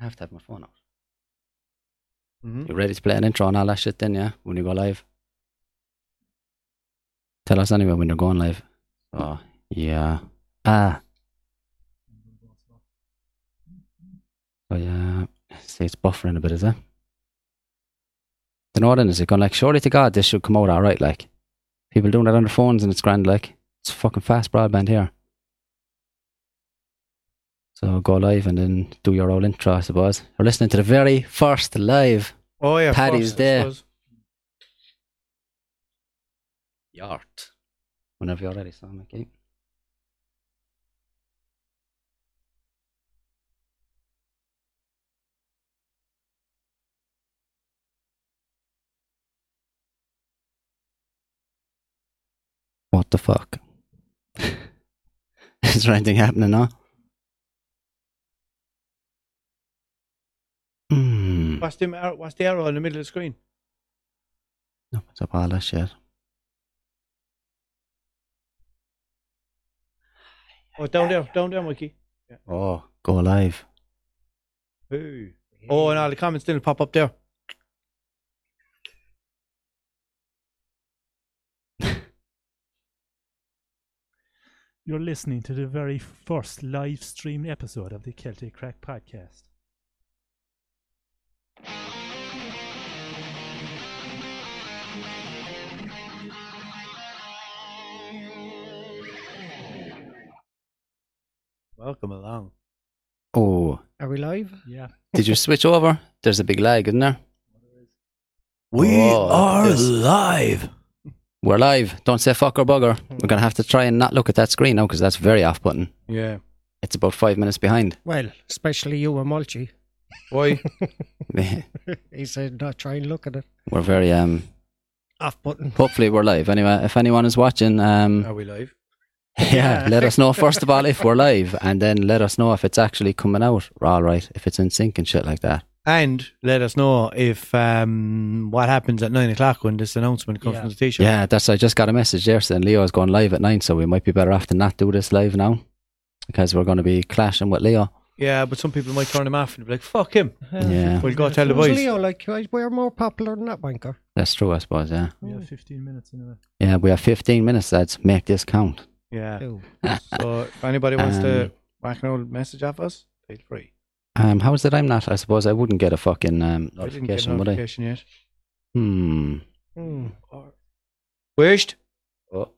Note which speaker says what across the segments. Speaker 1: I have to have my phone out.
Speaker 2: Mhm.
Speaker 1: You ready to play an intro and all that shit then, yeah? When you go live? Tell us anyway when you're going live. Oh, yeah. Ah. Oh, yeah. See, it's buffering a bit, is it? Then what then is it going like, surely to God, this should come out alright, like. People doing that on their phones and it's grand, like. It's fucking fast broadband here. So go live and then do your own intro, I suppose. We're listening to the very first live
Speaker 2: Oh yeah,
Speaker 1: Paddy's
Speaker 2: I
Speaker 1: there.
Speaker 2: suppose.
Speaker 1: Yart. Whenever you're ready, Sam. Okay. What the fuck? Is there anything happening now? Hmm.
Speaker 2: What's the arrow, what's the arrow in the middle of the screen?
Speaker 1: No, it's up all that shit.
Speaker 2: Oh, down there, down there, Mikey.
Speaker 1: Oh, go live.
Speaker 2: Hey. Oh, and all the comments didn't pop up there.
Speaker 3: You're listening to the very first live stream episode of the Celtic Crack Podcast.
Speaker 2: Welcome along.
Speaker 1: Oh.
Speaker 4: Are we live?
Speaker 3: Yeah.
Speaker 1: Did you switch over? There's a big lag, isn't there?
Speaker 2: We
Speaker 1: Oh,
Speaker 2: are
Speaker 1: yes.
Speaker 2: live.
Speaker 1: We're live. Don't say fuck or bugger. We're going to have to try and not look at that screen now because that's very off button.
Speaker 2: Yeah.
Speaker 1: It's about five minutes behind.
Speaker 4: Well, especially you and Mulchy.
Speaker 2: Why?
Speaker 1: we're
Speaker 4: He said not try and look at it.
Speaker 1: very, um,
Speaker 4: Off button.
Speaker 1: hopefully, we're live. Anyway, if anyone is watching, um,
Speaker 2: are we live?
Speaker 1: yeah, let us know first of all if we're live and then let us know if it's actually coming out all right, if it's in sync and shit like that.
Speaker 2: And let us know if um, what happens at nine o'clock when this announcement comes
Speaker 3: Yeah.
Speaker 2: from the station.
Speaker 1: Yeah, that's, I just got a message there saying Leo is going live at nine, so we might be better off to not do this live now because we're going to be clashing with Leo.
Speaker 2: Yeah, but some people might turn him off and be like, "Fuck him."
Speaker 1: Yeah.
Speaker 2: We'll go tell the
Speaker 4: Was
Speaker 2: boys.
Speaker 4: Leo like "I- we're more popular than that wanker?
Speaker 1: That's true, I suppose, yeah.
Speaker 3: We have 15 minutes anyway.
Speaker 1: Yeah, we have 15 minutes, lads. Make this count.
Speaker 2: Yeah.
Speaker 4: Ew.
Speaker 2: So if anybody wants to
Speaker 1: Um,
Speaker 2: whack an old message off us, feel free.
Speaker 1: Um, how is it I'm not? I suppose I wouldn't get a fucking um,
Speaker 2: I didn't get a
Speaker 1: notification, would I?
Speaker 2: notification yet.
Speaker 1: Hmm.
Speaker 4: Hmm.
Speaker 2: Or- Wished.
Speaker 1: Oh.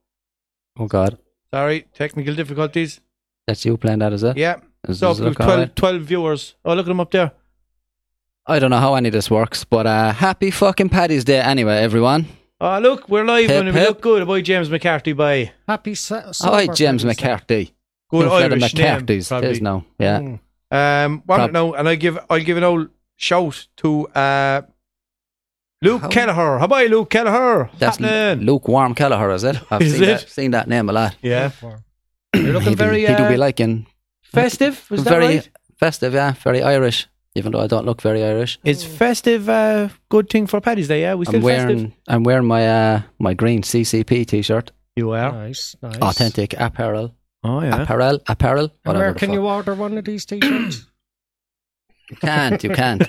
Speaker 1: God,
Speaker 2: Sorry, technical difficulties.
Speaker 1: that's you playing that, is it?
Speaker 2: Yeah.
Speaker 1: Is-
Speaker 2: So
Speaker 1: does it
Speaker 2: we've
Speaker 1: look all
Speaker 2: 12,
Speaker 1: right?
Speaker 2: 12 viewers. Oh, look at them up there.
Speaker 1: I don't know how any of this works, but uh, happy fucking Paddy's Day anyway, everyone.
Speaker 2: Oh, look, we're live
Speaker 1: Hip,
Speaker 2: and we
Speaker 1: hip.
Speaker 2: look good. Boy, James McCarthy, by
Speaker 4: Happy sa-
Speaker 1: Hi,
Speaker 4: sober
Speaker 1: James
Speaker 4: Friday, sir.
Speaker 1: McCarthy.
Speaker 2: good
Speaker 1: Don't forget the
Speaker 2: Irish
Speaker 1: McCarthy's.
Speaker 2: name.
Speaker 1: There's
Speaker 2: probably.
Speaker 1: no. Yeah.
Speaker 4: Hmm.
Speaker 2: Um, what
Speaker 1: Prob-
Speaker 2: no, and I give I'll give an old shout to uh, Luke
Speaker 1: How-
Speaker 2: Kelleher. How about you, Luke Kelleher?
Speaker 1: That's L-
Speaker 2: Happening?
Speaker 1: Luke Warm Kelleher, is it? I've
Speaker 2: Is
Speaker 1: seen,
Speaker 2: it?
Speaker 1: That, seen that name a lot.
Speaker 2: yeah,
Speaker 4: For-
Speaker 2: you're looking
Speaker 1: he do-
Speaker 2: very
Speaker 1: he do
Speaker 2: uh,
Speaker 1: be liking
Speaker 2: festive. Was that
Speaker 1: very
Speaker 2: right?
Speaker 1: festive, yeah, very Irish. Even though I don't look very Irish,
Speaker 2: It's festive. Uh, good thing for Paddy's Day. Yeah, we still
Speaker 1: I'm wearing
Speaker 2: festive.
Speaker 1: I'm wearing my uh, my green CCP T-shirt.
Speaker 2: You are.
Speaker 4: Nice, nice.
Speaker 1: authentic apparel,
Speaker 2: Oh yeah.
Speaker 1: apparel, apparel.
Speaker 4: And
Speaker 1: Whatever
Speaker 4: where
Speaker 1: the
Speaker 4: can
Speaker 1: fuck.
Speaker 4: you order one of these t-shirts?
Speaker 1: You can't, you can't.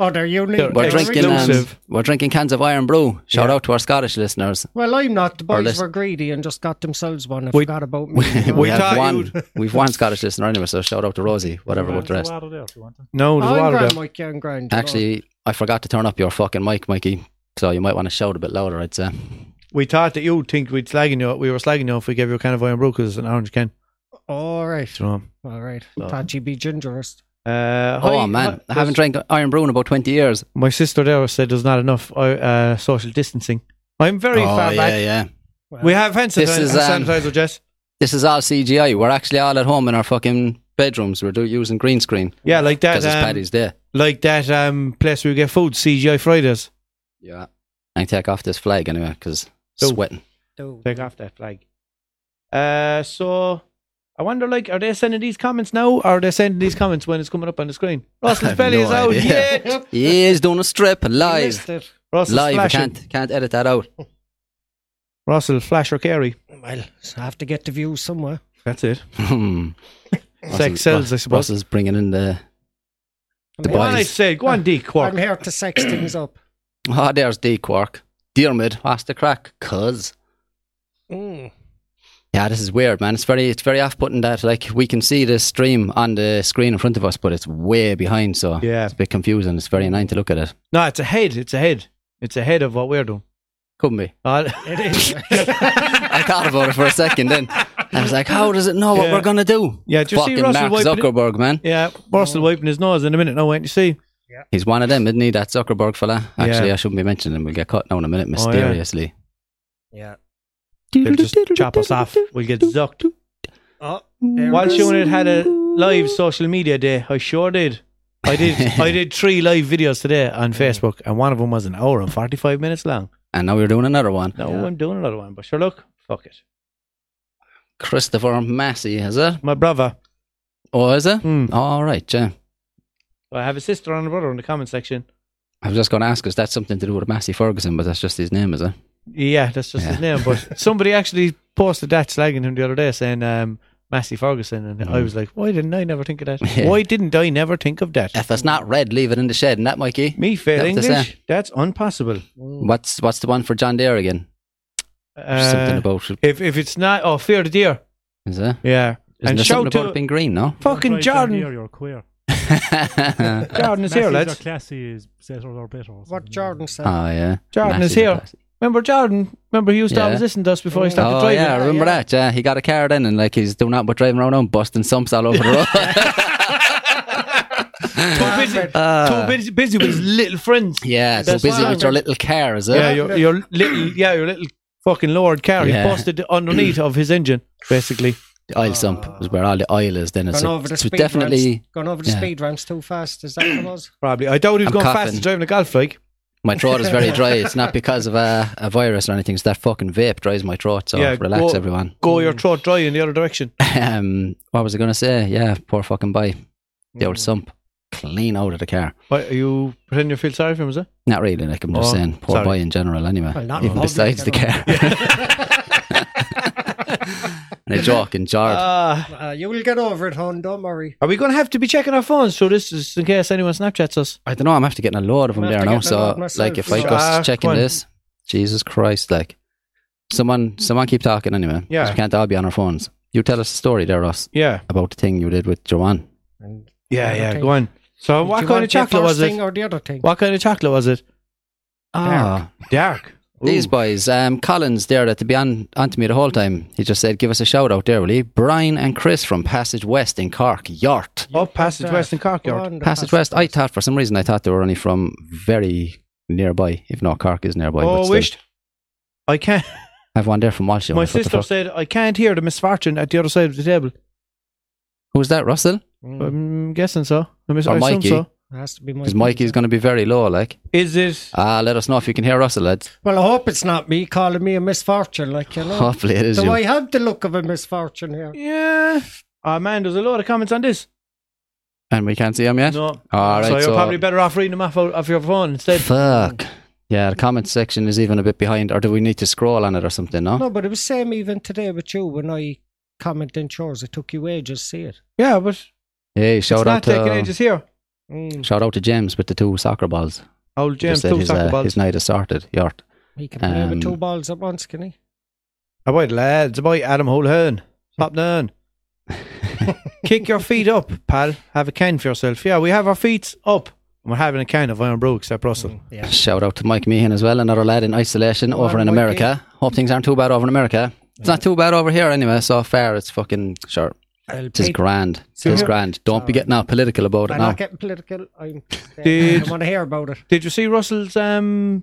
Speaker 4: oh, they're unique.
Speaker 2: They're
Speaker 1: We're
Speaker 4: They're
Speaker 1: drinking, um,
Speaker 2: Exclusive.
Speaker 1: we're drinking cans of Iron Brew. Shout
Speaker 2: Yeah.
Speaker 1: out to our Scottish listeners.
Speaker 4: well, I'm not. The boys
Speaker 1: less-
Speaker 4: were greedy and just got themselves one and
Speaker 2: We-
Speaker 4: forgot about me.
Speaker 1: We,
Speaker 4: you know?
Speaker 1: we
Speaker 2: We
Speaker 1: have
Speaker 2: thought
Speaker 1: one.
Speaker 2: you'd-
Speaker 1: We've one Scottish listener anyway. So shout out to Rosie. Whatever
Speaker 3: Well,
Speaker 1: with the rest.
Speaker 3: water there if you want to.
Speaker 2: No, there's
Speaker 4: I'm
Speaker 2: water
Speaker 4: grand,
Speaker 2: there.
Speaker 4: Mike, yeah, I'm grand. you know.
Speaker 1: Actually, I forgot to turn up your fucking mic, Mikey. So you might want to shout a bit louder. I'd say.
Speaker 2: We thought that you'd think we'd slagging you. We were slagging you if we gave you a can of iron brew because it's an orange can.
Speaker 4: all right,
Speaker 2: So,
Speaker 4: all right.
Speaker 2: So-
Speaker 4: Patchy be gingerist.
Speaker 2: Uh,
Speaker 1: Oh
Speaker 2: hi-
Speaker 1: man,
Speaker 2: hi-
Speaker 1: I haven't drank Iron Brew in about twenty years.
Speaker 2: My sister there said there's not enough uh, uh, social distancing. I'm very
Speaker 1: oh
Speaker 2: far
Speaker 1: yeah,
Speaker 2: back.
Speaker 1: yeah.
Speaker 2: We have hand
Speaker 1: This
Speaker 2: sanitizer,
Speaker 1: is, um,
Speaker 2: sanitizer Jess.
Speaker 1: This is all CGI. We're actually all at home in our fucking bedrooms. We're do- using green screen
Speaker 2: Yeah, like that.
Speaker 1: because it's
Speaker 2: Um,
Speaker 1: Paddy's Day.
Speaker 2: like that um, place where you get food, CGI Fridays.
Speaker 1: Yeah. I take off this flag anyway because
Speaker 2: Oh.
Speaker 1: sweating.
Speaker 4: Do.
Speaker 2: Take off that flag. Uh, so I wonder, like, are they sending these comments now, or are they sending these comments when it's coming up on the screen?
Speaker 1: I
Speaker 2: Russell's
Speaker 1: have
Speaker 2: belly
Speaker 1: no
Speaker 2: is out.
Speaker 1: idea.
Speaker 2: Yeah,
Speaker 1: He is doing a strip live.
Speaker 4: Missed it.
Speaker 2: Russell's
Speaker 1: live. I
Speaker 2: flashing.
Speaker 1: can't can't edit that out.
Speaker 2: Russell, flash or carry.
Speaker 4: Well, I have to get the views somewhere.
Speaker 2: That's it.
Speaker 1: Hmm.
Speaker 2: Sex sells, I suppose.
Speaker 1: Russell's bringing in the The
Speaker 2: Go on, I
Speaker 1: boys.
Speaker 2: said, go on, D Quark.
Speaker 4: I'm here to sex things up.
Speaker 1: Ah, there's D Quark. Diarmid, what's the crack? Cuz.
Speaker 4: Mm.
Speaker 1: Yeah, this is weird, man. It's very, it's very off-putting that like we can see the stream on the screen in front of us, but it's way behind. So
Speaker 2: Yeah.
Speaker 1: it's a bit confusing. It's very annoying to look at it.
Speaker 2: No, it's ahead. It's ahead. It's ahead of what we're doing.
Speaker 1: Couldn't be.
Speaker 2: Uh,
Speaker 4: It is.
Speaker 1: I thought about it for a second. Then I was like, how does it know what
Speaker 2: Yeah.
Speaker 1: we're gonna do?
Speaker 2: Yeah, do you see
Speaker 1: fucking
Speaker 2: Russell
Speaker 1: Mark
Speaker 2: wiping it?
Speaker 1: Zuckerberg, man.
Speaker 2: yeah, Russell wiping his nose in a minute. No, wait to see.
Speaker 1: He's one of them, isn't he? That Zuckerberg fella. Actually,
Speaker 2: Yeah.
Speaker 1: I shouldn't be mentioning him. We'll get cut now in a minute,
Speaker 2: Oh, yeah.
Speaker 1: mysteriously.
Speaker 4: yeah.
Speaker 2: They'll just chop us off. We'll get zucked.
Speaker 4: Oh,
Speaker 2: While you and it had a live social media day, I sure did. I did. I did three live videos today on Facebook, and one of them was an hour and forty-five minutes long.
Speaker 1: And now we're doing another one.
Speaker 2: No, I'm doing another one, but sure, look, fuck it.
Speaker 1: Christopher Massey, is it?
Speaker 2: My brother.
Speaker 1: Oh, is it?
Speaker 2: Hmm.
Speaker 1: All right, yeah.
Speaker 2: I have a sister and a brother in the comment section.
Speaker 1: I was just going to ask, is that something to do with Massey Ferguson? But that's just his name, is it?
Speaker 2: Yeah, that's just his name. But somebody actually posted that slagging him the other day, saying um, Massey Ferguson, and I was like, why didn't I never think of that?
Speaker 1: Mm. Yeah.
Speaker 2: Why didn't I never think of that?
Speaker 1: If it's not red, leave it in the shed. And that, Mikey.
Speaker 2: Me fail
Speaker 1: That's the
Speaker 2: English? That's unpossible.
Speaker 1: What's what's the one for John Deere again? something
Speaker 2: Hmm. Uh,
Speaker 1: about it,
Speaker 2: if if it's not, oh, fear the deer.
Speaker 1: is it?
Speaker 2: Yeah,
Speaker 1: Isn't
Speaker 2: and
Speaker 1: there something
Speaker 2: shout
Speaker 1: about
Speaker 2: to
Speaker 1: it being green? No.
Speaker 2: fucking
Speaker 3: Right down
Speaker 2: Jordan.
Speaker 3: Here, you're queer.
Speaker 1: oh
Speaker 2: Jordan is here,
Speaker 3: Massies
Speaker 2: lads.
Speaker 3: Are classy is better or better. or
Speaker 4: What
Speaker 3: something.
Speaker 4: Jordan said.
Speaker 1: Oh, yeah.
Speaker 2: Jordan is
Speaker 1: Massey's a
Speaker 2: here.
Speaker 1: class-
Speaker 2: Remember Jordan? Remember he used to
Speaker 1: Yeah.
Speaker 2: always listen to us before he started
Speaker 1: Oh
Speaker 2: driving.
Speaker 1: yeah, I remember that. Yeah, he got a car then, and like he's doing that but driving around and busting sumps all over the road.
Speaker 2: Too busy,
Speaker 1: Ah.
Speaker 2: too busy, busy with his little friends.
Speaker 1: yeah, so
Speaker 2: That's
Speaker 1: busy
Speaker 2: why-
Speaker 1: with your little car, is it?
Speaker 2: Yeah, your, your little, yeah, your little fucking Lord car.
Speaker 1: Yeah.
Speaker 2: He busted underneath of his engine, basically.
Speaker 1: The oil sump is where all the oil is. Then it's,
Speaker 4: Gone
Speaker 1: a-
Speaker 4: over the
Speaker 1: it's
Speaker 4: speed
Speaker 1: definitely
Speaker 4: ramps. Gone over the
Speaker 1: yeah.
Speaker 4: speed ramps too fast. Is that what it was?
Speaker 2: Probably. I doubt he was
Speaker 1: I'm
Speaker 2: going
Speaker 1: coughing.
Speaker 2: fast as driving a golf like.
Speaker 1: my throat is very dry. It's not because of a, a virus or anything. It's that fucking vape dries my throat. So
Speaker 2: Yeah,
Speaker 1: relax,
Speaker 2: go-
Speaker 1: everyone.
Speaker 2: Go your throat dry in the other direction.
Speaker 1: Um, what was I going to say? Yeah, poor fucking boy. The old sump, clean out of the car.
Speaker 2: What, are you pretending you feel sorry for him, is it?
Speaker 1: Not really, like I'm just
Speaker 2: Oh,
Speaker 1: saying, poor
Speaker 2: sorry.
Speaker 1: boy in general, anyway.
Speaker 4: Well, not in
Speaker 1: even
Speaker 4: public,
Speaker 1: besides the car. and a joke in jarred.
Speaker 2: Ah.
Speaker 4: Uh, you will get over it, hon. Don't worry.
Speaker 2: Are we going to have to be checking our phones through this just in case anyone Snapchats us?
Speaker 1: I don't know. I'm after getting a load of them
Speaker 4: I'm
Speaker 1: there
Speaker 4: after
Speaker 1: now.
Speaker 4: getting a
Speaker 1: So,
Speaker 4: load myself
Speaker 1: like, if I
Speaker 4: as
Speaker 1: go
Speaker 2: well. Ah,
Speaker 1: checking
Speaker 2: go on.
Speaker 1: this, Jesus Christ, like, someone, someone keep talking anyway. 'cause
Speaker 2: Yeah.
Speaker 1: we can't all be on our phones. You tell us a story there, Ross,
Speaker 2: Yeah.
Speaker 1: about the thing you did with Joanne.
Speaker 4: And
Speaker 2: Yeah,
Speaker 4: Okay.
Speaker 2: yeah, go on. So,
Speaker 4: Do
Speaker 2: what
Speaker 4: you
Speaker 2: kind
Speaker 4: want
Speaker 2: of
Speaker 4: the
Speaker 2: chocolate
Speaker 4: first
Speaker 2: was
Speaker 4: thing
Speaker 2: it?
Speaker 4: or the other thing?
Speaker 2: What kind of chocolate was it?
Speaker 1: Ah,
Speaker 2: Dark.
Speaker 1: these
Speaker 2: Ooh.
Speaker 1: boys, um, Collins there, that to be on onto me the whole time. He just said, "Give us a shout out there, will you?" Brian and Chris from Passage West in Cork, Yort.
Speaker 2: Oh,
Speaker 4: Uh,
Speaker 2: Passage West and Cork Yard.
Speaker 4: Corkyard.
Speaker 1: Passage West. I thought for some reason I thought they were only from very nearby, if not Cork is nearby. but
Speaker 2: Oh, I
Speaker 1: still.
Speaker 2: wished. I can't.
Speaker 1: I have one there from Walsh.
Speaker 2: My sister said, I can't hear the misfortune at the other side of the table.
Speaker 1: Who's that, Russell?
Speaker 2: I'm guessing so. I mis-
Speaker 1: Or
Speaker 2: I assume
Speaker 1: Mikey.
Speaker 2: so.
Speaker 4: Mm, Has to be Mikey.
Speaker 1: Because Mikey's going to be very low, like.
Speaker 2: Is it?
Speaker 1: Ah, let us know if you can hear Russell, lads.
Speaker 4: Well, I hope it's not me calling me a misfortune, like you know.
Speaker 1: Hopefully it is
Speaker 4: Do
Speaker 1: you.
Speaker 4: I have the look of a misfortune here?
Speaker 2: Yeah. Oh, man, there's a lot of comments on this.
Speaker 1: And we can't see him yet?
Speaker 2: No.
Speaker 1: All
Speaker 2: so
Speaker 1: right,
Speaker 2: you're
Speaker 1: Ah, so-
Speaker 2: probably better off reading them off, out of your phone instead.
Speaker 1: Fuck. Yeah, the comment section is even a bit behind. Or do we need to scroll on it or something, no?
Speaker 4: No, but it was same even today with you when I commented in chores. It took you ages to see it.
Speaker 2: Yeah, but
Speaker 1: Hey,
Speaker 2: it's
Speaker 1: shout
Speaker 2: not
Speaker 1: out
Speaker 2: taking
Speaker 1: to...
Speaker 2: ages here.
Speaker 4: Mm,
Speaker 1: Shout out to James with the two soccer balls.
Speaker 2: Old
Speaker 1: Just
Speaker 2: James,
Speaker 1: said
Speaker 2: two
Speaker 1: his,
Speaker 2: soccer
Speaker 1: uh,
Speaker 2: balls.
Speaker 1: his night is sorted, Yort.
Speaker 4: he can play
Speaker 1: Um,
Speaker 4: with two balls at once, can he?
Speaker 2: About lads, about Adam Hulhern. Top nine. Kick your feet up, pal. Have a can for yourself. Yeah, we have our feet up. And we're having a can of Iron Brew, except Russell.
Speaker 4: Yeah.
Speaker 1: Shout out to Mike Meehan as well, another lad in isolation
Speaker 4: Come
Speaker 1: over
Speaker 4: on,
Speaker 1: in
Speaker 4: Mikey.
Speaker 1: America. Hope things aren't too bad over in America. It's not too bad over here anyway. So far, it's fucking sure.
Speaker 4: I'll
Speaker 1: It is
Speaker 4: pay-
Speaker 1: grand. It is
Speaker 4: Yeah.
Speaker 1: grand. Don't be getting all political about it
Speaker 4: I'm
Speaker 1: now.
Speaker 4: not getting political. I'm. I
Speaker 2: Did-
Speaker 4: don't want to hear about it.
Speaker 2: Did you see Russell's um,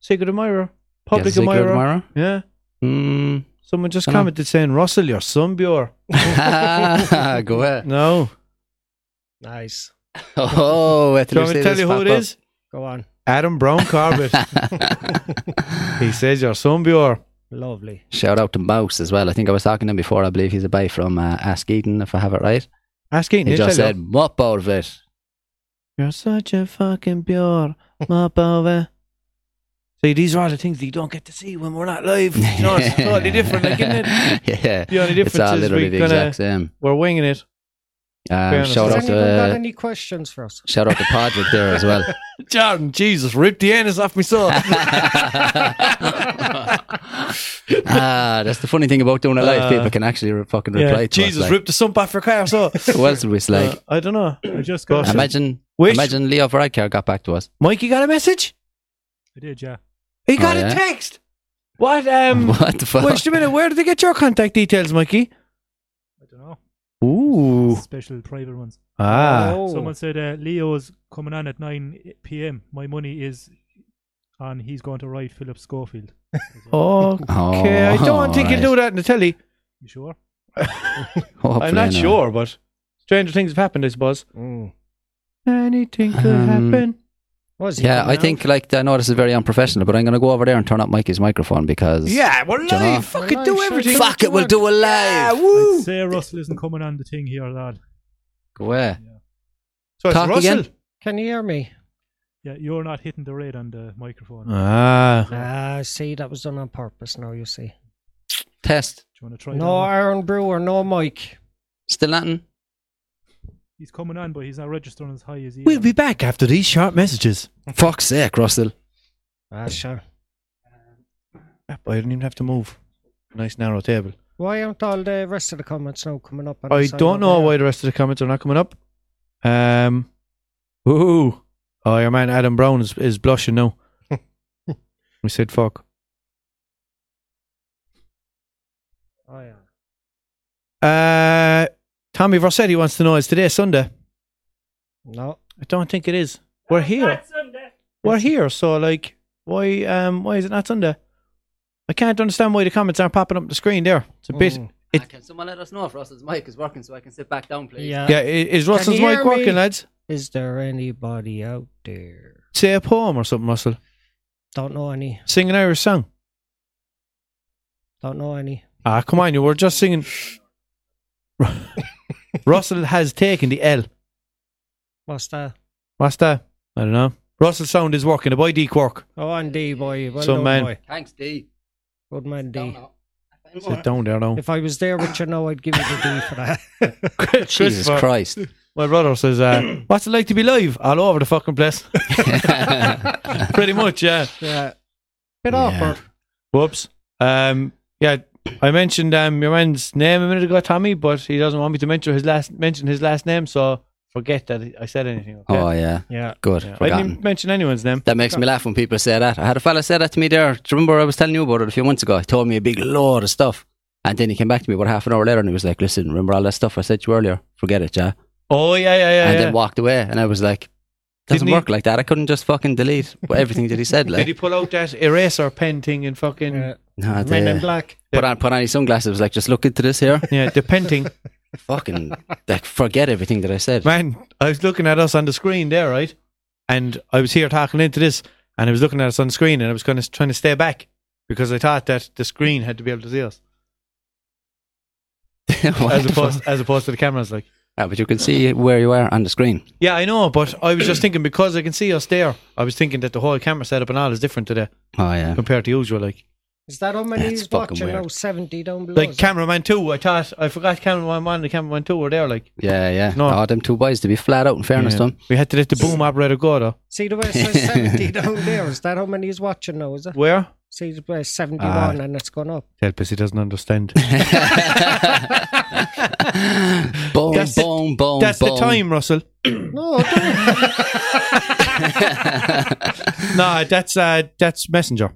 Speaker 2: secret admirer?
Speaker 1: Yes,
Speaker 2: Public
Speaker 1: is it good
Speaker 2: admirer?
Speaker 1: tomorrow?
Speaker 2: Yeah.
Speaker 1: Mm.
Speaker 2: Someone just
Speaker 1: Dunno.
Speaker 2: commented saying, Russell, you're sunbure.
Speaker 1: Go away.
Speaker 2: No.
Speaker 4: Nice.
Speaker 1: Oh, wait
Speaker 2: Do you
Speaker 1: till
Speaker 2: want
Speaker 1: see
Speaker 2: me to tell
Speaker 1: this
Speaker 2: you who
Speaker 1: pop
Speaker 2: it
Speaker 1: up.
Speaker 2: is?
Speaker 4: Go on.
Speaker 2: Adam Brown Corbett. he says you're sunbure.
Speaker 4: Lovely.
Speaker 1: Shout out to Mouse as well. I think I was talking to him before. I believe he's a boy from uh, Ask Eden, if I have it right.
Speaker 2: Ask Eaton.
Speaker 1: He
Speaker 2: He
Speaker 1: just said, "Mop out of it."
Speaker 2: You're such a fucking pure mop over. See, these are all the things that you don't get to see when we're not live. You know, it's totally different, like, isn't it?
Speaker 1: yeah,
Speaker 2: The only
Speaker 1: it's
Speaker 2: difference
Speaker 1: all
Speaker 2: is
Speaker 1: literally
Speaker 2: we're
Speaker 1: the
Speaker 2: gonna
Speaker 1: exact same.
Speaker 2: we're winging it.
Speaker 1: Um,
Speaker 2: Fairness.
Speaker 1: shout out
Speaker 2: Has
Speaker 4: Has anyone got
Speaker 1: to uh,
Speaker 4: any questions for us?
Speaker 1: shout out to Padraig there as well.
Speaker 2: Jordan, Jesus, rip the anus off me soul.
Speaker 1: ah, that's the funny thing about doing it live.
Speaker 2: Uh,
Speaker 1: people can actually re- fucking
Speaker 3: yeah,
Speaker 1: reply to
Speaker 2: Jesus,
Speaker 1: us. Like,
Speaker 2: rip the sump off your car so.
Speaker 1: who else would we slag?
Speaker 2: I don't know.
Speaker 3: I just got.
Speaker 2: Awesome.
Speaker 1: imagine,
Speaker 2: Oh, Wish-
Speaker 1: imagine Leo Varadkar got back to us.
Speaker 2: Mike, you got a message?
Speaker 3: I did, yeah.
Speaker 2: He got
Speaker 1: Oh, yeah?
Speaker 2: a text. What? Um,
Speaker 1: what the fuck?
Speaker 2: wait a minute. Where did they get your contact details, Mikey?
Speaker 3: I don't know.
Speaker 2: Ooh.
Speaker 3: Special private ones.
Speaker 2: Ah.
Speaker 4: Oh.
Speaker 3: Someone said uh, Leo's coming on at 9 p.m. My money is on he's going to ride Philip Schofield.
Speaker 2: Oh.
Speaker 1: Oh,
Speaker 2: Okay. I don't think
Speaker 1: right.
Speaker 2: you do that in the telly.
Speaker 3: You sure?
Speaker 1: Hopefully
Speaker 2: I'm not
Speaker 1: no.
Speaker 2: sure, but stranger things have happened, I suppose.
Speaker 4: Mm.
Speaker 2: Anything could
Speaker 1: Um,
Speaker 2: happen.
Speaker 4: Was he
Speaker 1: Yeah,
Speaker 4: coming
Speaker 1: I
Speaker 4: out?
Speaker 1: think like I know this is very unprofessional, but I'm going to go over there and turn up Mikey's microphone because
Speaker 2: Yeah, we're
Speaker 1: Dunno.
Speaker 2: live. Fucking
Speaker 4: We're
Speaker 2: do
Speaker 4: live, sure.
Speaker 2: everything.
Speaker 1: fuck it, we'll do a
Speaker 2: Yeah,
Speaker 1: live.
Speaker 2: woo.
Speaker 3: Say Russell isn't coming on the thing here, lad.
Speaker 1: Go away.
Speaker 2: So it's
Speaker 1: Talk
Speaker 2: Russell.
Speaker 1: again.
Speaker 4: Can you hear me?
Speaker 3: Yeah, you're not hitting the red on the microphone.
Speaker 2: Ah.
Speaker 4: Ah, see, that was done on purpose. Now you see.
Speaker 1: Test
Speaker 3: Do you want to try
Speaker 4: No
Speaker 3: that? one?
Speaker 4: Aaron Brewer, no Mike.
Speaker 1: still nothing.
Speaker 3: He's coming on, but he's not registering as high as he
Speaker 2: We'll
Speaker 3: is.
Speaker 2: be back after these short messages.
Speaker 1: Fuck's sake, Russell.
Speaker 4: Ah, sure.
Speaker 2: I don't even have to move. Nice narrow table.
Speaker 4: Why aren't all the rest of the comments now coming up? On
Speaker 2: I
Speaker 4: the side
Speaker 2: don't
Speaker 4: over
Speaker 2: know
Speaker 4: there?
Speaker 2: why the rest of the comments are not coming up. Um, ooh, oh, your man Adam Brown is, is blushing now. we said fuck.
Speaker 4: Oh, yeah.
Speaker 2: Uh, Tommy Rossetti wants to know is today Sunday?
Speaker 4: No.
Speaker 2: I don't think it is. We're here. We're here. So like, why um why is it not Sunday? I can't understand why the comments aren't popping up the screen. There, it's a bit.
Speaker 4: Mm.
Speaker 2: It-
Speaker 1: can someone let us know if Russell's mic is working so I can sit back down, please?
Speaker 4: Yeah.
Speaker 2: Yeah, i- is Russell's
Speaker 4: you
Speaker 2: mic
Speaker 4: hear me?
Speaker 2: working, lads?
Speaker 4: Is there anybody out there?
Speaker 2: Say a poem or something, Russell.
Speaker 4: Don't know any.
Speaker 2: Sing an Irish song.
Speaker 4: Don't know any.
Speaker 2: Ah, come on, you were just singing. Russell has taken the L.
Speaker 4: What's that?
Speaker 2: What's that? I don't know. Russell's sound is working. The boy D Quark.
Speaker 4: Oh, and D boy. Well
Speaker 2: Some
Speaker 4: done,
Speaker 2: man.
Speaker 4: boy.
Speaker 1: Thanks, D.
Speaker 4: Good man, D.
Speaker 2: Sit down there now.
Speaker 4: If I was there with you now, I'd give you the D for that.
Speaker 1: Jesus
Speaker 2: Christopher,
Speaker 1: Christ.
Speaker 2: My brother says, uh, What's it like to be live? All over the fucking place. Pretty much, yeah.
Speaker 4: Yeah. Bit
Speaker 1: Yeah.
Speaker 4: awkward.
Speaker 2: Whoops. Um, yeah, I mentioned um, your man's name a minute ago, Tommy, but he doesn't want me to mention his last mention his last name, so forget that I said anything. Okay?
Speaker 1: Oh, yeah.
Speaker 4: Yeah.
Speaker 1: Good.
Speaker 2: Yeah. I didn't even
Speaker 1: Forgotten.
Speaker 2: mention anyone's name.
Speaker 1: That makes me laugh when people say that. I had a fella say that to me there. Do you remember I was telling you about it a few months ago? He told me a big load of stuff. And then he came back to me about half an hour later and he was like, listen, remember all that stuff I said to you earlier? Forget it, yeah.
Speaker 2: Oh, yeah, yeah, yeah.
Speaker 1: and
Speaker 2: yeah.
Speaker 1: then walked away. And I was like, doesn't
Speaker 2: Didn't he-
Speaker 1: work like that. I couldn't just fucking delete everything that he said.
Speaker 2: Did
Speaker 1: Like,
Speaker 2: he pull out that eraser pen thing and fucking.
Speaker 4: Yeah.
Speaker 1: Nah,
Speaker 4: Men in
Speaker 1: the-
Speaker 4: black.
Speaker 1: put on put on his sunglasses. Was like, just look into this here.
Speaker 2: Yeah, the painting.
Speaker 1: Fucking like, forget everything that I said.
Speaker 2: Man, I was looking at us on the screen there, right? And I was here talking into this, and I was looking at us on the screen, and I was kind of trying to stay back because I thought that the screen had to be able to see us
Speaker 1: What
Speaker 2: as
Speaker 1: the fuck?
Speaker 2: opposed as opposed to the cameras. Like,
Speaker 1: Ah, but you can see where you are on the screen.
Speaker 2: yeah, I know, but I was just thinking because I can see us there. I was thinking that the whole camera setup and all is different today
Speaker 1: Oh yeah.
Speaker 2: compared to usual. Like,
Speaker 4: Is that how many
Speaker 1: That's
Speaker 4: is
Speaker 1: fucking
Speaker 4: watching now?
Speaker 1: weird.
Speaker 4: 70 down below.
Speaker 2: like
Speaker 4: is it?
Speaker 2: cameraman two, I thought I forgot cameraman one and cameraman two were there. Like,
Speaker 1: Yeah, yeah.
Speaker 2: No.
Speaker 1: Oh, them two boys to be flat out in fairness
Speaker 2: Yeah.
Speaker 1: to 'em.
Speaker 2: we had to let the boom operator go though.
Speaker 4: See the way it says 70 down there? Is that how many is watching now? Is it?
Speaker 2: Where?
Speaker 4: See the way it's 71
Speaker 1: Uh,
Speaker 4: and it's gone up.
Speaker 2: Help us, he doesn't understand.
Speaker 1: Boom,
Speaker 2: That's the-
Speaker 1: boom, boom,
Speaker 2: That's
Speaker 1: boom.
Speaker 2: the time, Russell.
Speaker 4: No, don't.
Speaker 2: No, that's uh, that's messenger.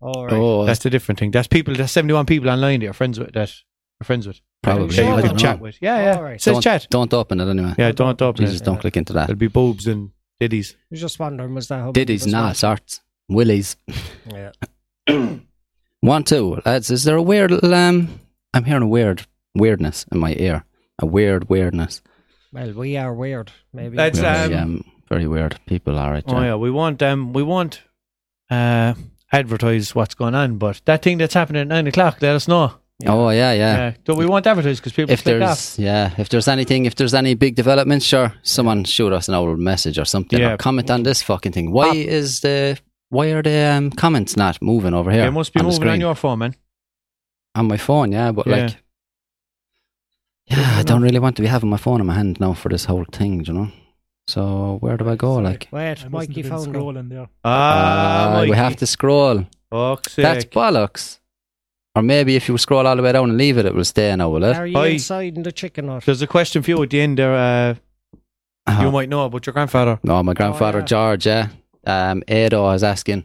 Speaker 4: All right.
Speaker 1: oh,
Speaker 2: That's the different thing. That's people. That's seventy-one people online that are friends with. That are friends with.
Speaker 1: probably.
Speaker 4: Sure,
Speaker 2: That
Speaker 1: I
Speaker 2: you
Speaker 1: don't
Speaker 2: can
Speaker 1: know.
Speaker 2: chat with. Yeah, yeah.
Speaker 4: All right.
Speaker 2: It says
Speaker 1: Don't-
Speaker 2: chat.
Speaker 1: Don't open it anyway.
Speaker 2: Yeah, don't open
Speaker 1: Jesus,
Speaker 2: it.
Speaker 1: don't click into that.
Speaker 2: It'll be boobs and ditties.
Speaker 4: I was just wondering, was that how big
Speaker 1: Diddy's
Speaker 4: it was
Speaker 1: nah, sorts. Willie's.
Speaker 4: watching? Yeah.
Speaker 1: One, two. Lads, is there a weird little, um I'm hearing a weird weirdness in my ear. A weird weirdness.
Speaker 4: Well, we are weird. Maybe.
Speaker 2: That's,
Speaker 1: We're
Speaker 3: uh,
Speaker 1: very,
Speaker 2: um,
Speaker 1: um, very weird. People are right.
Speaker 2: Oh yeah, we want um, we want uh, advertise what's going on, but that thing that's happening at nine o'clock, let us know.
Speaker 1: Oh yeah, yeah.
Speaker 2: Yeah, do we want advertise because people
Speaker 1: if
Speaker 2: click
Speaker 1: there's
Speaker 2: off.
Speaker 1: yeah, if there's anything, if there's any big developments, sure, someone shoot us an old message or something,
Speaker 2: Yeah.
Speaker 1: or comment on this fucking thing. Why is the why are the um, comments not moving over here?
Speaker 2: They must be
Speaker 1: on the
Speaker 2: moving on
Speaker 1: screen?
Speaker 2: your phone, man.
Speaker 1: on my phone, yeah, but
Speaker 2: Yeah.
Speaker 1: like. Yeah, I don't really want to be having my phone in my hand now for this whole thing, you know. So where do I go?
Speaker 3: Sorry.
Speaker 1: Like,
Speaker 4: Wait,
Speaker 3: I must have
Speaker 4: Mikey
Speaker 3: been
Speaker 4: found it.
Speaker 3: scrolling there.
Speaker 2: Ah,
Speaker 1: Ah, Uh, we
Speaker 2: Mikey.
Speaker 1: have to scroll.
Speaker 2: Fuck's
Speaker 1: That's
Speaker 2: sake.
Speaker 1: bollocks. Or maybe if you scroll all the way down and leave it, it will stay now, will it?
Speaker 4: Are you
Speaker 2: Oi.
Speaker 4: inside in the chicken hut?
Speaker 2: There's a question for you at the end there. Uh,
Speaker 1: Uh-huh.
Speaker 2: You might know about your grandfather.
Speaker 1: No, my grandfather
Speaker 3: yeah.
Speaker 1: George, yeah. Um Edo I was asking.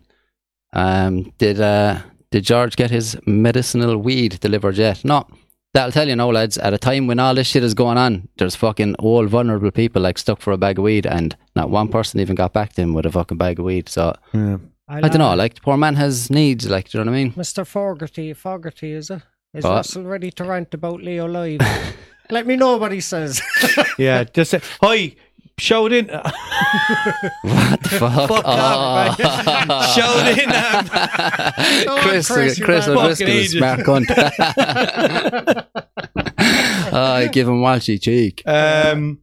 Speaker 1: Um did uh did George get his medicinal weed delivered yet? No. That'll tell you no lads, at a time when all this shit is going on, there's fucking all vulnerable people like stuck for a bag of weed and not one person even got back to him with a fucking bag of weed. So
Speaker 2: Yeah.
Speaker 1: I don't know, like the poor man has needs, like do you know what I mean?
Speaker 4: Mr. Fogarty, Fogarty, is it? Is
Speaker 1: What?
Speaker 4: Russell ready to rant about Leo live? Let me know what he says.
Speaker 2: yeah, just say, hi, shout in.
Speaker 1: What the fuck?
Speaker 2: Fuck off,
Speaker 4: Ah.
Speaker 1: Oh.
Speaker 2: shout in. Um,
Speaker 4: Go on,
Speaker 1: Chris, Chris,
Speaker 4: Chris, you
Speaker 1: Chris
Speaker 4: bad
Speaker 1: O'Driscoll
Speaker 2: fucking
Speaker 1: is a smart cunt. I give him Walshy cheek.
Speaker 2: um,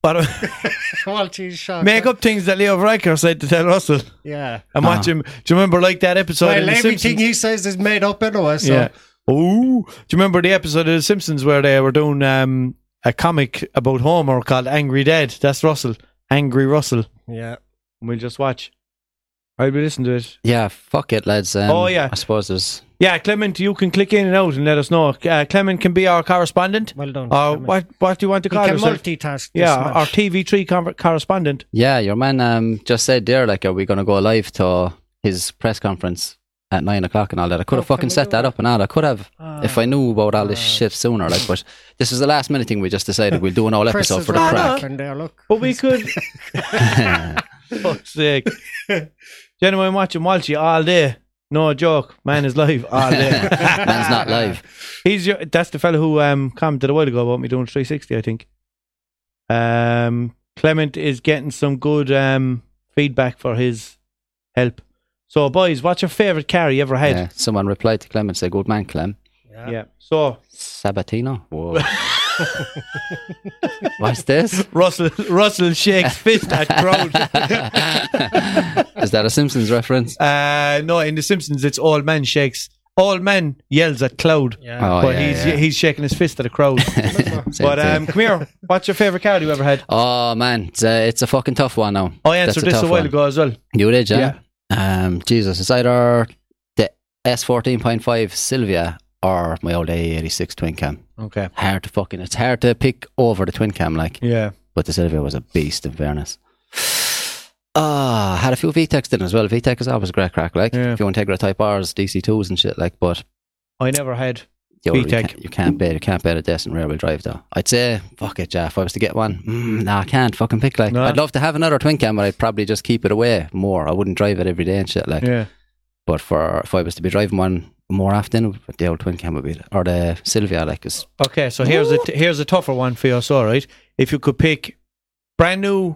Speaker 2: but
Speaker 4: Well, geez, shock.
Speaker 2: make up things that Leo Riker said to tell Russell
Speaker 4: Yeah.
Speaker 2: and watch him. Do you remember like that episode? in
Speaker 4: Ah. well,
Speaker 2: the
Speaker 4: everything
Speaker 2: Simpsons?
Speaker 4: he says is made up anyway, so
Speaker 2: Yeah. Oh, do you remember the episode of The Simpsons where they were doing um, a comic about Homer called Angry Dad? That's Russell, Angry Russell.
Speaker 4: yeah.
Speaker 2: And we'll just watch. I'll be listening to it.
Speaker 1: Yeah, fuck it, lads. Um,
Speaker 2: Oh, yeah.
Speaker 1: I suppose there's.
Speaker 2: Yeah, Clement, you can click in and out and let us know. Uh, Clement can be our correspondent.
Speaker 4: Well done.
Speaker 2: Or
Speaker 4: Clement.
Speaker 2: what? What do you want to
Speaker 4: He
Speaker 2: call
Speaker 4: can
Speaker 2: yourself?
Speaker 4: multitask. this
Speaker 2: uh, Yeah,
Speaker 4: man.
Speaker 2: our TV three con- correspondent.
Speaker 1: Yeah, your man um, just said there, like, are we going to go live to his press conference at nine o'clock and all that? I could have
Speaker 4: Oh, can
Speaker 1: fucking
Speaker 4: we
Speaker 1: set
Speaker 4: do
Speaker 1: that
Speaker 4: that?
Speaker 1: up and all. I could have if I knew about all this
Speaker 4: Ah.
Speaker 1: shit sooner, like, but this was the last minute thing we just decided we'll do an all
Speaker 4: Chris
Speaker 1: episode
Speaker 4: is
Speaker 1: for the
Speaker 4: right Ah,
Speaker 1: crack.
Speaker 4: back in there, look.
Speaker 2: But we could. fuck's sake. Genuine watching Walshy all day. No joke. Man is live all day.
Speaker 1: Man's not live.
Speaker 2: He's your, that's the fellow who um commented a while ago about me doing 360. I think. Um, Clement is getting some good um feedback for his help. So, boys, what's your favorite car you ever
Speaker 1: Yeah,
Speaker 2: had?
Speaker 1: someone replied to Clem and said, Good man, Clem.
Speaker 2: Yeah. So
Speaker 1: Sabatino? Whoa. What's this?
Speaker 2: Russell Russell shakes fist at crowd.
Speaker 1: Is that a Simpsons reference?
Speaker 2: uh, no, in The Simpsons, it's all men shakes. All men yells at cloud.
Speaker 4: Yeah.
Speaker 1: Oh,
Speaker 2: but
Speaker 1: yeah,
Speaker 2: he's
Speaker 1: yeah.
Speaker 2: he's shaking his fist at a crowd.
Speaker 1: Same
Speaker 2: but
Speaker 1: thing.
Speaker 2: um, come here. What's your favorite car you ever had?
Speaker 1: Oh man, it's a, it's a fucking tough one now.
Speaker 2: I
Speaker 1: That's
Speaker 2: answered Oh, this
Speaker 1: tough
Speaker 2: a while
Speaker 1: one.
Speaker 2: ago as well.
Speaker 1: You did, yeah? Um, Jesus, it's either the S fourteen point five Sylvia or my old A eighty six twin cam.
Speaker 2: Okay.
Speaker 1: Hard to fucking it's hard to pick over the twin cam like.
Speaker 2: Yeah.
Speaker 1: But the Sylvia was a beast in fairness. Ah, had a few VTECs then as well. VTEC is always a great crack, like
Speaker 2: Yeah.
Speaker 1: a few Integra Type R's, DC twos and shit like. But
Speaker 2: I never had.
Speaker 1: Yo, you,
Speaker 2: VTEC.
Speaker 1: can't, you can't bet. You can't bet a decent rear wheel drive though. I'd say fuck it, Jeff. If I was to get one, mm, no, I can't fucking pick. Like,
Speaker 2: No.
Speaker 1: I'd love to have another twin cam, but I'd probably just keep it away more. I wouldn't drive it every day and shit. Like,
Speaker 2: Yeah.
Speaker 1: but for if I was to be driving one more often, the old twin cam would be or the Sylvia. Like, is
Speaker 2: Okay, so here's a here's a tougher one for us. All right, if you could pick brand new,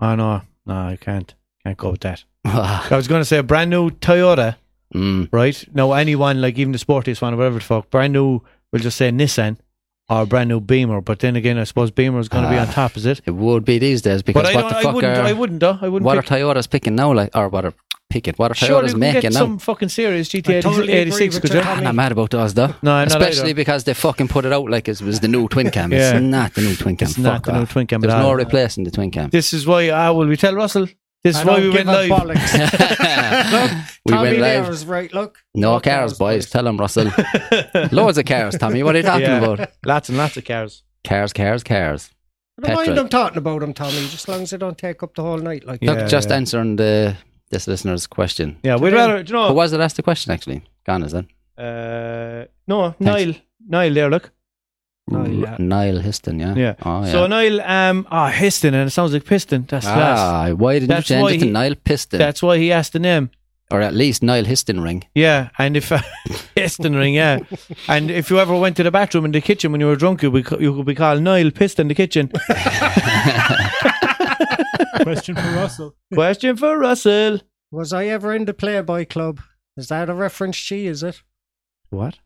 Speaker 2: oh no, no, I can't can't go with that.
Speaker 1: mm,
Speaker 2: I was going to say a brand new Toyota, right? No, anyone like even the sportiest one, or whatever the fuck, brand new. We'll just say Nissan or a brand new Beamer. But then again, I suppose Beamer is going to be on
Speaker 1: Ah,
Speaker 2: top, is it?
Speaker 1: it would be these days because
Speaker 2: But I
Speaker 1: what
Speaker 2: don't.
Speaker 1: the
Speaker 2: I
Speaker 1: fuck
Speaker 2: wouldn't.
Speaker 1: are
Speaker 2: I wouldn't. Though. I wouldn't.
Speaker 1: what are
Speaker 2: pick,
Speaker 1: Toyotas picking now? Like, or what are picking? What are
Speaker 2: surely
Speaker 1: Toyotas
Speaker 2: we can
Speaker 1: making
Speaker 2: get
Speaker 1: now?
Speaker 2: some fucking serious GTA
Speaker 4: totally agree
Speaker 2: 86.
Speaker 4: with
Speaker 2: could
Speaker 4: you,
Speaker 2: you?
Speaker 1: I'm not mad about those though.
Speaker 2: No, I'm not
Speaker 1: especially
Speaker 2: either.
Speaker 1: because they fucking put it out like it was the new twin cam.
Speaker 2: Yeah.
Speaker 1: It's not the new twin cam.
Speaker 2: It's not
Speaker 1: Fuck
Speaker 2: the new
Speaker 1: off.
Speaker 2: twin cam at
Speaker 1: There's no
Speaker 2: all.
Speaker 1: replacing the twin cam.
Speaker 2: This is why. Ah, will we tell Russell? This
Speaker 4: I
Speaker 2: is why
Speaker 4: don't
Speaker 2: we
Speaker 4: give
Speaker 2: went
Speaker 4: a
Speaker 2: live.
Speaker 4: bollocks.
Speaker 1: we
Speaker 4: Tommy
Speaker 1: went
Speaker 4: there
Speaker 1: live.
Speaker 4: is right, look.
Speaker 1: No
Speaker 4: Look,
Speaker 1: cars,
Speaker 4: there's
Speaker 1: boys. Tell them, Russell. Loads of cars, Tommy. What are you talking
Speaker 2: Yeah.
Speaker 1: about?
Speaker 2: Lots and lots of cars.
Speaker 1: Cars, cars, cars.
Speaker 4: I don't mind
Speaker 1: Petrol.
Speaker 4: them talking about him, Tommy, just as long as they don't take up the whole night like
Speaker 2: Yeah,
Speaker 1: Look, just
Speaker 2: yeah.
Speaker 1: answering the this listener's question.
Speaker 2: Yeah, we'd
Speaker 4: Today-
Speaker 2: rather. Do you
Speaker 1: Who
Speaker 2: know?
Speaker 1: was it asked the question actually? Gone is it?
Speaker 2: Uh, no, Niall. Niall there, look.
Speaker 4: Niall, yeah.
Speaker 1: Niall Histon, yeah.
Speaker 2: Yeah.
Speaker 1: Oh yeah.
Speaker 2: So Niall, um, ah, Histon, and it sounds like Piston. That's class.
Speaker 1: ah, why didn't
Speaker 2: That's
Speaker 1: you
Speaker 2: why
Speaker 1: change it to
Speaker 2: he-
Speaker 1: Niall Piston?
Speaker 2: That's why he asked the name.
Speaker 1: or at least Niall Histon ring.
Speaker 2: Yeah, and if Piston ring, yeah, and if you ever went to the bathroom in the kitchen when you were drunk, you be, you could be called Niall Piston the kitchen.
Speaker 3: Question for Russell.
Speaker 2: Question for Russell.
Speaker 4: Was I ever in the Playboy Club? Is that a reference she, is it?
Speaker 2: What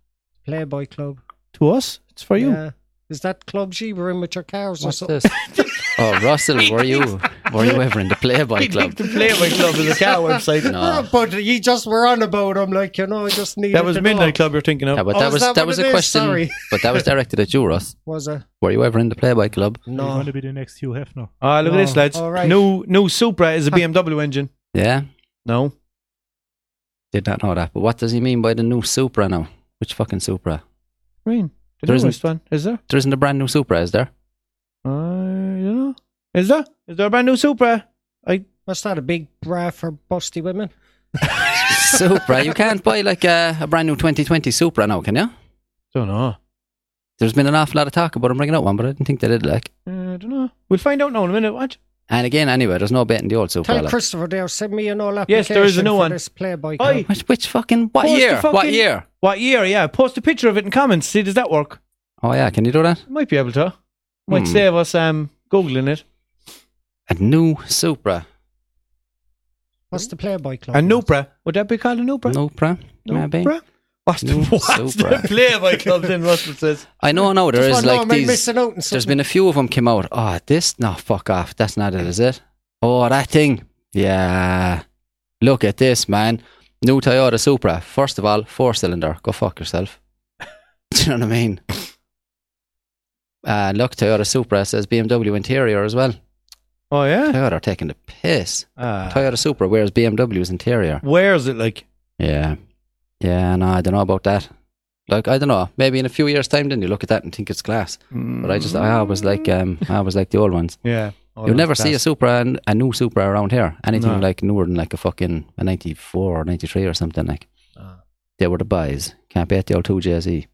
Speaker 4: Playboy Club.
Speaker 2: to us? It's for you.
Speaker 4: Yeah. Is that club she were in with your cows or
Speaker 1: What's
Speaker 4: something?
Speaker 1: this? oh, Russell, were you? Were you ever in the Playboy Club?
Speaker 2: The Playboy Club is a car website.
Speaker 1: No.
Speaker 4: Oh, But you just were on about him, like, you know, I just needed
Speaker 2: That was
Speaker 4: to
Speaker 2: Midnight
Speaker 4: know.
Speaker 2: Club you're thinking of.
Speaker 1: Yeah, but
Speaker 4: Oh,
Speaker 1: that
Speaker 4: is
Speaker 1: was
Speaker 4: that
Speaker 1: that
Speaker 4: what
Speaker 1: was
Speaker 4: it
Speaker 1: a
Speaker 4: is?
Speaker 1: question.
Speaker 4: Sorry.
Speaker 1: But that was directed at you, Russ.
Speaker 4: Was it?
Speaker 1: Were you ever in the Playboy Club?
Speaker 3: You
Speaker 4: No.
Speaker 3: want to be the next Hugh Hefner?
Speaker 2: Ah, look at this,
Speaker 4: No.
Speaker 2: lads.
Speaker 4: All right.
Speaker 2: New new Supra is a BMW engine.
Speaker 1: Yeah,
Speaker 2: No,
Speaker 1: did not know that. But what does he mean by the new Supra now? Which fucking Supra?
Speaker 2: Green. The
Speaker 1: There isn't-
Speaker 2: newest one. Is there?
Speaker 1: There isn't a brand new Supra, is there?
Speaker 2: I don't know. Is there? Is there a brand new Supra? I
Speaker 4: What's that, a big bra for busty women?
Speaker 1: Supra. You can't buy like a, a brand new 2020 Supra now, can you?
Speaker 2: don't know.
Speaker 1: There's been an awful lot of talk about him bringing out one, but I didn't think they did. Like,
Speaker 2: Uh, I don't know. We'll find out now in a minute. What?
Speaker 1: and again, anyway, there's no betting the old Supra.
Speaker 4: Tell
Speaker 1: like.
Speaker 4: Christopher there, send me an all
Speaker 2: Yes,
Speaker 4: application
Speaker 2: there is a new
Speaker 4: for
Speaker 2: one.
Speaker 4: this Playboy Club.
Speaker 2: Oi.
Speaker 1: Which, which fucking what
Speaker 2: Post the
Speaker 1: year? what
Speaker 2: fucking-
Speaker 1: year?
Speaker 2: What year? Yeah. Post a picture of it in comments. See, does that work?
Speaker 1: Oh yeah, can you do that?
Speaker 2: Might be able to. Might
Speaker 1: Hmm.
Speaker 2: save us um googling it.
Speaker 1: A new Supra.
Speaker 4: What's the Playboy Club?
Speaker 2: A Nupra. Would that be called a Nupra?
Speaker 1: Nupra, maybe.
Speaker 2: Nupra? What's the,
Speaker 1: No
Speaker 2: what's the
Speaker 1: Supra.
Speaker 2: Playboy Club then, Russell says?
Speaker 1: I know, no, there
Speaker 4: Just
Speaker 1: is
Speaker 4: wanna know,
Speaker 1: like
Speaker 4: am I
Speaker 1: these.
Speaker 4: missing out on
Speaker 1: There's
Speaker 4: something?
Speaker 1: been a few of them came out. Oh, this? No, fuck off. That's not it, is it? Oh, that thing. Yeah. Look at this, man. New Toyota Supra. First of all, four cylinder. Go fuck yourself. Do you know what I mean? Uh, look, Toyota Supra says BMW interior as well.
Speaker 2: Oh yeah.
Speaker 1: Toyota are taking the piss.
Speaker 2: Ah.
Speaker 1: Toyota Supra wears BMW's interior.
Speaker 2: Where's it like?
Speaker 1: Yeah. Yeah, no, I don't know about that. Like, I don't know. Maybe in a few years' time, then you look at that and think it's class. Hmm. But I just, I always like, um, I always like the old ones.
Speaker 2: Yeah. Oh,
Speaker 1: You'll never see a Supra, and a new Supra around here. Anything
Speaker 2: No.
Speaker 1: like newer than like a fucking a 94 or 93 or something like.
Speaker 2: Ah.
Speaker 1: They were the buys. Can't bet the old 2JSE.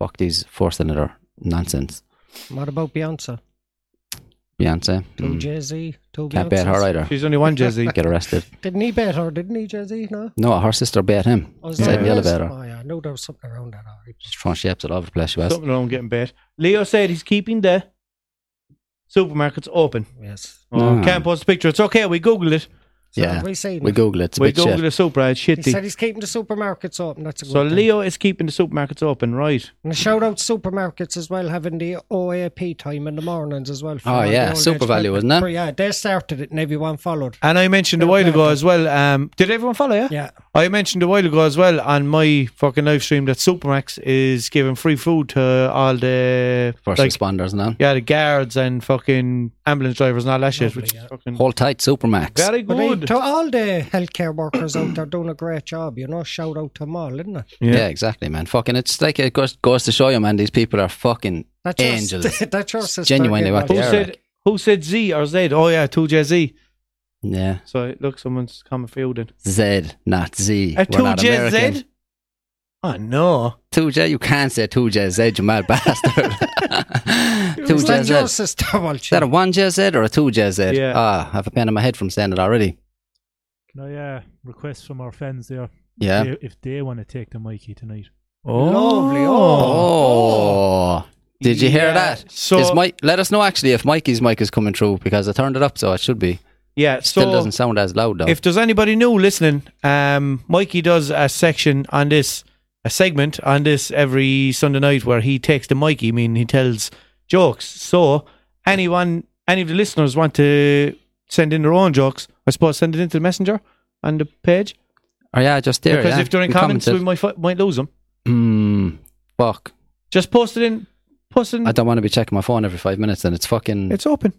Speaker 1: Fuck these four cylinder nonsense.
Speaker 4: What about Beyonce?
Speaker 1: Beyonce.
Speaker 4: Two
Speaker 1: Mm.
Speaker 4: Jay-Z, two
Speaker 1: Can't bet her
Speaker 4: Beyonces.
Speaker 1: either.
Speaker 2: She's only one Jesse.
Speaker 1: Get arrested.
Speaker 4: Didn't he bet her, didn't he, Jay-Z? No?
Speaker 1: No, her sister bet him.
Speaker 4: Was
Speaker 2: Yeah.
Speaker 4: that
Speaker 1: Said
Speaker 4: what
Speaker 1: the
Speaker 4: it
Speaker 1: other
Speaker 4: was?
Speaker 1: better.
Speaker 4: Oh, yeah, I knew there was something around that. All right.
Speaker 1: She's throwing shapes all over the place, she was.
Speaker 2: Something wrong getting bait. Leo said he's keeping the supermarkets open.
Speaker 4: Yes.
Speaker 2: Oh,
Speaker 1: No.
Speaker 2: Can't post a picture. It's okay. We googled it.
Speaker 4: So
Speaker 1: Yeah.
Speaker 4: have we seen
Speaker 1: We
Speaker 4: it?
Speaker 1: Google it. It's a
Speaker 2: we
Speaker 1: bit
Speaker 2: googled
Speaker 1: shit.
Speaker 2: the Supra. It's
Speaker 4: He
Speaker 2: shitty.
Speaker 4: said he's keeping the supermarkets open. That's a good
Speaker 2: so
Speaker 4: thing.
Speaker 2: Leo is keeping the supermarkets open, right?
Speaker 4: And shout out supermarkets as well, having the OAP time in the mornings as well. for
Speaker 1: Oh,
Speaker 4: all the
Speaker 1: yeah,
Speaker 4: old
Speaker 1: super
Speaker 4: age
Speaker 1: value,
Speaker 4: people.
Speaker 1: isn't it?
Speaker 4: But yeah, they started it and everyone followed.
Speaker 2: And I mentioned a
Speaker 4: Fair
Speaker 2: while ago
Speaker 4: play.
Speaker 2: as well. Um, did everyone follow? Yeah?
Speaker 4: Yeah.
Speaker 2: I mentioned a while ago as well on my fucking live stream that Supermax is giving free food to all the
Speaker 1: First
Speaker 2: like,
Speaker 1: responders now.
Speaker 2: yeah the guards and fucking ambulance drivers and all that shit, which is fucking
Speaker 1: Hold tight, Supermax.
Speaker 2: very
Speaker 4: But they,
Speaker 2: good.
Speaker 4: to all the healthcare workers out there doing a great job, you know, shout out to them all, isn't it?
Speaker 1: Yeah.
Speaker 2: yeah.
Speaker 1: exactly, man. Fucking, it's like it goes, goes to show you, man. These people are fucking
Speaker 4: That's your-
Speaker 1: angels.
Speaker 4: that's your sister.
Speaker 1: genuinely
Speaker 4: again,
Speaker 1: what
Speaker 2: Who
Speaker 1: they
Speaker 4: Ollie.
Speaker 1: are.
Speaker 2: said who said Z or Z? Oh yeah, two JZ.
Speaker 1: yeah.
Speaker 2: So look, someone's coming fielding.
Speaker 1: Z, not Z.
Speaker 2: A
Speaker 1: We're
Speaker 2: two
Speaker 1: not American.
Speaker 2: JZ. Oh no.
Speaker 1: 2J, you can't say 2JZ, you mad bastard.
Speaker 4: Is that your
Speaker 1: 2JZ. Is
Speaker 4: sister, Walsh?
Speaker 1: that a 1JZ or a 2JZ?
Speaker 2: Yeah.
Speaker 1: Ah, I have a pain in my head from saying it already.
Speaker 3: Can I uh, request from our fans there
Speaker 1: Yeah.
Speaker 3: they- if they want to take the Mikey tonight?
Speaker 4: Lovely, Oh.
Speaker 2: Oh.
Speaker 1: Oh. Did you hear
Speaker 2: Yeah,
Speaker 1: that?
Speaker 2: so-
Speaker 1: is Mike, let us know actually if Mikey's mic is coming through because I turned it up so it should be.
Speaker 2: Yeah.
Speaker 1: Still
Speaker 2: So
Speaker 1: doesn't sound as loud though.
Speaker 2: if there's anybody new listening, um, Mikey does a section on this, a segment on this every Sunday night where he takes the Mikey. I mean, he tells jokes. So anyone, any of the listeners want to send in their own jokes, I suppose send it into the messenger on the page
Speaker 1: oh yeah, just there.
Speaker 2: because
Speaker 1: yeah.
Speaker 2: if they're in
Speaker 1: We
Speaker 2: comments, we
Speaker 1: commented.
Speaker 2: might fi- might lose them.
Speaker 1: Hmm. Fuck.
Speaker 2: Just post it in. Post it. In,
Speaker 1: I don't want to be checking my phone every five minutes and it's fucking
Speaker 2: it's open.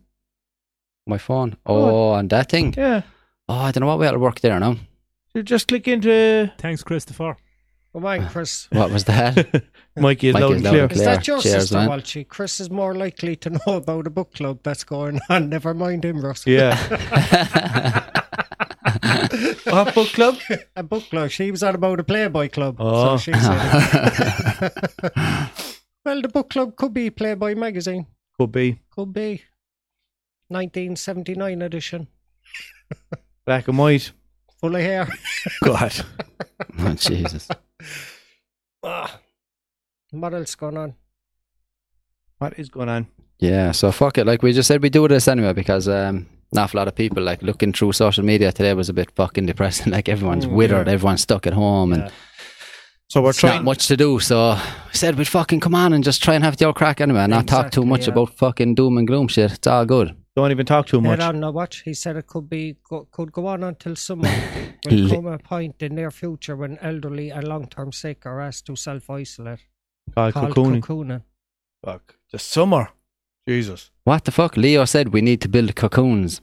Speaker 1: my phone. Oh, and that thing.
Speaker 2: Yeah.
Speaker 1: Oh, I don't know what way it'll work there now.
Speaker 2: You just click into
Speaker 3: Thanks, Christopher.
Speaker 4: Come on, Chris.
Speaker 1: What was that?
Speaker 2: Mikey
Speaker 1: Mikey
Speaker 2: is loud
Speaker 1: is
Speaker 2: and
Speaker 1: loud and
Speaker 2: clear.
Speaker 1: clear.
Speaker 4: Is that your
Speaker 1: Cheers,
Speaker 4: sister,
Speaker 1: man.
Speaker 4: Walshy? Chris is more likely to know about a book club that's going on. Never mind him, Russ.
Speaker 2: Yeah. What book club?
Speaker 4: A book club. She was on about a Playboy club.
Speaker 2: Oh.
Speaker 4: So she said it. well, the book club could be Playboy magazine.
Speaker 2: Could be
Speaker 4: Could be. 1979 edition.
Speaker 2: black and white.
Speaker 4: Full of hair.
Speaker 2: God.
Speaker 1: Oh, Jesus.
Speaker 2: Ah.
Speaker 4: What else going on?
Speaker 2: What is going on?
Speaker 1: Yeah, so fuck it. Like we just said, we do this anyway because um, an awful lot of people like looking through social media today was a bit fucking depressing. Like everyone's withered, everyone's stuck at home, and
Speaker 2: So we're
Speaker 1: it's not
Speaker 2: trying.
Speaker 1: much to do. So we said we'd fucking come on and just try and have the old crack anyway, and not talk too
Speaker 4: Exactly,
Speaker 1: much
Speaker 4: yeah.
Speaker 1: about fucking doom and gloom shit. It's all good.
Speaker 2: Don't even talk too much.
Speaker 4: Head on the watch. He said it could be go, could go on until someone will
Speaker 1: Li-
Speaker 4: come a point in near future when elderly and long term sick are asked to self isolate.
Speaker 2: God,
Speaker 4: Called
Speaker 2: cocooning.
Speaker 4: cocooning.
Speaker 2: Fuck. The summer. Jesus.
Speaker 1: What the fuck? Leo said we need to build cocoons.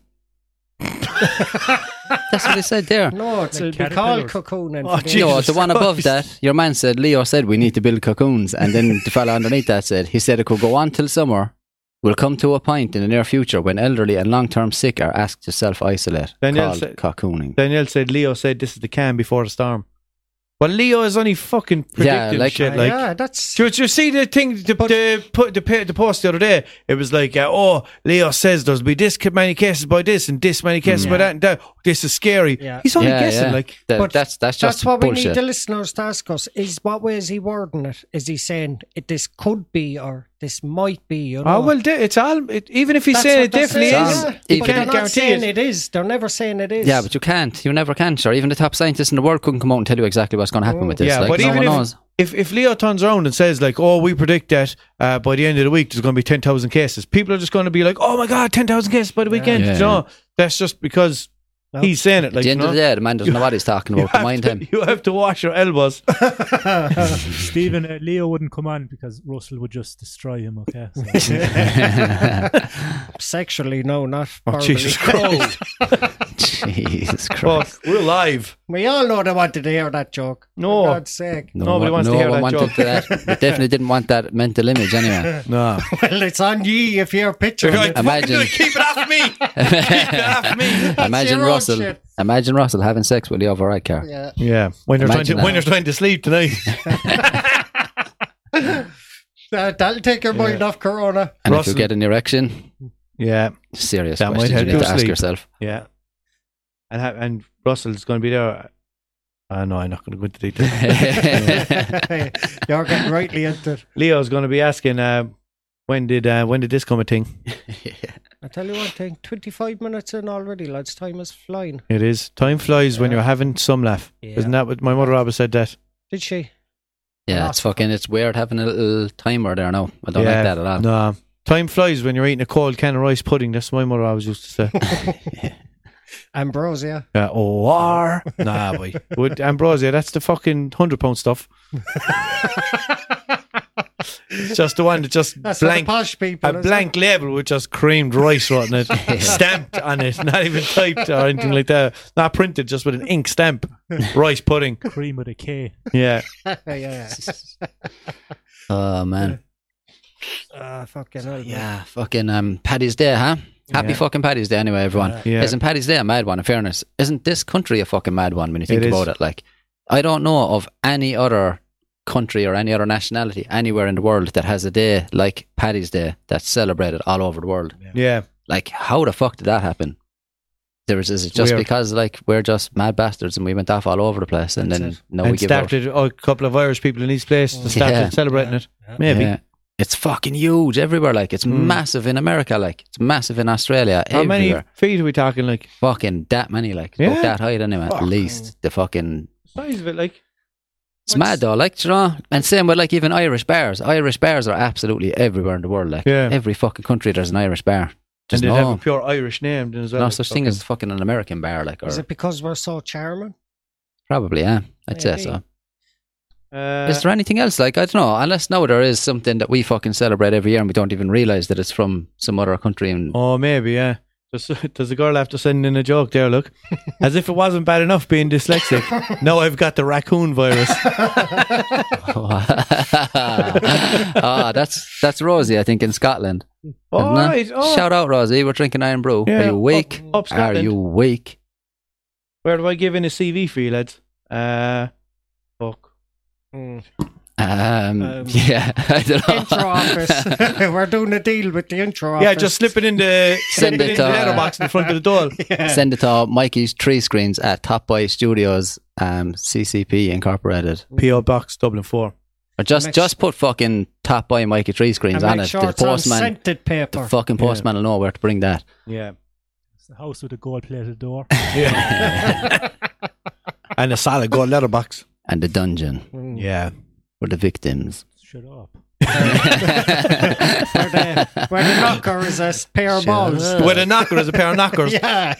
Speaker 1: That's what he said there.
Speaker 4: No, it'll be called
Speaker 3: caterpillars.
Speaker 4: cocooning.
Speaker 2: Oh,
Speaker 4: for the-
Speaker 2: Jesus
Speaker 1: no, the one above
Speaker 2: Christ.
Speaker 1: that, your man said, Leo said we need to build cocoons. And then the fella underneath that said, he said it could go on till summer. We'll come to a point in the near future when elderly and long term sick are asked to self isolate.
Speaker 2: Then
Speaker 1: Called
Speaker 2: they'll say-
Speaker 1: cocooning.
Speaker 2: Danielle said Leo said this is the calm before the storm. But Leo is only fucking predicting
Speaker 1: like-
Speaker 2: shit.
Speaker 4: Ah,
Speaker 2: Like,
Speaker 4: yeah, that's
Speaker 2: Do you, do you see the thing, the, the, put, the, pa- the post the other day? It was like, uh, oh, Leo says there'll be this many cases by this and this many cases by
Speaker 4: Yeah.
Speaker 2: that and that. This is scary.
Speaker 4: Yeah.
Speaker 2: He's only
Speaker 1: Yeah,
Speaker 2: guessing.
Speaker 1: yeah.
Speaker 2: Like,
Speaker 1: That-
Speaker 4: but
Speaker 1: that's, that's just
Speaker 4: that's what we need
Speaker 1: bullshit.
Speaker 4: the listeners to ask us: is what way is he wording it? Is he saying it, this could be or this might be? You know?
Speaker 2: oh, well, di- it's all, it, even if he's
Speaker 4: That's
Speaker 2: saying
Speaker 4: what
Speaker 2: it
Speaker 4: they're
Speaker 2: definitely
Speaker 4: saying,
Speaker 2: is,
Speaker 1: yeah.
Speaker 4: but
Speaker 2: you
Speaker 1: Even-
Speaker 4: they're
Speaker 2: can't
Speaker 4: not
Speaker 2: guarantee
Speaker 4: saying
Speaker 2: it.
Speaker 4: it is. They're never saying it is.
Speaker 1: Yeah, but you can't. You never can, sure. Even the top scientists in the world couldn't come out and tell you exactly what's going to happen with this.
Speaker 2: Yeah,
Speaker 1: like,
Speaker 2: but
Speaker 1: no
Speaker 2: even
Speaker 1: one
Speaker 2: if-
Speaker 1: knows.
Speaker 2: If, if Leo turns around and says, like, oh, we predict that uh, by the end of the week there's going to be 10,000 cases, people are just going to be like, oh my God, 10,000 cases by the
Speaker 4: Yeah.
Speaker 2: weekend.
Speaker 1: Yeah,
Speaker 2: you know, that's just because
Speaker 4: No.
Speaker 2: he's saying it.
Speaker 1: At
Speaker 2: Like,
Speaker 1: the end
Speaker 2: you
Speaker 1: of
Speaker 2: know?
Speaker 1: the day, the man doesn't know what he's talking
Speaker 2: You
Speaker 1: about.
Speaker 2: have
Speaker 1: Mind
Speaker 2: to-
Speaker 1: him.
Speaker 2: You have to wash your elbows.
Speaker 3: Stephen, uh, Leo wouldn't come on because Russell would just destroy him, okay? So,
Speaker 4: sexually, no, not.
Speaker 2: Oh,
Speaker 4: verbally.
Speaker 2: Jesus Christ.
Speaker 1: Jesus Christ.
Speaker 2: Fuck, we're live.
Speaker 4: We all know they wanted to hear that joke.
Speaker 2: No.
Speaker 4: for God's sake.
Speaker 2: Nobody
Speaker 1: one-
Speaker 2: wants to hear
Speaker 1: one
Speaker 2: that
Speaker 1: wanted that. We definitely didn't want that mental image anyway.
Speaker 2: No.
Speaker 4: Well, it's on ye if you're picturing it.
Speaker 1: Imagine-
Speaker 2: Keep it off me. Keep it off me.
Speaker 1: imagine
Speaker 4: your own
Speaker 1: Russell.
Speaker 4: shit.
Speaker 1: Imagine Russell having sex with the override car.
Speaker 4: Yeah.
Speaker 2: Yeah, when you're trying to
Speaker 1: Imagine that.
Speaker 2: when you're trying to sleep tonight,
Speaker 4: That, Uh, that'll take your mind off Corona.
Speaker 1: And
Speaker 2: Russell-
Speaker 1: if you get an erection,
Speaker 2: yeah,
Speaker 1: serious
Speaker 2: That might
Speaker 1: questions you
Speaker 2: help
Speaker 1: need
Speaker 2: you
Speaker 1: to ask
Speaker 2: sleep.
Speaker 1: yourself.
Speaker 2: yeah, and ha- and Russell's going to be there. Uh, no, I'm not going to go into detail.
Speaker 4: you're getting rightly into it.
Speaker 2: Leo's going to be asking, uh, when did uh, when did this come a thing?
Speaker 4: I tell you one thing 25 minutes in already, lads. Time is flying.
Speaker 2: It is time flies when
Speaker 4: Yeah.
Speaker 2: you're having some laugh.
Speaker 4: Yeah.
Speaker 2: Isn't that what my mother always said? That
Speaker 4: Did she?
Speaker 1: yeah, it's fucking. It's weird having a little timer there now. I don't
Speaker 2: Yeah.
Speaker 1: like that at all.
Speaker 2: no, time flies when you're eating a cold can of rice pudding. That's what my mother always used to say.
Speaker 4: Ambrosia.
Speaker 2: Uh, or nah, boy. With Ambrosia, that's the fucking hundred pound stuff. It's just the one that just
Speaker 4: That's
Speaker 2: blank
Speaker 4: for the posh people.
Speaker 2: a
Speaker 4: isn't
Speaker 2: blank label with just creamed rice on it, stamped on it, not even typed or anything like that. Not printed, just with an ink stamp. Rice pudding.
Speaker 3: cream with a K.
Speaker 2: Yeah,
Speaker 4: it? yeah.
Speaker 1: Oh man.
Speaker 4: Ah, fucking hell. man.
Speaker 1: Yeah, fucking um, Paddy's Day, huh? Happy
Speaker 2: Yeah.
Speaker 1: fucking Paddy's Day, anyway, everyone.
Speaker 2: yeah.
Speaker 1: Isn't Paddy's Day a mad one? In fairness, isn't this country a fucking mad one when you think
Speaker 2: It is.
Speaker 1: about it? Like, I don't know of any other country or any other nationality anywhere in the world that has a day like Paddy's Day that's celebrated all over the world.
Speaker 2: yeah.
Speaker 1: Like, how the fuck did that happen? There was, is it just
Speaker 2: Weird.
Speaker 1: because like we're just mad bastards and we went off all over the place and
Speaker 4: That's
Speaker 1: then
Speaker 4: it.
Speaker 1: now we
Speaker 2: and
Speaker 1: give up?
Speaker 2: started oh, a couple of Irish people in each place that started
Speaker 1: Yeah.
Speaker 2: celebrating it. Maybe.
Speaker 1: Yeah. It's fucking huge everywhere. Like, it's
Speaker 2: Mm.
Speaker 1: massive in America. Like, it's massive in Australia.
Speaker 2: How many
Speaker 1: everywhere.
Speaker 2: feet are we talking? Like
Speaker 1: Fucking that many. Like,
Speaker 2: Yeah.
Speaker 1: about that height anyway.
Speaker 2: Fuck.
Speaker 1: At least the fucking
Speaker 2: size of it? Like
Speaker 1: It's mad though, like you know, and same with like even Irish bars. Irish bars are absolutely everywhere in the world. Like
Speaker 2: Yeah.
Speaker 1: every fucking country, there's an Irish bar. There's
Speaker 2: and they have a
Speaker 1: no,
Speaker 2: pure Irish name then as well.
Speaker 1: no such thing as fucking an American bar. Like or
Speaker 4: Is it because we're so charming?
Speaker 1: probably, yeah, I'd say
Speaker 4: Maybe.
Speaker 1: so.
Speaker 2: Uh,
Speaker 1: is there anything else? Like I don't know, unless now there is something that we fucking celebrate every year and we don't even realize that it's from some other country. And
Speaker 2: Oh, maybe, yeah. Just, does the girl have to send in a joke there? Look, as if it wasn't bad enough being dyslexic. now I've got the raccoon virus. Oh.
Speaker 1: ah, that's that's Rosie, I think, in Scotland.
Speaker 2: All
Speaker 1: isn't it?
Speaker 2: right. Oh,
Speaker 1: Shout out, Rosie. We're drinking Iron Brew.
Speaker 2: Yeah,
Speaker 1: Are you
Speaker 2: up-
Speaker 1: weak?
Speaker 2: up
Speaker 1: Are
Speaker 2: Scotland.
Speaker 1: you weak?
Speaker 2: Where do I give in a CV for you, lads? Uh, fuck.
Speaker 4: Mm.
Speaker 1: Um,
Speaker 4: Um,
Speaker 1: yeah, I don't know.
Speaker 4: Intro office. we're doing a deal with the intro office.
Speaker 2: Yeah, just slip it in the slip
Speaker 1: Send
Speaker 2: it
Speaker 1: it
Speaker 2: in the
Speaker 1: to- uh,
Speaker 2: letterbox in front of the door.
Speaker 1: Send it to Mikey's Tree Screens at Top Boy Studios, um, CCP Incorporated.
Speaker 2: PO Box Dublin Four.
Speaker 1: Or just
Speaker 4: Make-
Speaker 1: just put fucking Top Boy Mikey Tree Screens
Speaker 4: and
Speaker 1: on
Speaker 4: make
Speaker 1: it.
Speaker 4: sure
Speaker 1: The
Speaker 4: it's on
Speaker 1: postman,
Speaker 4: scented
Speaker 1: the
Speaker 4: paper.
Speaker 1: fucking postman will know where to bring that.
Speaker 2: Yeah.
Speaker 3: It's the house with a gold plated door.
Speaker 2: and a solid gold letterbox.
Speaker 1: And the dungeon
Speaker 4: Mm.
Speaker 2: Yeah.
Speaker 1: for the victims.
Speaker 3: Shut up.
Speaker 4: where the, where the knocker is a pair of
Speaker 1: Shut
Speaker 4: balls.
Speaker 1: up.
Speaker 2: With a knocker as a pair of knockers.
Speaker 4: Yeah.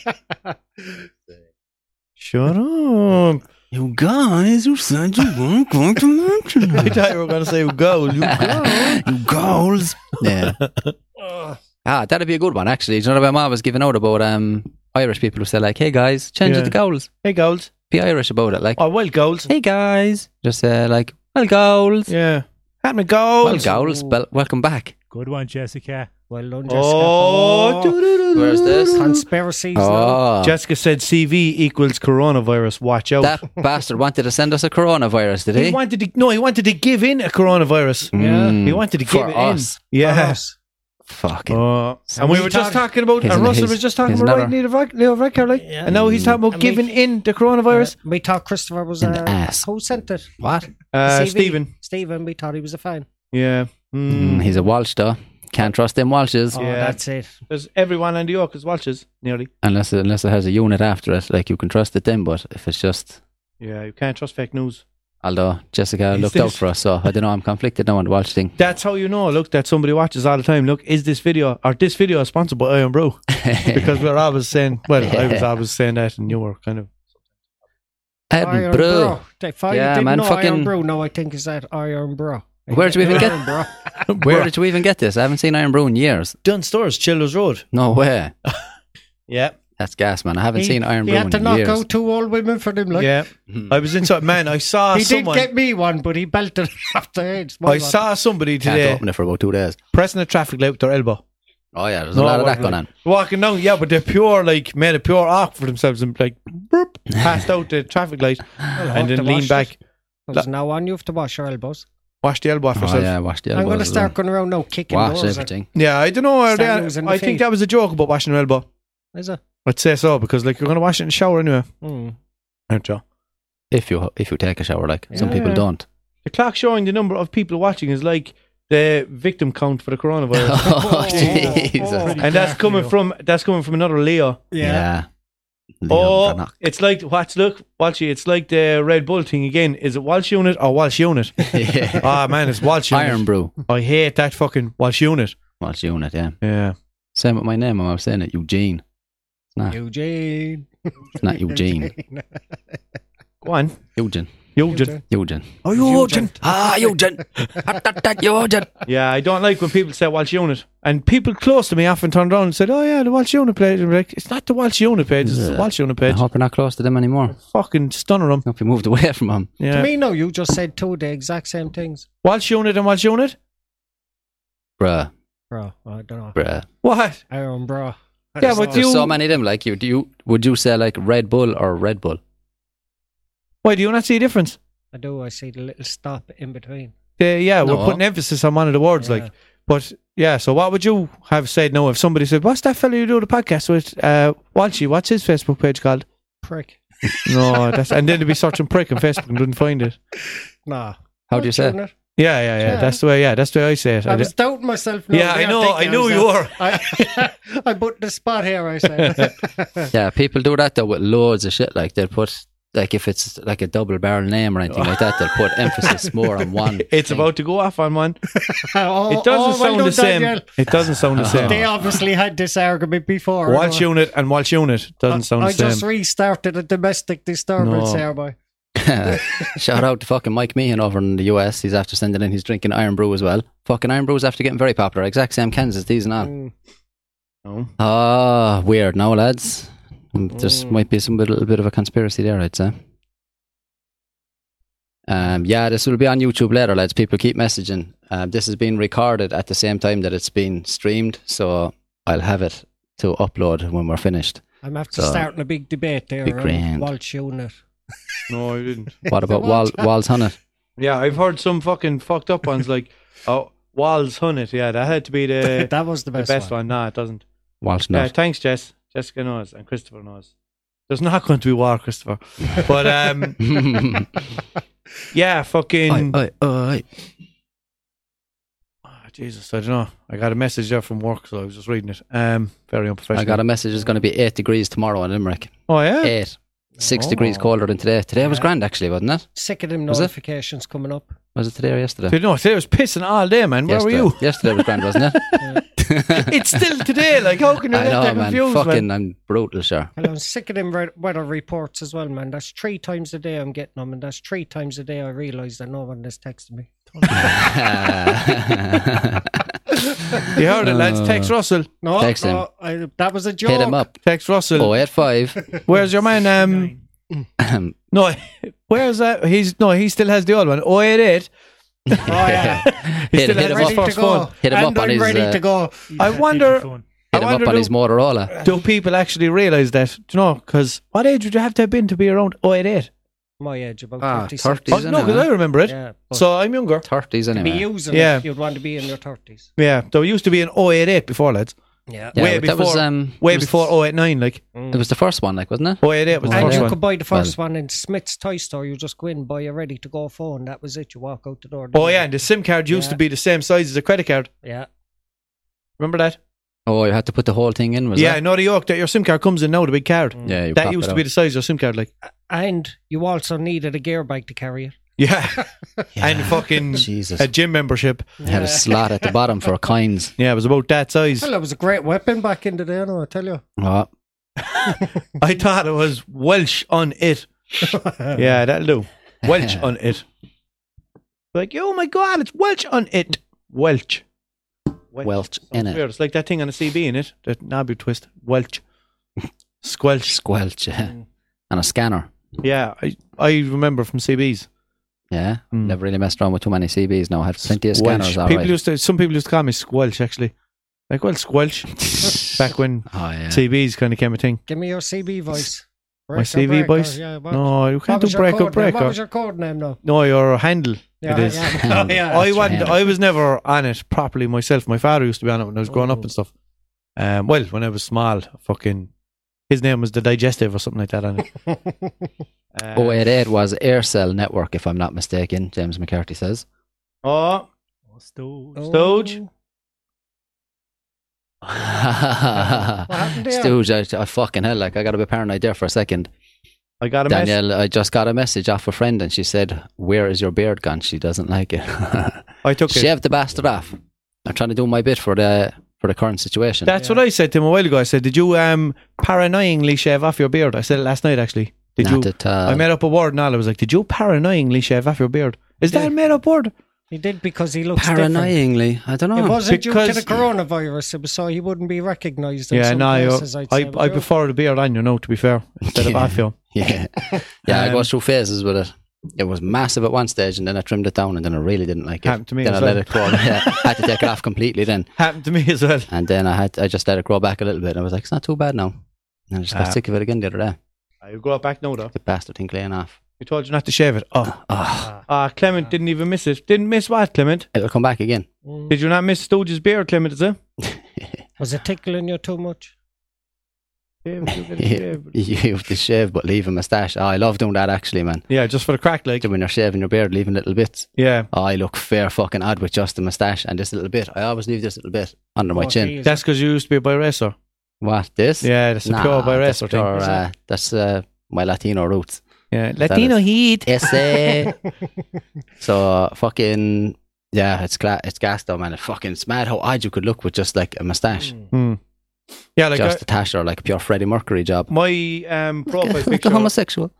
Speaker 2: Shut up.
Speaker 1: you guys are such a work, work
Speaker 2: I thought you were going to say goal. You go.
Speaker 1: you goals. Yeah. ah, that'd be a good one, actually. Do you know what my mom was giving out about um, Irish people who say, like, hey, guys, change
Speaker 2: Yeah.
Speaker 1: it to goals.
Speaker 2: Hey, goals.
Speaker 1: Be Irish about it. Like,
Speaker 2: Oh, well, goals.
Speaker 1: hey, guys. Just say, like, well, goals.
Speaker 2: Yeah. Happening goals.
Speaker 1: Well, goals. Well, welcome back.
Speaker 3: Good one, Jessica.
Speaker 4: well done, Jessica.
Speaker 2: Oh, doo-doo-doo-doo.
Speaker 1: Where's this?
Speaker 4: Conspiracies. now.
Speaker 1: Oh,
Speaker 2: Jessica said CV equals coronavirus. Watch out.
Speaker 1: that bastard wanted to send us a coronavirus, did
Speaker 2: he
Speaker 1: he?
Speaker 2: wanted to no, he wanted to give in a coronavirus.
Speaker 1: Mm.
Speaker 2: He wanted to give
Speaker 1: For
Speaker 2: it
Speaker 1: us. Uh-huh.
Speaker 2: in. Yeah.
Speaker 4: Yes.
Speaker 1: Fucking.
Speaker 2: Oh. and we were just talking about,
Speaker 1: His-
Speaker 2: and Russell
Speaker 1: his-
Speaker 2: was just talking
Speaker 1: his
Speaker 2: about
Speaker 1: another-
Speaker 2: writing Leo Vac- Leo Varadkar, like, and now he's talking about
Speaker 4: And we-
Speaker 2: giving in to coronavirus.
Speaker 4: Yeah. We thought Christopher was
Speaker 1: In the
Speaker 4: a.
Speaker 1: ass.
Speaker 4: Who sent it?
Speaker 1: What?
Speaker 2: Uh,
Speaker 4: CV.
Speaker 2: Stephen.
Speaker 4: Stephen, we thought he was a fan.
Speaker 2: Yeah. Mm.
Speaker 1: Mm, he's a Walsh, though. Can't trust them Walshes.
Speaker 4: Oh,
Speaker 2: Yeah.
Speaker 4: that's it.
Speaker 2: There's everyone in New York is watches nearly.
Speaker 1: Unless, unless it has a unit after it, like, you can trust it then, but if it's just.
Speaker 2: Yeah, you can't trust fake news.
Speaker 1: Although Jessica
Speaker 2: Is
Speaker 1: looked out
Speaker 2: this-
Speaker 1: for us, so I don't know. I'm conflicted now on the Walsh thing.
Speaker 2: That's how you know. Look, that somebody watches all the time. Look, is this video or this video is sponsored by Iron Brew? Because we're always saying, well, I was always saying that, and you were kind of
Speaker 1: Edinburgh.
Speaker 4: Iron Bro. If I
Speaker 1: Yeah,
Speaker 4: didn't
Speaker 1: man,
Speaker 4: know
Speaker 1: fucking-
Speaker 4: Iron Bro, now I think is that Iron Bro.
Speaker 1: Where do we even get-
Speaker 4: Iron Bro?
Speaker 1: Where did you even get this? I haven't seen Iron Brew in years.
Speaker 2: Dunstores, Childers Road.
Speaker 1: No way.
Speaker 2: Yeah,
Speaker 1: That's gas, man. I haven't
Speaker 4: He-
Speaker 1: seen Iron
Speaker 4: He
Speaker 1: Brew
Speaker 4: had to
Speaker 1: in
Speaker 4: knock
Speaker 1: years.
Speaker 4: out two old women for them. Like,
Speaker 2: yeah.
Speaker 1: Mhm.
Speaker 2: I was inside. Man, I saw
Speaker 4: he
Speaker 2: someone.
Speaker 4: did get me one, but he belted it off the head. Small
Speaker 2: I
Speaker 4: one.
Speaker 2: saw somebody
Speaker 1: Can't
Speaker 2: today
Speaker 1: open it for about two days.
Speaker 2: pressing a traffic light with their elbow.
Speaker 1: Oh yeah, there's
Speaker 2: No,
Speaker 1: a lot of
Speaker 2: I
Speaker 1: that going on.
Speaker 2: wasn't. Walking down, yeah, but they're pure like made a pure arc for themselves and like boop, passed out the traffic light
Speaker 4: Well,
Speaker 2: and
Speaker 4: have to
Speaker 2: then leaned
Speaker 4: wash
Speaker 2: back,
Speaker 4: it. There's no one. You have to wash your elbows.
Speaker 2: washed the elbow off
Speaker 1: Oh
Speaker 2: herself.
Speaker 1: yeah, wash the elbows.
Speaker 4: I'm going to
Speaker 1: as
Speaker 4: start
Speaker 1: well.
Speaker 4: going around now kicking
Speaker 1: Wash
Speaker 4: doors.
Speaker 1: everything.
Speaker 2: Yeah, I don't know. Are they,
Speaker 4: Stand losing the
Speaker 2: I think
Speaker 4: feet.
Speaker 2: that was a joke about washing your elbow.
Speaker 4: Is it?
Speaker 2: I'd say so because like you're gonna wash it in the shower anyway,
Speaker 4: Mm.
Speaker 2: aren't you?
Speaker 1: If you if you take a shower, like some people
Speaker 2: Yeah.
Speaker 1: don't.
Speaker 2: The clock showing the number of people watching is like the victim count for the coronavirus,
Speaker 1: oh Jesus.
Speaker 3: oh.
Speaker 1: yeah.
Speaker 2: and that's coming from that's coming from another Leo.
Speaker 1: Leon
Speaker 2: Oh,
Speaker 1: Brannock.
Speaker 2: it's like watch look, Walshy. It's like the Red Bull thing again. Is it Walsh unit or Walsh unit?
Speaker 1: Yeah.
Speaker 2: Ah man, it's Walsh unit.
Speaker 1: Iron Brew.
Speaker 2: I hate that fucking Walsh unit.
Speaker 1: Watch unit. Yeah.
Speaker 2: Yeah.
Speaker 1: Same with my name. I'm saying it. Eugene. Ah.
Speaker 4: Eugene.
Speaker 1: It's not Eugene.
Speaker 2: Go on.
Speaker 1: Eugene.
Speaker 2: You did.
Speaker 1: Eugene.
Speaker 2: Oh,
Speaker 4: Eugene.
Speaker 1: Ah, Eugene. Eugene.
Speaker 2: Yeah, I don't like when people say Walsh unit. And people close to me often turn around and said, Oh, yeah, the Walsh unit page. I'm like, It's not the Walsh unit page, it's the
Speaker 1: Yeah.
Speaker 2: Walsh unit
Speaker 1: I
Speaker 2: page.
Speaker 1: hope you're not close to them anymore.
Speaker 2: Fucking stunner 'em.
Speaker 1: Hope you moved away from them.
Speaker 4: To
Speaker 2: Yeah.
Speaker 4: me, no, you just said two of the exact same things.
Speaker 2: Walsh unit and Walsh unit?
Speaker 1: Bruh,
Speaker 4: Bro, I don't know.
Speaker 1: bruh.
Speaker 2: What?
Speaker 4: Iron Bro.
Speaker 2: Yeah, but
Speaker 1: There's
Speaker 2: you.
Speaker 1: so many of them. Like you, do you would you say like Red Bull or Red Bull?
Speaker 2: Why do you not see a difference?
Speaker 4: I do. I see the little stop in between.
Speaker 2: They- yeah,
Speaker 1: No.
Speaker 2: we're putting emphasis on one of the words,
Speaker 4: Yeah.
Speaker 2: like. But yeah, so what would you have said now if somebody said, What's that fella you do the podcast with? Uh, Walshy, what's his Facebook page called?
Speaker 4: Prick.
Speaker 2: No, that's. And then they'd be searching prick on Facebook and couldn't find it.
Speaker 4: Nah.
Speaker 1: How do you say? it?
Speaker 4: Eugene.
Speaker 2: Yeah, yeah, yeah.
Speaker 4: Yeah.
Speaker 2: That's the way. Yeah, that's the way I say it.
Speaker 4: I was doubting myself. now.
Speaker 2: Yeah, I know, I
Speaker 4: thinking
Speaker 2: know
Speaker 4: was
Speaker 2: you
Speaker 4: out. I, I put the spot here. I said.
Speaker 1: Yeah, people do that though with loads of shit. Like they'll put like if it's like a double barrel name or anything like that, they'll put emphasis more on one.
Speaker 2: it's
Speaker 1: thing.
Speaker 2: about to go off on one.
Speaker 4: Oh,
Speaker 2: It doesn't
Speaker 4: oh, well
Speaker 2: sound
Speaker 4: done,
Speaker 2: the same.
Speaker 4: Daniel.
Speaker 2: It doesn't sound the
Speaker 4: They
Speaker 2: same.
Speaker 4: obviously had this argument before.
Speaker 2: Walsh unit and Walsh unit doesn't sound the
Speaker 4: I
Speaker 2: same.
Speaker 4: just restarted a domestic disturbance
Speaker 2: No.
Speaker 4: here, boy.
Speaker 1: Shout out to fucking Mike Meehan over in the US. He's after sending in. He's drinking Iron Brew as well. Fucking Iron Brew's after getting very popular. Exact same cans as these and all.
Speaker 4: Mm.
Speaker 2: No.
Speaker 1: Ah, weird. No, lads. um, There's
Speaker 4: Mm.
Speaker 1: might be some little bit of a conspiracy there, I'd say. Um, yeah, this will be on YouTube later, lads. People keep messaging. Um, this is being recorded at the same time that it's being streamed, so I'll have it to upload when we're finished.
Speaker 4: I'm after
Speaker 1: So,
Speaker 4: starting a big debate uh, there
Speaker 1: be
Speaker 4: on
Speaker 1: grand.
Speaker 4: Walsh unit.
Speaker 2: no, I didn't.
Speaker 1: What about Wal
Speaker 4: Walls-
Speaker 1: Walls Hunnett?
Speaker 2: Yeah, I've heard some fucking fucked up ones like, oh, Walls Hunnet. Yeah, that had to be the,
Speaker 4: that was the
Speaker 2: Uh, the
Speaker 4: best,
Speaker 2: best
Speaker 4: one.
Speaker 2: one. No, it doesn't.
Speaker 1: Walsh
Speaker 2: Yeah,
Speaker 1: Nut.
Speaker 2: thanks, Jess. Jessica knows and Christopher knows. There's not going to be war, Christopher. But um, yeah, fucking.
Speaker 1: Oi, oi, oi.
Speaker 2: Ah, Jesus, I don't know. I got a message there from work, so I was just reading it. Um, very unprofessional.
Speaker 1: I got a message. It's going to be eight degrees tomorrow in Limerick.
Speaker 2: Oh yeah.
Speaker 1: Eight. six degrees colder than today. Today was grand, actually, wasn't it?
Speaker 4: Sick of them
Speaker 1: Was it?
Speaker 4: notifications coming up.
Speaker 1: Was it today or yesterday?
Speaker 2: Dude, no, today was pissing all day, man. Where
Speaker 1: yesterday.
Speaker 2: were you?
Speaker 1: Yesterday was grand, wasn't it?
Speaker 2: it's still today. Like, how can you
Speaker 1: I
Speaker 2: get
Speaker 1: know,
Speaker 2: that
Speaker 1: man.
Speaker 2: confused,
Speaker 1: Fucking,
Speaker 2: man?
Speaker 1: I'm brutal, sure.
Speaker 4: And I'm sick of them re- weather reports as well, man. That's three times a day I'm getting them, and that's three times a day I realise that no one has texted me.
Speaker 2: You heard it, lads.
Speaker 1: Uh.
Speaker 2: Text Russell.
Speaker 4: No,
Speaker 1: Text him.
Speaker 4: no, I, that was a joke.
Speaker 1: Hit him up.
Speaker 2: Text
Speaker 1: Oh,
Speaker 2: Russell.
Speaker 1: 085.
Speaker 2: Where's your man? Um,
Speaker 3: Nine.
Speaker 2: no, where's that? He's no, he still has the old one. 088.
Speaker 4: Oh, yeah.
Speaker 2: He
Speaker 1: Hit-
Speaker 2: still
Speaker 1: hit him
Speaker 2: has his
Speaker 1: up.
Speaker 4: ready to
Speaker 2: first
Speaker 4: go.
Speaker 2: phone.
Speaker 1: Hit him
Speaker 4: and
Speaker 1: up on
Speaker 4: I'm
Speaker 1: his,
Speaker 4: ready
Speaker 1: uh,
Speaker 4: to go.
Speaker 3: He's
Speaker 2: I
Speaker 3: that
Speaker 2: wonder-
Speaker 3: digiphone.
Speaker 1: Hit him
Speaker 2: I
Speaker 1: up on
Speaker 2: wonder
Speaker 1: his
Speaker 2: do-
Speaker 1: Motorola.
Speaker 2: Do people actually realise that? Do you know? Because what age would you have to have been to be around 088?
Speaker 4: My age, about
Speaker 1: Ah,
Speaker 4: 36.
Speaker 1: 30s,
Speaker 2: Oh,
Speaker 1: isn't
Speaker 2: no, because I
Speaker 1: it?
Speaker 2: remember it.
Speaker 4: Yeah, but
Speaker 2: so I'm younger.
Speaker 1: 30s,
Speaker 4: to be
Speaker 1: anyway.
Speaker 4: using
Speaker 2: Yeah.
Speaker 4: it, you'd want to be in your 30s.
Speaker 2: Yeah, there used to be an 088 before, lads.
Speaker 4: Yeah.
Speaker 1: Yeah,
Speaker 2: way
Speaker 1: but that was,
Speaker 2: before-
Speaker 1: um,
Speaker 2: Way
Speaker 1: it was-
Speaker 2: before 089, like.
Speaker 1: It was the first one, like, wasn't it?
Speaker 2: 088 was the
Speaker 1: Oh,
Speaker 4: And
Speaker 2: first
Speaker 1: yeah.
Speaker 4: you
Speaker 2: one.
Speaker 4: could buy the first one in Smith's Toy Store. You just go in, buy a ready to go phone. That was it. You walk out the door.
Speaker 2: Oh, yeah, and the SIM card used
Speaker 4: Yeah.
Speaker 2: to be the same size as a credit card.
Speaker 4: Yeah.
Speaker 2: Remember that?
Speaker 1: Oh, you had to put the whole thing in, was
Speaker 2: yeah,
Speaker 1: it?
Speaker 2: in Northern York, that your SIM card comes in now, the big card.
Speaker 1: Yeah, you
Speaker 2: That
Speaker 1: pop
Speaker 2: used
Speaker 1: it
Speaker 2: to be
Speaker 1: out.
Speaker 2: the size of your SIM card, like.
Speaker 4: And you also needed a gear bike to carry it.
Speaker 2: Yeah. And fucking
Speaker 1: Jesus.
Speaker 2: a gym membership.
Speaker 1: It had a slot at the bottom for coins.
Speaker 2: Yeah, it was about that size.
Speaker 4: Well, it was a great weapon back in the day, no, I tell you.
Speaker 1: Oh,
Speaker 2: I thought it was Welsh on it. yeah, that'll do. Welsh on it. Like, oh my god, it's Welsh on it. Welch. Welch,
Speaker 1: Welch in
Speaker 2: Sounds
Speaker 1: it.
Speaker 2: Weird. It's like that thing on a CB in it. That knobby twist. Welch. Squelch.
Speaker 1: squelch. Yeah.
Speaker 2: Mm.
Speaker 1: And a scanner.
Speaker 2: Yeah, I, I remember from CBs.
Speaker 1: Yeah.
Speaker 2: Mm.
Speaker 1: Never really messed around with too many CBs now. I had plenty of
Speaker 2: Squelch.
Speaker 1: scanners all
Speaker 2: People
Speaker 1: right.
Speaker 2: used to, some people used to call me Squelch actually. Like, well, Squelch. Back when
Speaker 1: Oh, yeah.
Speaker 2: CBs kind of came a thing.
Speaker 4: Give me your CB voice.
Speaker 2: My
Speaker 4: Breaker,
Speaker 2: CV
Speaker 4: breaker,
Speaker 2: voice?
Speaker 4: Yeah, what,
Speaker 2: No, you
Speaker 4: what
Speaker 2: can't
Speaker 4: was
Speaker 2: do
Speaker 4: your
Speaker 2: break up,
Speaker 4: code name?
Speaker 2: break
Speaker 4: What
Speaker 2: up.
Speaker 4: was your code name now?
Speaker 2: No, your handle. it is.
Speaker 4: Yeah. Oh, yeah.
Speaker 2: I
Speaker 1: That's
Speaker 2: wasn't,
Speaker 1: right.
Speaker 2: I was never on it properly myself. My father used to be on it when I was growing up
Speaker 4: Oh.
Speaker 2: and stuff. Um, well, when I was small, fucking his name was the digestive or something like that on it. Uh,
Speaker 1: 088 Oh, was Aircell Network, if I'm not mistaken, James McCarthy says.
Speaker 2: oh,
Speaker 3: Oh, Stowe.
Speaker 4: Oh.
Speaker 2: Stooge.
Speaker 4: happened there?
Speaker 1: Stooge, I, I fucking hell, like, I got a bit paranoid there for a second.
Speaker 2: I got a message.
Speaker 1: Danielle, I just got a message off a friend and she said, Where is your beard gone? She doesn't like it.
Speaker 2: I took it.
Speaker 1: Shave the bastard off. I'm trying to do my bit for the for the current situation.
Speaker 2: That's what I said to him a while ago. I said, "Did you um paranoyingly shave off your beard?" I said it last night actually. Did
Speaker 1: Not
Speaker 2: you?
Speaker 1: at all.
Speaker 2: I made up a word, and all I was like, "Did you paranoyingly shave off your beard?" Is that a made up word?
Speaker 4: He did because he looks different.
Speaker 1: Paranoyingly, I don't know.
Speaker 4: It wasn't due to
Speaker 2: Because-
Speaker 4: the coronavirus, it was so he wouldn't be recognised. in
Speaker 2: yeah,
Speaker 4: some
Speaker 2: no,
Speaker 4: places,
Speaker 2: I
Speaker 4: I'd say,
Speaker 2: I,
Speaker 4: would
Speaker 2: I
Speaker 4: you?
Speaker 2: prefer the beard on you know, to be fair, instead of
Speaker 1: Yeah.
Speaker 2: off you.
Speaker 1: Yeah. Yeah, I
Speaker 2: Um,
Speaker 1: go through phases with it. It was massive at one stage and then I trimmed it down and then I really didn't like it.
Speaker 2: Happened to me
Speaker 1: then
Speaker 2: as
Speaker 1: I let
Speaker 2: well.
Speaker 1: it grow. yeah, I had to take it off completely then.
Speaker 2: Happened to me as well.
Speaker 1: And then I had I just let it grow back a little bit and I was like, it's not too bad now. And I just got
Speaker 2: Ah.
Speaker 1: sick of it again the other day.
Speaker 2: I grow it back now, though.
Speaker 1: The bastard thing laying off.
Speaker 2: We told you not to shave it. Oh,
Speaker 1: Oh,
Speaker 2: ah, Clement didn't even miss it. Didn't miss what, Clement?
Speaker 1: it'll come back again.
Speaker 2: Did you not miss Stooge's beard, Clement? Is it?
Speaker 4: Mm. Was it tickling you too much?
Speaker 1: you have to shave but leave a moustache. Oh, I love doing that actually, man.
Speaker 2: Yeah, just for the crack, like.
Speaker 1: So when you're shaving your beard, leaving little bits.
Speaker 2: Yeah,
Speaker 1: Oh, I look fair fucking odd with just the moustache and this little bit. I always leave this little bit under my
Speaker 4: Oh,
Speaker 1: chin.
Speaker 4: geez.
Speaker 2: that's because you used to be a bi-racer.
Speaker 1: What, this?
Speaker 2: Yeah, that's the pure
Speaker 1: that's
Speaker 2: bi-racer thing.
Speaker 1: pure, uh, that's uh, my Latino roots.
Speaker 2: yeah,
Speaker 1: that
Speaker 2: Latino
Speaker 1: is-
Speaker 2: heat.
Speaker 1: Ese. so fucking yeah, it's cla- it's gas though, man. It fucking it's mad how odd you could look with just like a mustache,
Speaker 2: Hmm. Yeah, like
Speaker 1: just
Speaker 2: I-
Speaker 1: a tash or like a pure Freddie Mercury job.
Speaker 2: my um, profile
Speaker 1: Like a
Speaker 2: picture.
Speaker 1: homosexual.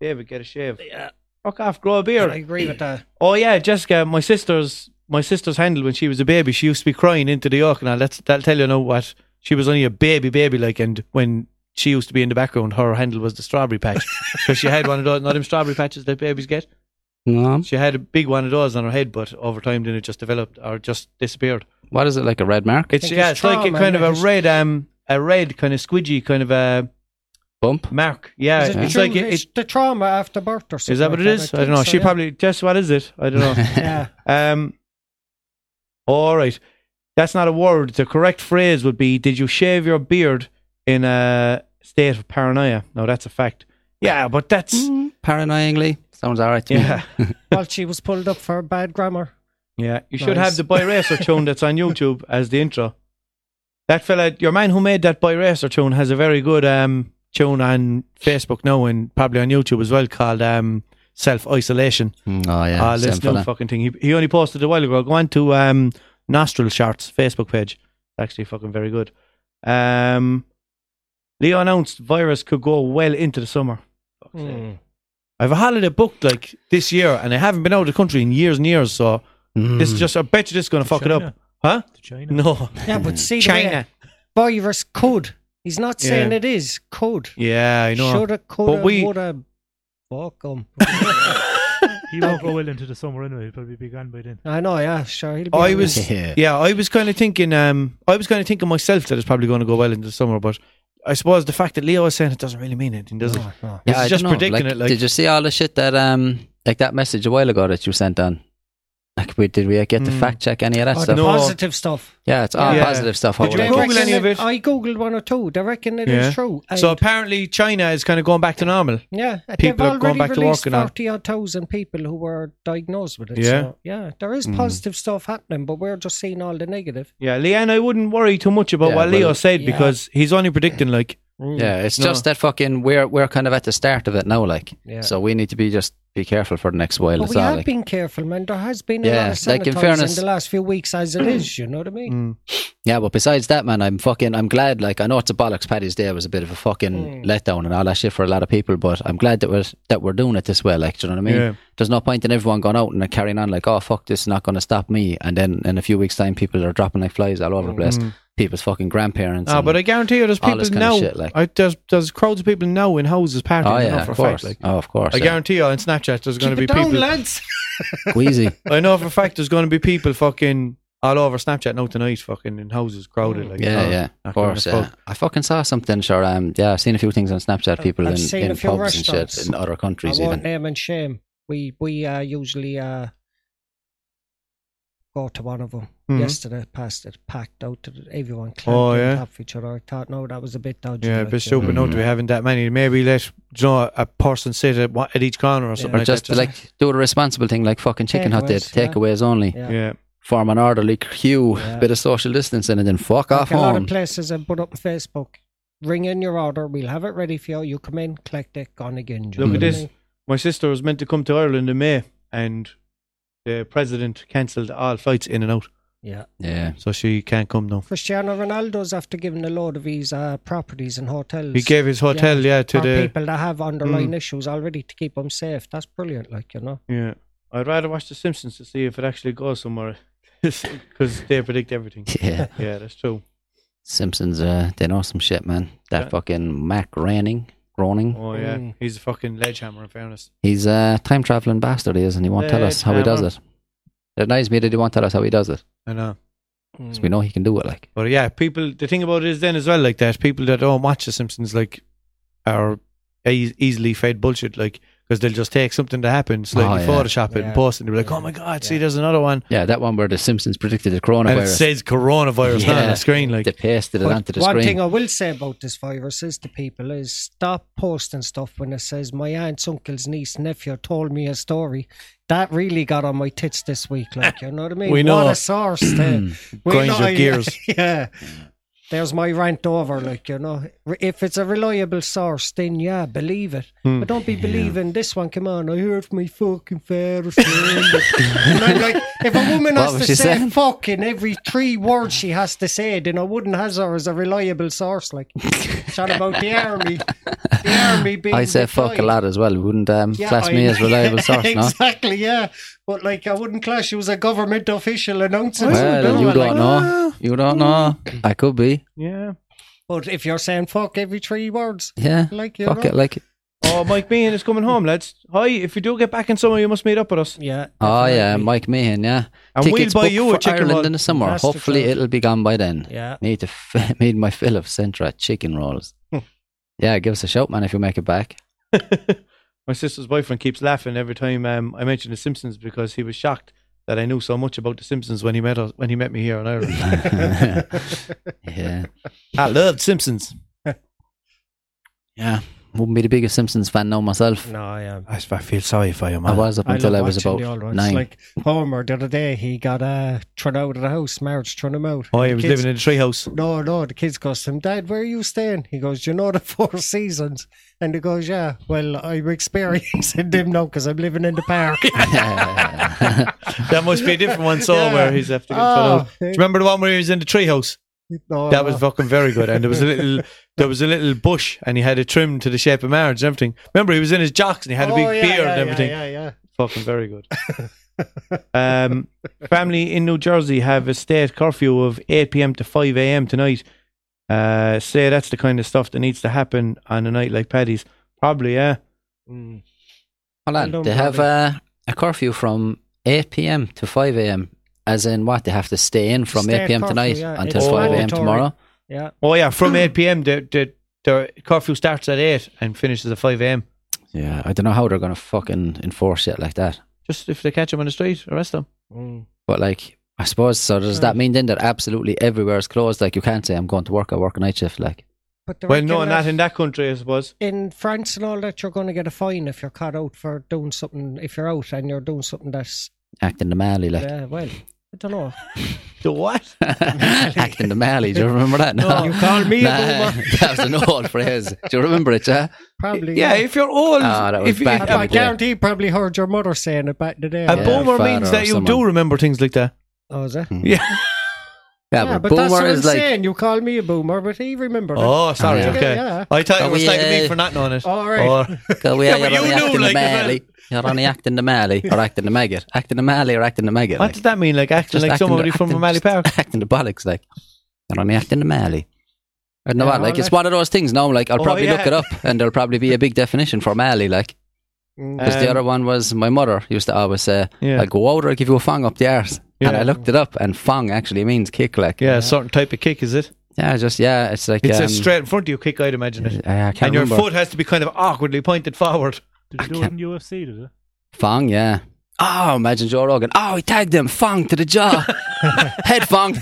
Speaker 2: David, get a shave. Yeah. Fuck off, grow a beard.
Speaker 4: I agree with that.
Speaker 2: Oh yeah, Jessica, my sister's my sister's handle when she was a baby, she used to be crying into the yoke and all. That's that'll tell you know what. She was only a baby baby like and when she used to be in the background, her handle was the strawberry patch. Because she had one of those not them strawberry patches that babies get.
Speaker 1: No,
Speaker 2: She had a big one of those on her head, but over time then it just developed or just disappeared.
Speaker 1: what is it like a red mark?
Speaker 2: It's
Speaker 4: think
Speaker 2: yeah,
Speaker 4: it's
Speaker 2: it's like a
Speaker 4: trauma,
Speaker 2: kind of
Speaker 4: isn't
Speaker 2: a
Speaker 4: it?
Speaker 2: red um a red kind of squidgy kind of a
Speaker 1: Bump.
Speaker 2: mark. Yeah.
Speaker 4: Is it
Speaker 2: It's
Speaker 4: true?
Speaker 2: like it,
Speaker 4: It's
Speaker 2: it,
Speaker 4: the trauma after birth or something.
Speaker 2: is that what it
Speaker 4: like
Speaker 2: is? I
Speaker 4: think
Speaker 2: don't know.
Speaker 4: so,
Speaker 2: she
Speaker 4: yeah.
Speaker 2: probably just what is it? I don't know.
Speaker 4: Yeah.
Speaker 2: Um. All right, that's not a word. The correct phrase would be: Did you shave your beard in a state of paranoia? No, that's a fact. Yeah, but that's
Speaker 4: Mm.
Speaker 1: Paranoyingly sounds alright to
Speaker 2: yeah,
Speaker 4: well, she was pulled up for bad grammar.
Speaker 2: yeah. You should have
Speaker 4: Nice.
Speaker 2: the boy racer tune that's on YouTube as the intro. That fella, your man who made that boy racer tune, has a very good um tune on Facebook now and probably on YouTube as well called um, Self Isolation.
Speaker 1: Mm, Oh yeah,
Speaker 2: Ah,
Speaker 1: same
Speaker 2: this new
Speaker 1: fella.
Speaker 2: fucking thing. He, he only posted a while ago. Go on to um, Nostril Sharts Facebook page. It's actually fucking very good. Um, Leo announced virus could go well into the summer. Fuck's sake. I have a holiday booked like this year, and I haven't been out of the country in years and years. So this
Speaker 1: Mm.
Speaker 2: is just. I bet you this is going to fuck it up,
Speaker 3: China.
Speaker 2: huh?
Speaker 3: To China.
Speaker 2: No,
Speaker 4: Hmm. Yeah, but see, the way
Speaker 2: China.
Speaker 4: virus could. He's not saying
Speaker 2: Yeah.
Speaker 4: it is. Could.
Speaker 2: Yeah, I know.
Speaker 4: Shoulda, coulda,
Speaker 2: But we-
Speaker 4: woulda. Fuck 'em.
Speaker 3: He won't go well into the summer anyway. He'll probably be gone by then.
Speaker 4: I know, yeah, sure. He'll be
Speaker 2: I
Speaker 4: on
Speaker 2: was,
Speaker 4: it.
Speaker 1: Yeah.
Speaker 2: yeah. I was kind of thinking, um, I was kind of thinking myself that it's probably going to go well into the summer, but I suppose the fact that Leo is saying it doesn't really mean anything, does it?
Speaker 4: No, no.
Speaker 2: It's
Speaker 1: I
Speaker 2: just
Speaker 1: don't know,
Speaker 2: predicting
Speaker 1: like,
Speaker 2: it, like-
Speaker 1: did you see all the shit that um like that message a while ago that you sent on? Like, we, did we get to
Speaker 2: Mm.
Speaker 1: fact check any of that
Speaker 4: Oh, the
Speaker 1: stuff?
Speaker 2: no.
Speaker 4: positive stuff.
Speaker 1: Yeah, it's all
Speaker 2: Yeah.
Speaker 1: positive stuff.
Speaker 2: Did
Speaker 1: how
Speaker 2: you
Speaker 1: would I
Speaker 4: They
Speaker 1: guess?
Speaker 2: Google
Speaker 4: reckon
Speaker 2: any of it?
Speaker 4: I googled one or two. They reckon it is
Speaker 2: Yeah.
Speaker 4: true.
Speaker 2: So
Speaker 4: And-
Speaker 2: apparently, China is kind of going back to normal.
Speaker 4: Yeah,
Speaker 2: people
Speaker 4: they've
Speaker 2: are going
Speaker 4: already
Speaker 2: back to
Speaker 4: released
Speaker 2: working on-
Speaker 4: Forty odd thousand people who were diagnosed with it.
Speaker 2: Yeah.
Speaker 4: so, yeah, there is
Speaker 1: Mm.
Speaker 4: positive stuff happening, but we're just seeing all the negative.
Speaker 2: Yeah, Leanne, I wouldn't worry too much about
Speaker 1: Yeah,
Speaker 2: what Leo
Speaker 1: well-
Speaker 2: said
Speaker 4: Yeah.
Speaker 2: because he's only predicting like
Speaker 1: Yeah, it's
Speaker 2: No.
Speaker 1: just that fucking we're we're kind of at the start of it now, like.
Speaker 4: Yeah.
Speaker 1: So we need to be just be careful for the next while.
Speaker 4: But
Speaker 1: it's
Speaker 4: we
Speaker 1: all
Speaker 4: have
Speaker 1: like,
Speaker 4: been careful, man. There has been a
Speaker 1: Yeah,
Speaker 4: lot of
Speaker 1: like, in
Speaker 4: sanitizing
Speaker 1: fairness-
Speaker 4: the last few weeks, as it is. You know what I mean?
Speaker 2: mm,
Speaker 1: yeah. But besides that, man, I'm fucking I'm glad. Like I know it's a bollocks. Paddy's Day was a bit of a fucking
Speaker 4: Mm.
Speaker 1: letdown and all that shit for a lot of people, but I'm glad that we're that we're doing it this way. Like, do you know what I mean?
Speaker 2: Yeah.
Speaker 1: There's no point in everyone going out and carrying on like, oh fuck, this is not going to stop me. And then in a few weeks' time, people are dropping like flies all over the place.
Speaker 2: Mm.
Speaker 1: People's fucking grandparents.
Speaker 2: Ah,
Speaker 1: and-
Speaker 2: but I guarantee you, there's
Speaker 1: all this kind
Speaker 2: people now.
Speaker 1: of shit, like-
Speaker 2: I, there's there's crowds of people now in houses partying.
Speaker 1: oh
Speaker 2: I know
Speaker 1: yeah,
Speaker 2: for
Speaker 1: of
Speaker 2: a
Speaker 1: course.
Speaker 2: fact, like.
Speaker 1: oh, of course.
Speaker 2: I
Speaker 1: yeah.
Speaker 2: guarantee you on Snapchat there's going
Speaker 4: Keep
Speaker 2: to be
Speaker 4: it down,
Speaker 2: people.
Speaker 4: lads.
Speaker 1: Queasy.
Speaker 2: I know for a fact there's going to be people fucking all over Snapchat now tonight, fucking in houses crowded. Like,
Speaker 1: Yeah,
Speaker 2: oh,
Speaker 1: yeah,
Speaker 2: not
Speaker 1: of
Speaker 2: giving a
Speaker 1: course. Yeah.
Speaker 2: fuck.
Speaker 1: I fucking saw something. Sure, um, yeah, I've seen a few things on Snapchat. People
Speaker 4: I've
Speaker 1: in,
Speaker 4: seen
Speaker 1: in
Speaker 4: a few
Speaker 1: pubs and shit
Speaker 4: restaurants.
Speaker 1: in other
Speaker 4: I
Speaker 1: countries,
Speaker 4: won't
Speaker 1: even.
Speaker 4: name and shame. We we uh, usually uh, go to one of them.
Speaker 2: Mhm.
Speaker 4: Yesterday, past it, packed out. To the, everyone clamped
Speaker 2: Oh,
Speaker 4: on
Speaker 2: yeah.
Speaker 4: top of each other. I thought, no, that was a bit dodgy.
Speaker 2: Yeah, a
Speaker 4: like,
Speaker 2: bit
Speaker 4: you know.
Speaker 2: stupid not
Speaker 1: Mm-hmm.
Speaker 2: to be having that many. Maybe let you know, a person sit at, one- at each corner or something
Speaker 1: Or
Speaker 2: like
Speaker 1: just
Speaker 2: that.
Speaker 1: like do the responsible thing, like fucking chicken hut did.
Speaker 4: Takeaways, yeah.
Speaker 1: Takeaways only.
Speaker 4: Yeah.
Speaker 2: yeah.
Speaker 1: Form an orderly queue,
Speaker 4: Yeah.
Speaker 1: bit of social distancing, and then fuck off
Speaker 4: like a lot
Speaker 1: home.
Speaker 4: of places have put up on Facebook. Ring in your order, we'll have it ready for you. You come in, collect it, gone again. do you
Speaker 2: Look
Speaker 4: know
Speaker 2: at
Speaker 4: what I
Speaker 2: this.
Speaker 4: mean?
Speaker 2: My sister was meant to come to Ireland in May, and the president cancelled all flights in and out,
Speaker 4: Yeah.
Speaker 1: yeah.
Speaker 2: so she can't come now.
Speaker 4: Cristiano Ronaldo's after giving a load of his uh, properties and hotels.
Speaker 2: He gave his hotel, yeah, to
Speaker 4: for
Speaker 2: the Hmm.
Speaker 4: people that have underlying issues already to keep them safe. That's brilliant, like you know.
Speaker 2: yeah. I'd rather watch The Simpsons to see if it actually goes somewhere, because they predict everything.
Speaker 1: Yeah.
Speaker 2: Yeah, that's true.
Speaker 1: Simpsons, uh, they know some shit, man. That
Speaker 2: Yeah.
Speaker 1: fucking Mac Groening, Groening.
Speaker 2: Oh yeah,
Speaker 4: Mm.
Speaker 2: he's a fucking ledgehammer. In fairness,
Speaker 1: He's a time traveling bastard, he is, and he won't tell us how he does it. It annoys me that he won't tell us how he does it,
Speaker 2: I know.
Speaker 1: 'cause
Speaker 4: Hmm.
Speaker 1: we know he can do it. Like,
Speaker 2: But yeah, people. The thing about it is then as well, like that people that don't watch The Simpsons like are eas easily fed bullshit, like because they'll just take something that happened, slightly
Speaker 1: Oh, yeah.
Speaker 2: Photoshop it, and
Speaker 4: Yeah.
Speaker 2: post it, and they'll be like,
Speaker 4: Yeah.
Speaker 2: "Oh my god, see,
Speaker 4: Yeah.
Speaker 2: there's another one,"
Speaker 1: yeah, that one where the Simpsons predicted the coronavirus.
Speaker 2: and it says coronavirus on
Speaker 1: Yeah.
Speaker 2: the screen, like.
Speaker 1: they pasted it
Speaker 4: But
Speaker 1: onto the
Speaker 4: one
Speaker 1: screen.
Speaker 4: thing I will say about this virus is to people is stop posting stuff when it says my aunt's uncle's niece nephew told me a story. That really got on my tits this week, like you know what I mean.
Speaker 2: We know.
Speaker 4: what a source to we
Speaker 2: Grinds your
Speaker 4: know-
Speaker 2: gears.
Speaker 4: yeah. There's my rant over, like you know. If it's a reliable source, then yeah, believe it.
Speaker 2: Hmm.
Speaker 4: But don't be believing this one. Come on, I heard from my fucking fair friend. and I'm like, if a woman
Speaker 1: What
Speaker 4: has
Speaker 1: was
Speaker 4: to
Speaker 1: she
Speaker 4: say
Speaker 1: saying?
Speaker 4: fuck in every three words she has to say, then I wouldn't has her as a reliable source. Like, shot about the army, the army being.
Speaker 1: I say fuck a
Speaker 4: deployed.
Speaker 1: lot as well. Wouldn't um,
Speaker 4: Yeah,
Speaker 1: class
Speaker 4: I
Speaker 1: me
Speaker 4: know.
Speaker 1: as reliable source, no?
Speaker 4: exactly, yeah. But like, I wouldn't clash. She was a government official announcing.
Speaker 1: Well,
Speaker 4: something.
Speaker 1: you
Speaker 4: I'm
Speaker 1: don't
Speaker 4: like,
Speaker 1: know. You don't know. ah. I could be.
Speaker 2: Yeah.
Speaker 4: But if you're saying fuck every three words,
Speaker 1: Yeah.
Speaker 4: like you
Speaker 1: Fuck
Speaker 4: know,
Speaker 1: it. Like,
Speaker 2: Oh, Mike Bean is coming home, lads. Hi, if you do get back in summer, you must meet up with us.
Speaker 4: yeah.
Speaker 1: oh yeah,
Speaker 4: definitely.
Speaker 1: Mike Meehan. Yeah.
Speaker 2: And we'll
Speaker 1: Tickets
Speaker 2: buy
Speaker 1: booked
Speaker 2: you a
Speaker 1: for
Speaker 2: chicken
Speaker 1: Ireland
Speaker 2: roll.
Speaker 1: in the summer.
Speaker 4: That's the
Speaker 1: Hopefully,
Speaker 4: truth.
Speaker 1: it'll be gone by then.
Speaker 4: yeah.
Speaker 1: Need to f- need my fill of Centra chicken rolls.
Speaker 2: Hmm.
Speaker 1: yeah, give us a shout, man, if you make it back.
Speaker 2: My sister's boyfriend keeps laughing every time um, I mention The Simpsons because he was shocked that I knew so much about The Simpsons when he met us when he met me here in Ireland.
Speaker 1: yeah.
Speaker 2: I loved Simpsons.
Speaker 1: Yeah. wouldn't be the biggest Simpsons fan now myself.
Speaker 4: No, I am.
Speaker 2: I, I feel sorry for you,
Speaker 1: I
Speaker 2: man.
Speaker 1: was up
Speaker 4: I
Speaker 1: until
Speaker 4: love
Speaker 1: I, was
Speaker 4: watching
Speaker 1: about
Speaker 4: the old ones.
Speaker 1: nine.
Speaker 4: Like Homer the other day, he got uh, thrown out of the house. Marge thrown him out.
Speaker 2: oh,
Speaker 4: And
Speaker 2: I
Speaker 4: the
Speaker 2: was
Speaker 4: kids-
Speaker 2: living in a treehouse.
Speaker 4: No, no. The kids goes to him, Dad, where are you staying? He goes, you know the Four Seasons. And he goes, yeah. Well, I'm experiencing them now because I'm living in the park.
Speaker 2: That must be a different one
Speaker 4: Yeah.
Speaker 2: somewhere. He's after getting
Speaker 4: Oh.
Speaker 2: oh. Do you remember the one where he was in the treehouse?
Speaker 4: No,
Speaker 2: That was fucking very good. And there was a little, there was a little bush, and he had it trimmed to the shape of marriage and everything. Remember, he was in his jocks and he had a
Speaker 4: Oh,
Speaker 2: big
Speaker 4: yeah,
Speaker 2: beard
Speaker 4: yeah,
Speaker 2: and everything.
Speaker 4: Yeah, yeah, yeah.
Speaker 2: Fucking very good. um, family in New Jersey have a state curfew of 8 p.m. to 5 a.m. tonight. Uh, say that's the kind of stuff that needs to happen on a night like Paddy's. Probably, yeah.
Speaker 4: Mm,
Speaker 1: Hold
Speaker 4: Well
Speaker 1: on,
Speaker 4: done,
Speaker 1: they have uh, a curfew from 8 p.m. to 5 a.m. As in what? They have to stay in from
Speaker 4: Stay
Speaker 1: 8 p.m.
Speaker 4: curfew,
Speaker 1: tonight
Speaker 4: yeah,
Speaker 1: until
Speaker 4: it's
Speaker 1: 5 a.m.
Speaker 4: mandatory.
Speaker 1: tomorrow.
Speaker 4: Yeah.
Speaker 2: Oh, yeah, from 8 p.m. The, the, the curfew starts at 8 and finishes at 5 a.m.
Speaker 1: Yeah, I don't know how they're going to fucking enforce it like that.
Speaker 2: Just if they catch him on the street, arrest him.
Speaker 1: But like, I suppose, so does that mean then that absolutely everywhere is closed? Like, you can't say I'm going to work, I work a night shift. Like,
Speaker 4: But they
Speaker 2: Well, no,
Speaker 4: reckon
Speaker 2: not
Speaker 4: that
Speaker 2: in that country, I suppose.
Speaker 4: in France and all that, you're going to get a fine if you're caught out for doing something. If you're out and you're doing something that's
Speaker 1: acting the Mali, like,
Speaker 4: uh, well, I don't know.
Speaker 2: The what?
Speaker 1: acting the Mali. Do you remember that? No,
Speaker 4: you call me a
Speaker 1: Nah,
Speaker 4: boomer.
Speaker 1: that was an old phrase. Do you remember it, yeah?
Speaker 4: Probably.
Speaker 2: Yeah, if you're old.
Speaker 1: Ah, that was
Speaker 2: if you-
Speaker 1: back
Speaker 4: I,
Speaker 1: in
Speaker 2: a
Speaker 1: the
Speaker 4: I
Speaker 1: day.
Speaker 4: guarantee you probably heard your mother saying it back in the day.
Speaker 2: a
Speaker 1: Yeah,
Speaker 2: boomer
Speaker 1: father
Speaker 2: means
Speaker 1: or
Speaker 2: that you do
Speaker 1: someone.
Speaker 2: remember things like that.
Speaker 4: Oh, is it?
Speaker 2: Yeah.
Speaker 1: Yeah,
Speaker 4: Yeah,
Speaker 1: but,
Speaker 4: but that's what
Speaker 1: boomer
Speaker 4: I'm
Speaker 1: is like,
Speaker 4: saying. You call me a boomer, but he remembered it.
Speaker 2: Oh, sorry.
Speaker 1: Yeah.
Speaker 2: Okay.
Speaker 4: Yeah.
Speaker 2: I thought
Speaker 1: Oh,
Speaker 2: it was like
Speaker 1: yeah.
Speaker 2: me for not knowing it.
Speaker 4: All right.
Speaker 2: Or-
Speaker 1: Go away,
Speaker 2: Yeah,
Speaker 1: you're
Speaker 2: but you
Speaker 1: only
Speaker 2: knew,
Speaker 1: acting
Speaker 2: like,
Speaker 1: the Mali. You're only acting the Mali or acting the maggot. Acting the Mali or acting the maggot.
Speaker 2: What
Speaker 1: like.
Speaker 2: does that mean? Like acting
Speaker 1: Just
Speaker 2: like
Speaker 1: acting
Speaker 2: somebody
Speaker 1: the-
Speaker 2: from
Speaker 1: acting-
Speaker 2: O'Malley
Speaker 1: just
Speaker 2: Park?
Speaker 1: Acting the bollocks, like. You're only acting the Mali. I don't know
Speaker 4: Yeah,
Speaker 1: what, like,
Speaker 4: well,
Speaker 1: it's
Speaker 4: that-
Speaker 1: one of those things now. Like, I'll
Speaker 2: Oh,
Speaker 1: probably look
Speaker 2: yeah.
Speaker 1: it up and there'll probably be a big definition for Mali, like.
Speaker 4: Mm.
Speaker 1: Because the
Speaker 2: Um,
Speaker 1: other one was my mother used to always say,
Speaker 2: Yeah.
Speaker 1: I'll go out or I'll give you a fong up the arse. And
Speaker 2: Yeah.
Speaker 1: I looked it up and fong actually means kick, like.
Speaker 2: Yeah, a certain type of kick, is it?
Speaker 1: Yeah, just, yeah, it's like.
Speaker 2: It's
Speaker 1: um,
Speaker 2: a straight in front of you kick, I'd imagine it.
Speaker 1: I, I can't
Speaker 2: And your
Speaker 1: remember.
Speaker 2: foot has to be kind of awkwardly pointed forward.
Speaker 3: Did you do it
Speaker 1: can't-
Speaker 3: in UFC, did it?
Speaker 1: Fong, yeah. Oh, imagine Joe Rogan. Oh, he tagged him. Fong to the jaw. head fong.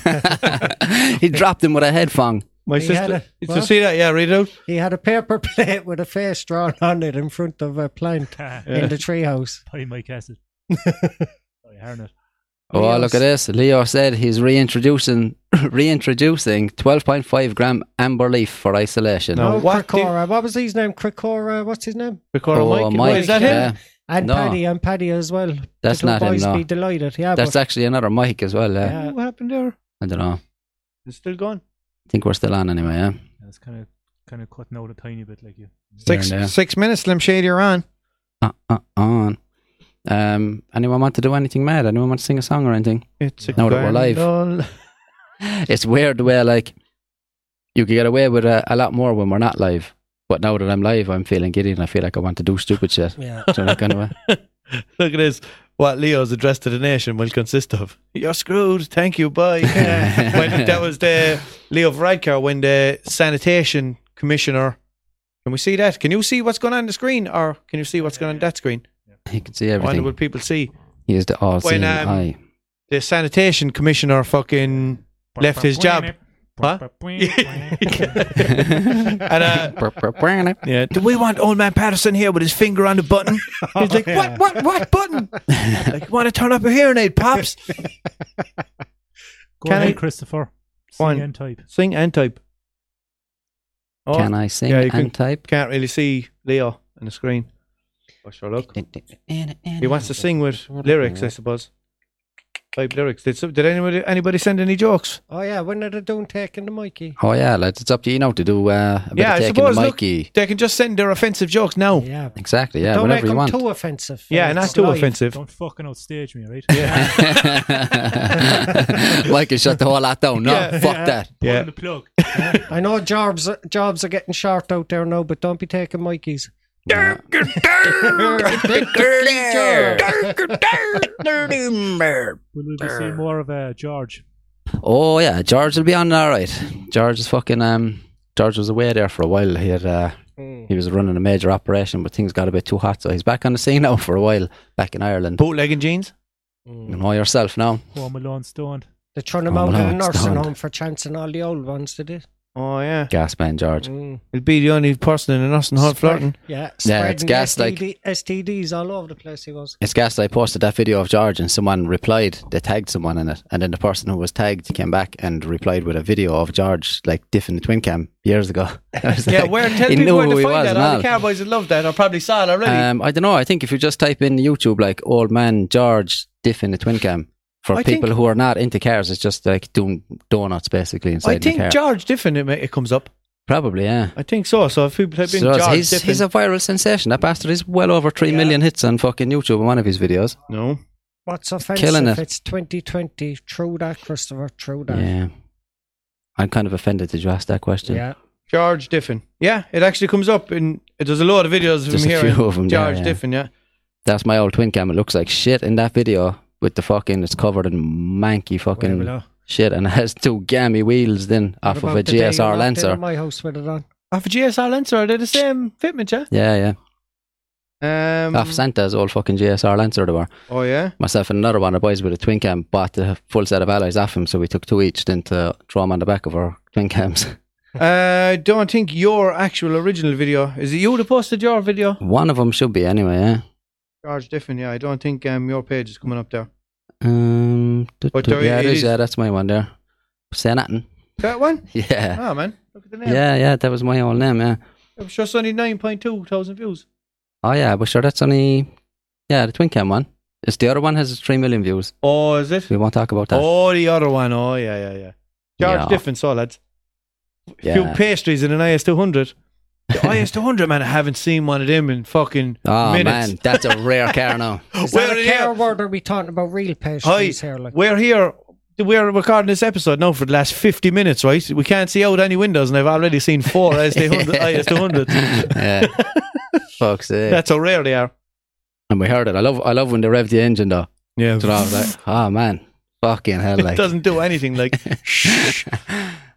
Speaker 1: he dropped him with a head fong.
Speaker 2: My
Speaker 4: He had
Speaker 2: sister.
Speaker 4: a-
Speaker 2: Did you
Speaker 4: what?
Speaker 2: see that? Yeah, read it out.
Speaker 4: He had a paper plate with a face drawn on it in front of a plant in the treehouse.
Speaker 3: By Mike Acid. By Harnett.
Speaker 1: Oh,
Speaker 4: Leo's-
Speaker 1: look at this. Leo said he's reintroducing reintroducing 12.5 gram amber leaf for isolation.
Speaker 2: No.
Speaker 4: No,
Speaker 2: what do-
Speaker 4: Krikora. Oh, What was his name? Krikora. What's his name?
Speaker 2: Record
Speaker 1: Oh,
Speaker 2: Mike.
Speaker 1: Mike,
Speaker 2: Why, is that
Speaker 1: yeah.
Speaker 2: him?
Speaker 4: And
Speaker 1: No.
Speaker 4: Paddy and Paddy as well.
Speaker 1: That's
Speaker 4: the two
Speaker 1: not him,
Speaker 4: boys
Speaker 1: no.
Speaker 4: be delighted. Yeah,
Speaker 1: That's
Speaker 4: but
Speaker 1: actually another mic as well. Uh,
Speaker 4: Yeah.
Speaker 2: What happened there?
Speaker 1: I don't know. I
Speaker 2: It's still gone.
Speaker 1: think we're still on anyway. Yeah?
Speaker 3: That's kind of kind of cutting out a tiny bit, like you.
Speaker 2: Six
Speaker 1: There, there.
Speaker 2: six minutes, Slim Shady, you're on.
Speaker 1: Uh, uh, on. Um, anyone want to do anything mad? Anyone want to sing a song or anything?
Speaker 2: It's a
Speaker 1: Now that we're live.
Speaker 2: grand old-
Speaker 1: It's weird the way like you can get away with uh, a lot more when we're not live. But now that I'm live, I'm feeling giddy and I feel like I want to do stupid shit.
Speaker 4: yeah.
Speaker 1: So that kind of way.
Speaker 2: Look at this. What Leo's address to the nation will consist of. You're screwed. Thank you. Bye. when, that was the Leo Varadkar when the sanitation commissioner. Can we see that? Can you see what's going on, the screen, or can you see what's going on that screen?
Speaker 1: You can see
Speaker 2: I wonder
Speaker 1: everything.
Speaker 2: what people see.
Speaker 1: He is the all-seeing
Speaker 2: When, um,
Speaker 1: eye.
Speaker 2: The sanitation commissioner fucking left his job. Huh? and uh, yeah, do we want old man Patterson here with his finger on the button? He's like,
Speaker 4: yeah.
Speaker 2: what, what, what button? like, you want to turn up your hearing aid, pops?
Speaker 3: Go
Speaker 2: Can
Speaker 3: ahead,
Speaker 2: I-
Speaker 3: Christopher.
Speaker 2: One.
Speaker 3: Sing and type.
Speaker 2: Sing and type. Oh,
Speaker 1: Can I sing
Speaker 2: Yeah, you
Speaker 1: and
Speaker 2: can-
Speaker 1: type?
Speaker 2: can't really see Leo on the screen. Oh, sure, look. He wants to sing with lyrics, I suppose. Type lyrics. Did, some- did anybody anybody send any jokes?
Speaker 4: Oh yeah, when are they doing taking the Mikey?
Speaker 1: Oh yeah, lads, it's up to you now to do uh, a bit
Speaker 2: Yeah,
Speaker 1: of
Speaker 2: I
Speaker 1: taking the
Speaker 2: suppose. Look,
Speaker 1: Mikey.
Speaker 2: they can just send their offensive jokes now.
Speaker 4: Yeah.
Speaker 1: Exactly, yeah,
Speaker 4: Don't make
Speaker 1: whenever you
Speaker 4: them
Speaker 1: want.
Speaker 4: too offensive.
Speaker 2: Yeah,
Speaker 4: Uh,
Speaker 2: not
Speaker 4: it's
Speaker 2: too
Speaker 4: live.
Speaker 2: offensive.
Speaker 3: Don't fucking outstage me, right?
Speaker 2: Yeah.
Speaker 1: Mikey shut the whole lot down. No,
Speaker 2: Yeah.
Speaker 1: fuck
Speaker 4: Yeah.
Speaker 1: that.
Speaker 3: Pull
Speaker 2: yeah.
Speaker 3: in the plug.
Speaker 4: I know jobs jobs are getting short out there now, but don't be taking Mikeys.
Speaker 3: Will we be seeing more of uh, George?
Speaker 1: Oh yeah, George will be on all right. George is fucking um George was away there for a while. He had uh,
Speaker 2: Hmm.
Speaker 1: he was running a major operation, but things got a bit too hot, so he's back on the scene now for a while, back in Ireland.
Speaker 2: Bootlegging jeans. Hmm.
Speaker 1: You know yourself now.
Speaker 3: Home Oh, Alone Stoned.
Speaker 4: They turn them
Speaker 1: Oh,
Speaker 4: out
Speaker 1: no,
Speaker 4: of the
Speaker 1: it's
Speaker 4: nursing
Speaker 1: not.
Speaker 4: home for chancing all the old ones, did it?
Speaker 2: Oh yeah,
Speaker 1: Gas man, George.
Speaker 2: Hmm.
Speaker 4: Mm.
Speaker 2: it'd be the only person in the nursing hall
Speaker 4: Spread-
Speaker 2: flirting.
Speaker 4: Yeah,
Speaker 1: Yeah, it's
Speaker 4: spreading
Speaker 1: gas, like-
Speaker 4: STD, STDs all over the place. He was.
Speaker 1: It's gas. I posted that video of George, and someone replied. They tagged someone in it, and then the person who was tagged came back and replied with a video of George like diffing the twin cam years ago. I was
Speaker 2: Yeah,
Speaker 1: like,
Speaker 2: where tell
Speaker 1: he
Speaker 2: people
Speaker 1: knew
Speaker 2: where
Speaker 1: who
Speaker 2: to
Speaker 1: he
Speaker 2: find
Speaker 1: was
Speaker 2: that.
Speaker 1: and
Speaker 2: All
Speaker 1: all.
Speaker 2: the cowboys would love that. I probably saw it already.
Speaker 1: Um, I don't know. I think if you just type in YouTube like old man George diffing the twin cam for
Speaker 2: I
Speaker 1: people
Speaker 2: think-
Speaker 1: who are not into cars, it's just like doing donuts basically inside
Speaker 2: I
Speaker 1: the car.
Speaker 2: think George Diffin it, ma- it comes up.
Speaker 1: Probably, yeah.
Speaker 2: I think so. So if people type in
Speaker 1: So
Speaker 2: George
Speaker 1: he's,
Speaker 2: Diffin,
Speaker 1: he's a viral sensation. That bastard is well over three
Speaker 4: Yeah.
Speaker 1: million hits on fucking YouTube in one of his videos.
Speaker 2: no,
Speaker 4: What's offensive?
Speaker 1: Killing it.
Speaker 4: It's 2020. True that, Christopher. True that.
Speaker 1: Yeah. I'm kind of offended that you asked that question.
Speaker 4: Yeah.
Speaker 2: George Diffin. Yeah, it actually comes up in. There's a lot of videos of
Speaker 1: There's
Speaker 2: him
Speaker 1: a
Speaker 2: here.
Speaker 1: few of 'em, yeah,
Speaker 2: George
Speaker 1: yeah.
Speaker 2: Diffin. Yeah.
Speaker 1: That's my old twin cam. It looks like shit in that video with the fucking, it's covered in manky fucking
Speaker 4: Well, uh,
Speaker 1: shit and it has two gammy wheels then
Speaker 4: what
Speaker 1: off of
Speaker 4: about
Speaker 1: a
Speaker 4: the day you
Speaker 1: GSR
Speaker 4: walked in
Speaker 1: Lancer.
Speaker 4: at My house with it on.
Speaker 2: Off a GSR Lancer, are they the same fitment? Yeah.
Speaker 1: Yeah, yeah.
Speaker 2: Um,
Speaker 1: Off Santa's old fucking GSR Lancer they were.
Speaker 2: oh yeah.
Speaker 1: myself and another one of the boys with a twin cam bought the full set of alloys off him, so we took two each then to throw them on the back of our twin cams.
Speaker 2: Uh, I don't think your actual original video is it you that posted your video,
Speaker 1: one of them should be anyway, yeah.
Speaker 2: George Diffin. Yeah, I don't think um, your page is coming up there.
Speaker 1: Um, du-
Speaker 2: But
Speaker 1: du-
Speaker 2: there
Speaker 1: yeah,
Speaker 2: it
Speaker 1: it
Speaker 2: is.
Speaker 1: is, yeah, that's my one there. Say nothing.
Speaker 2: That one?
Speaker 1: Yeah.
Speaker 2: Ah man, look at the name.
Speaker 1: Yeah, yeah, that was my old name, yeah.
Speaker 2: I'm sure it's only nine point two thousand views.
Speaker 1: Oh, yeah, but sure, that's only, yeah, the twin cam one. It's the other one has 3 million views.
Speaker 2: Oh, is it?
Speaker 1: We won't talk about that.
Speaker 2: Oh, the other one. Oh, yeah, yeah, yeah. George
Speaker 1: Yeah.
Speaker 2: Diffin, so lads. Few
Speaker 1: yeah.
Speaker 2: pastries in an IS200. The IS200, man, I haven't seen one of them in fucking
Speaker 1: Oh,
Speaker 2: minutes.
Speaker 1: man, that's a rare car now.
Speaker 4: Is
Speaker 2: We're
Speaker 4: that a
Speaker 2: here.
Speaker 4: care word? Are we talking about real
Speaker 2: Hi,
Speaker 4: pastries here? Like,
Speaker 2: we're here. We're recording this episode now for the last 50 minutes, right? We can't see out any windows, and I've already seen four IS200, IS200s.
Speaker 1: yeah. Fuck's sake.
Speaker 2: That's how rare they are.
Speaker 1: and we heard it. I love, I love when they rev the engine, though.
Speaker 2: Yeah.
Speaker 1: So I was like, oh man, fucking hell,
Speaker 2: It
Speaker 1: like
Speaker 2: doesn't do anything like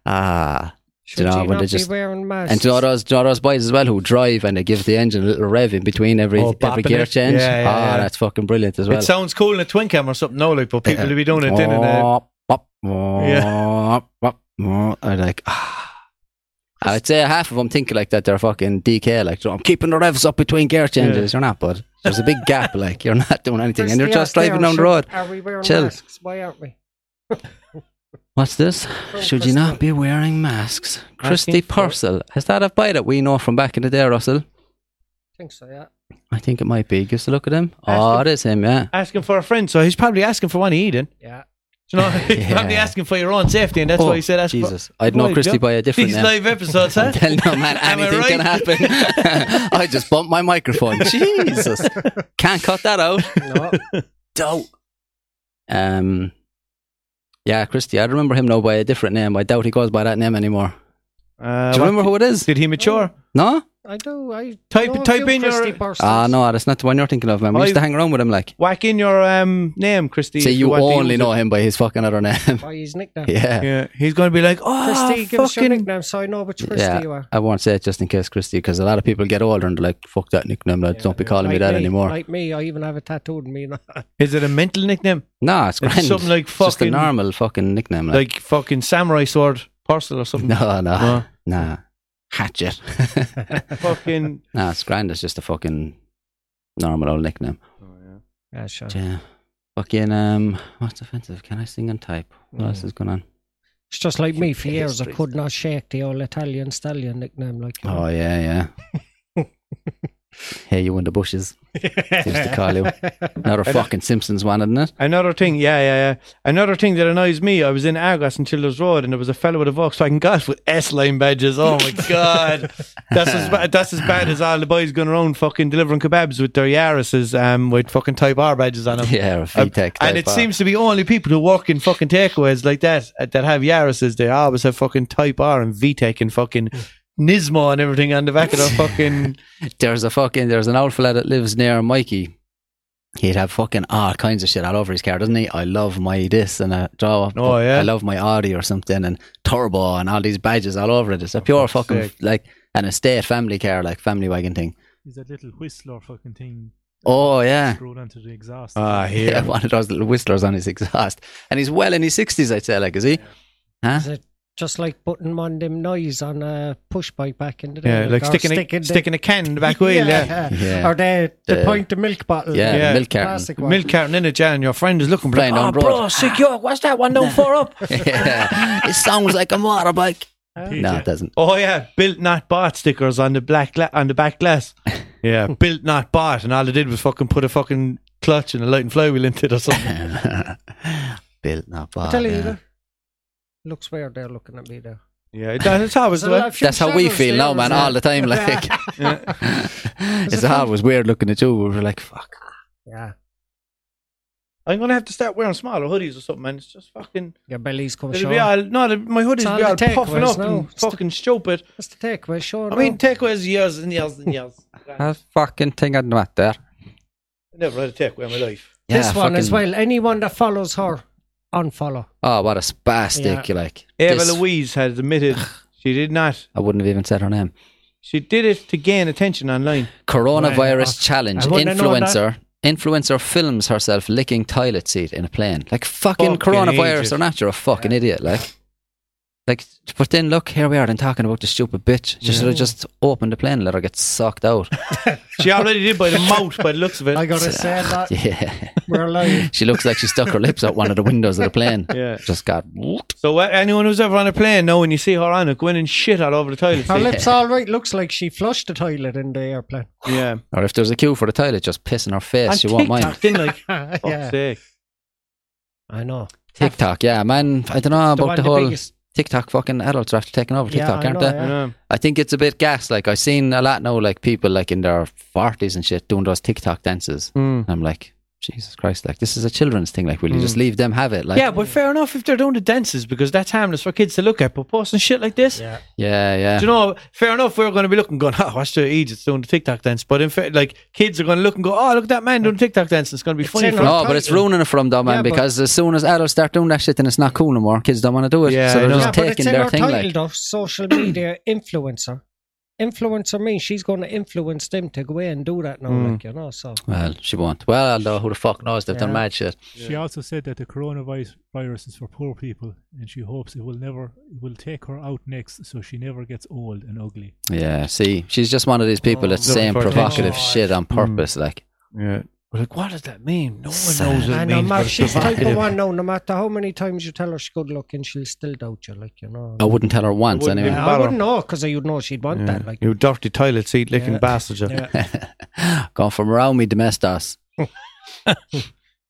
Speaker 1: ah.
Speaker 4: should
Speaker 1: know,
Speaker 4: you
Speaker 1: when
Speaker 4: not
Speaker 1: they
Speaker 4: be
Speaker 1: just-
Speaker 4: wearing masks?
Speaker 1: And do you know those, do you know those boys as well who drive and they give the engine a little rev in between every
Speaker 2: Oh,
Speaker 1: every
Speaker 2: bopping
Speaker 1: gear
Speaker 2: it.
Speaker 1: change?
Speaker 2: Yeah, yeah,
Speaker 1: Ah,
Speaker 2: yeah.
Speaker 1: that's fucking brilliant as well.
Speaker 2: it sounds cool in a twin cam or something, no, like, but people
Speaker 1: Yeah.
Speaker 2: will be doing it then in eh? a.
Speaker 1: Wop, wop, wop, wop, wop. I'm like, ah. I'd say half of them think like that they're fucking DK, like, I'm keeping the revs up between gear changes. You're not, bud. There's a big gap, like, you're not doing anything and
Speaker 4: Christy
Speaker 1: you're just
Speaker 4: asked there,
Speaker 1: driving down the
Speaker 4: should-
Speaker 1: road.
Speaker 4: Are we wearing
Speaker 1: Chill.
Speaker 4: masks? Why aren't we?
Speaker 1: What's this?
Speaker 4: From
Speaker 1: Should you
Speaker 4: Christopher.
Speaker 1: not be wearing masks? Christy
Speaker 2: think so.
Speaker 1: Purcell. Is that a boy that we know from back in the day, Russell?
Speaker 4: I think so, yeah.
Speaker 1: I think it might be. Just look at him.
Speaker 2: Ask
Speaker 1: Oh,
Speaker 2: him.
Speaker 1: it is him, yeah.
Speaker 2: Asking for a friend, so he's probably asking for one to eat in.
Speaker 4: Yeah.
Speaker 2: You know, he's
Speaker 1: Yeah.
Speaker 2: probably asking for your own safety, and that's
Speaker 1: oh,
Speaker 2: why he said that's
Speaker 1: Jesus. I'd know
Speaker 2: Right,
Speaker 1: Christy
Speaker 2: yeah.
Speaker 1: by a different
Speaker 2: These
Speaker 1: name.
Speaker 2: live episodes, huh?
Speaker 1: Hell no, man.
Speaker 2: Am I
Speaker 1: Anything
Speaker 2: right?
Speaker 1: can happen. I just bumped my microphone. Jesus. Can't cut that out.
Speaker 4: No.
Speaker 1: Dope. Um, yeah, Christy. I remember him now by a different name. I doubt he goes by that name anymore.
Speaker 2: Uh,
Speaker 1: Do you
Speaker 2: what-
Speaker 1: remember who it is?
Speaker 2: Did he mature?
Speaker 1: No?
Speaker 4: I do. I
Speaker 2: Type-
Speaker 4: know a
Speaker 2: type
Speaker 4: few
Speaker 2: in your-
Speaker 4: Christy Bursons.
Speaker 1: Ah, no, that's not the one you're thinking of, man. We used to
Speaker 2: I've-
Speaker 1: hang around with him, like.
Speaker 2: Whack in your um, name, Christy.
Speaker 1: So
Speaker 2: if
Speaker 1: you
Speaker 2: want to
Speaker 1: only
Speaker 2: use
Speaker 1: know
Speaker 2: it.
Speaker 1: him by his fucking other name.
Speaker 4: By his nickname.
Speaker 1: yeah.
Speaker 2: Yeah, he's going to be like, oh,
Speaker 4: Christy, give us your
Speaker 2: fucking.
Speaker 4: nickname so I know which Christy
Speaker 1: Yeah.
Speaker 4: you are.
Speaker 1: I won't say it just in case, Christy, because a lot of people get older and they're like, fuck that nickname, lads. don't be calling me
Speaker 4: Like
Speaker 1: that anymore.
Speaker 4: Like me, I even have a tattooed me. now.
Speaker 2: Is it a mental nickname?
Speaker 1: nah, it's,
Speaker 2: It's
Speaker 1: grand.
Speaker 2: something like
Speaker 1: It's just a
Speaker 2: fucking-
Speaker 1: normal fucking nickname. Like,
Speaker 2: Like fucking samurai sword, parcel or something?
Speaker 1: no, no,
Speaker 2: No.
Speaker 1: nah. Hatchet.
Speaker 2: fucking.
Speaker 1: nah, it's grand. It's just a fucking normal old nickname.
Speaker 4: yeah, sure.
Speaker 1: Yeah. Fucking, um, what's offensive? Can I sing and type? What else
Speaker 2: Mm.
Speaker 1: is going on?
Speaker 4: It's just like me for years. I
Speaker 1: Christ.
Speaker 4: could not shake the old Italian stallion nickname. Like, you
Speaker 1: Oh, yeah, yeah. hey, you in the bushes. Seems to call you. Another fucking Simpsons one, isn't it?
Speaker 2: Another thing, yeah, yeah, yeah. Another thing that annoys me, I was in Argos and Childers Road and there was a fellow with a Volkswagen Golf with S line badges. Oh my God. That's as, ba- that's as bad as all the boys going around fucking delivering kebabs with their Yaris's um, with fucking Type R badges on them.
Speaker 1: Yeah, a
Speaker 2: Um,
Speaker 1: VTEC.
Speaker 2: and
Speaker 1: type
Speaker 2: it
Speaker 1: uh, R.
Speaker 2: seems to be only people who work in fucking takeaways like that uh, that have Yaris's. They always have fucking Type R and VTEC and fucking Nismo and everything on the back of their fucking.
Speaker 1: there's a fucking there's an old fella that lives near Mikey. He'd have fucking all kinds of shit all over his car, doesn't he? I love my this and a draw.
Speaker 2: Oh, yeah.
Speaker 1: I love my Audi or something and turbo and all these badges all over it. It's a pure
Speaker 2: fuck's
Speaker 1: fucking
Speaker 2: sake.
Speaker 1: like an estate family car, like family wagon thing.
Speaker 3: Is that little whistler fucking thing
Speaker 1: Oh yeah.
Speaker 3: screwed onto the exhaust?
Speaker 2: Ah,
Speaker 1: Yeah. one of those little whistlers on his exhaust, and he's well in his sixties, I'd say. Like, is he?
Speaker 4: Is it Just like putting one of them knives on a push bike back in the day.
Speaker 2: Yeah, like
Speaker 4: or
Speaker 2: sticking, a,
Speaker 4: the-
Speaker 2: sticking a can in the back wheel, yeah.
Speaker 1: Yeah.
Speaker 4: Or the, the
Speaker 1: The-
Speaker 4: pint of milk bottle.
Speaker 1: Yeah,
Speaker 2: Yeah.
Speaker 1: milk carton.
Speaker 4: Plastic one.
Speaker 2: Milk carton in it, Jan. Your friend is looking
Speaker 1: Playing
Speaker 2: like,
Speaker 1: on
Speaker 2: "Oh,
Speaker 1: broad.
Speaker 2: bro, sick yo, what's that one down four up?
Speaker 1: Yeah. It sounds like a motorbike.
Speaker 3: PJ.
Speaker 1: No, it doesn't.
Speaker 2: Oh yeah, built not bought stickers on the black gla- on the back glass. Yeah, built not bought, and all they did was fucking put a fucking clutch and a light and flywheel into it or something.
Speaker 1: Built not
Speaker 4: I
Speaker 1: bad.
Speaker 4: tell you,
Speaker 1: yeah.
Speaker 4: though, looks weird they're looking at me there.
Speaker 2: yeah, it- that's how it was.
Speaker 4: There's a
Speaker 2: like.
Speaker 4: lot of
Speaker 1: That's how we
Speaker 4: shadows
Speaker 1: feel now,
Speaker 4: there,
Speaker 1: man,
Speaker 4: isn't
Speaker 1: all the time. Like,
Speaker 2: Yeah.
Speaker 1: it's always weird looking at you. We were like, fuck.
Speaker 4: there? Yeah.
Speaker 2: I'm gonna have to start wearing smaller hoodies or something, man. It's just fucking.
Speaker 4: Your belly's come
Speaker 2: It'll
Speaker 4: short.
Speaker 2: be all no, the- my hoodies
Speaker 4: It's
Speaker 2: will be
Speaker 4: all
Speaker 2: all
Speaker 4: the takeaways
Speaker 2: puffing up
Speaker 4: now.
Speaker 2: and
Speaker 4: It's the-
Speaker 2: fucking stupid.
Speaker 4: That's the takeaway, sure.
Speaker 2: I mean, takeaways years and years and years. I
Speaker 1: That fucking thing I'd not there.
Speaker 2: never had a takeaway in my life.
Speaker 4: no. this one as well. Anyone that follows her, unfollow.
Speaker 1: Oh, what a spastic. Like,
Speaker 2: Eva
Speaker 1: this-
Speaker 2: Louise has admitted she did not.
Speaker 1: I wouldn't have even said her name.
Speaker 2: She did it to gain attention online.
Speaker 1: Coronavirus
Speaker 3: Right.
Speaker 1: challenge.
Speaker 3: I wouldn't have known
Speaker 1: Influencer. Influencer films herself licking toilet seat in a plane. Like fucking
Speaker 2: Fucking
Speaker 1: coronavirus
Speaker 2: idiot.
Speaker 1: or not, you're a fucking idiot. Like, like, but then look, here we are, and talking about the stupid bitch. She should have just opened the plane and let her get sucked out.
Speaker 2: She already did by the mouth, by the looks of it.
Speaker 4: I gotta say that
Speaker 1: yeah,
Speaker 4: we're alive.
Speaker 1: she looks like she stuck her lips out one of the windows of the plane.
Speaker 2: Yeah.
Speaker 1: Just got
Speaker 2: So uh, anyone who's ever on a plane, now when you see her on it, go in and shit all over the toilet
Speaker 4: Her
Speaker 2: seat.
Speaker 4: lips all right. Looks like she flushed the toilet in the airplane.
Speaker 2: yeah.
Speaker 1: or if there's a queue for the toilet, just piss in her face.
Speaker 2: And
Speaker 1: she won't mind.
Speaker 2: TikTok, didn't like. Fuck's
Speaker 4: yeah,
Speaker 2: sake.
Speaker 4: I know.
Speaker 1: TikTok, yeah, man. I don't know
Speaker 4: The
Speaker 1: about
Speaker 4: one
Speaker 1: the
Speaker 4: the
Speaker 1: whole
Speaker 4: biggest-
Speaker 1: TikTok. Fucking adults are after taking over
Speaker 4: Yeah,
Speaker 1: TikTok,
Speaker 4: I
Speaker 1: aren't
Speaker 4: know,
Speaker 1: they?
Speaker 4: Yeah.
Speaker 2: You know.
Speaker 1: I think it's a bit gas. Like I've seen a lot now, like people like in their forties and shit doing those TikTok dances.
Speaker 4: Hmm.
Speaker 2: Mm.
Speaker 1: I'm like, Jesus Christ! Like this is a children's thing. Like, will you
Speaker 4: Mm.
Speaker 1: just leave them have it? Like,
Speaker 2: Yeah, but fair enough if they're doing the dances because that's harmless for kids to look at. But posting shit like this,
Speaker 4: Yeah.
Speaker 1: yeah, yeah.
Speaker 2: do you know, fair enough. We're going to be looking, going, oh, watch the idiots doing the TikTok dance. But in fact, like kids are going to look and go, oh, look at that man doing TikTok dance. It's going to be funny.
Speaker 4: in
Speaker 2: For
Speaker 4: our-
Speaker 1: no, but it's ruining it from them, man.
Speaker 4: Yeah, but-
Speaker 1: because as soon as adults start doing that shit, then it's not cool anymore. Kids don't want to do it,
Speaker 2: Yeah,
Speaker 1: so
Speaker 2: I
Speaker 1: they're
Speaker 2: know.
Speaker 1: just
Speaker 4: yeah, but
Speaker 1: taking
Speaker 4: it's in
Speaker 1: their
Speaker 4: her
Speaker 1: thing.
Speaker 4: title,
Speaker 1: Like,
Speaker 4: though, social media influencer. Influencer means she's going to influence them to go in and do that now,
Speaker 1: Hmm.
Speaker 4: like you know. So
Speaker 1: well, she won't. Well, though, who the fuck knows? They've done
Speaker 4: Yeah.
Speaker 1: mad shit.
Speaker 3: She also said that the coronavirus virus is for poor people, and she hopes it will never it will take her out next, so she never gets old and ugly.
Speaker 1: Yeah, see, she's just one of these people that's
Speaker 2: Oh, Looking
Speaker 1: saying
Speaker 2: for Oh, mm.
Speaker 1: provocative
Speaker 4: attention.
Speaker 1: shit on purpose. Like,
Speaker 2: yeah. We're like, what does that mean? No one
Speaker 1: Sad.
Speaker 2: knows what it
Speaker 4: and no
Speaker 2: means. but
Speaker 4: matter
Speaker 2: it's
Speaker 4: she's the type of
Speaker 2: provocative.
Speaker 4: one now, no matter how many times you tell her she's good looking, she'll still doubt you, like you know.
Speaker 1: I wouldn't tell her once
Speaker 2: wouldn't
Speaker 1: anyway.
Speaker 2: even-
Speaker 4: Yeah, I
Speaker 2: bother.
Speaker 4: wouldn't know because you'd know she'd want that. Like,
Speaker 2: You dirty toilet seat licking
Speaker 4: Yeah.
Speaker 2: bastard. you.
Speaker 4: yeah,
Speaker 1: Gone from around me, domestos.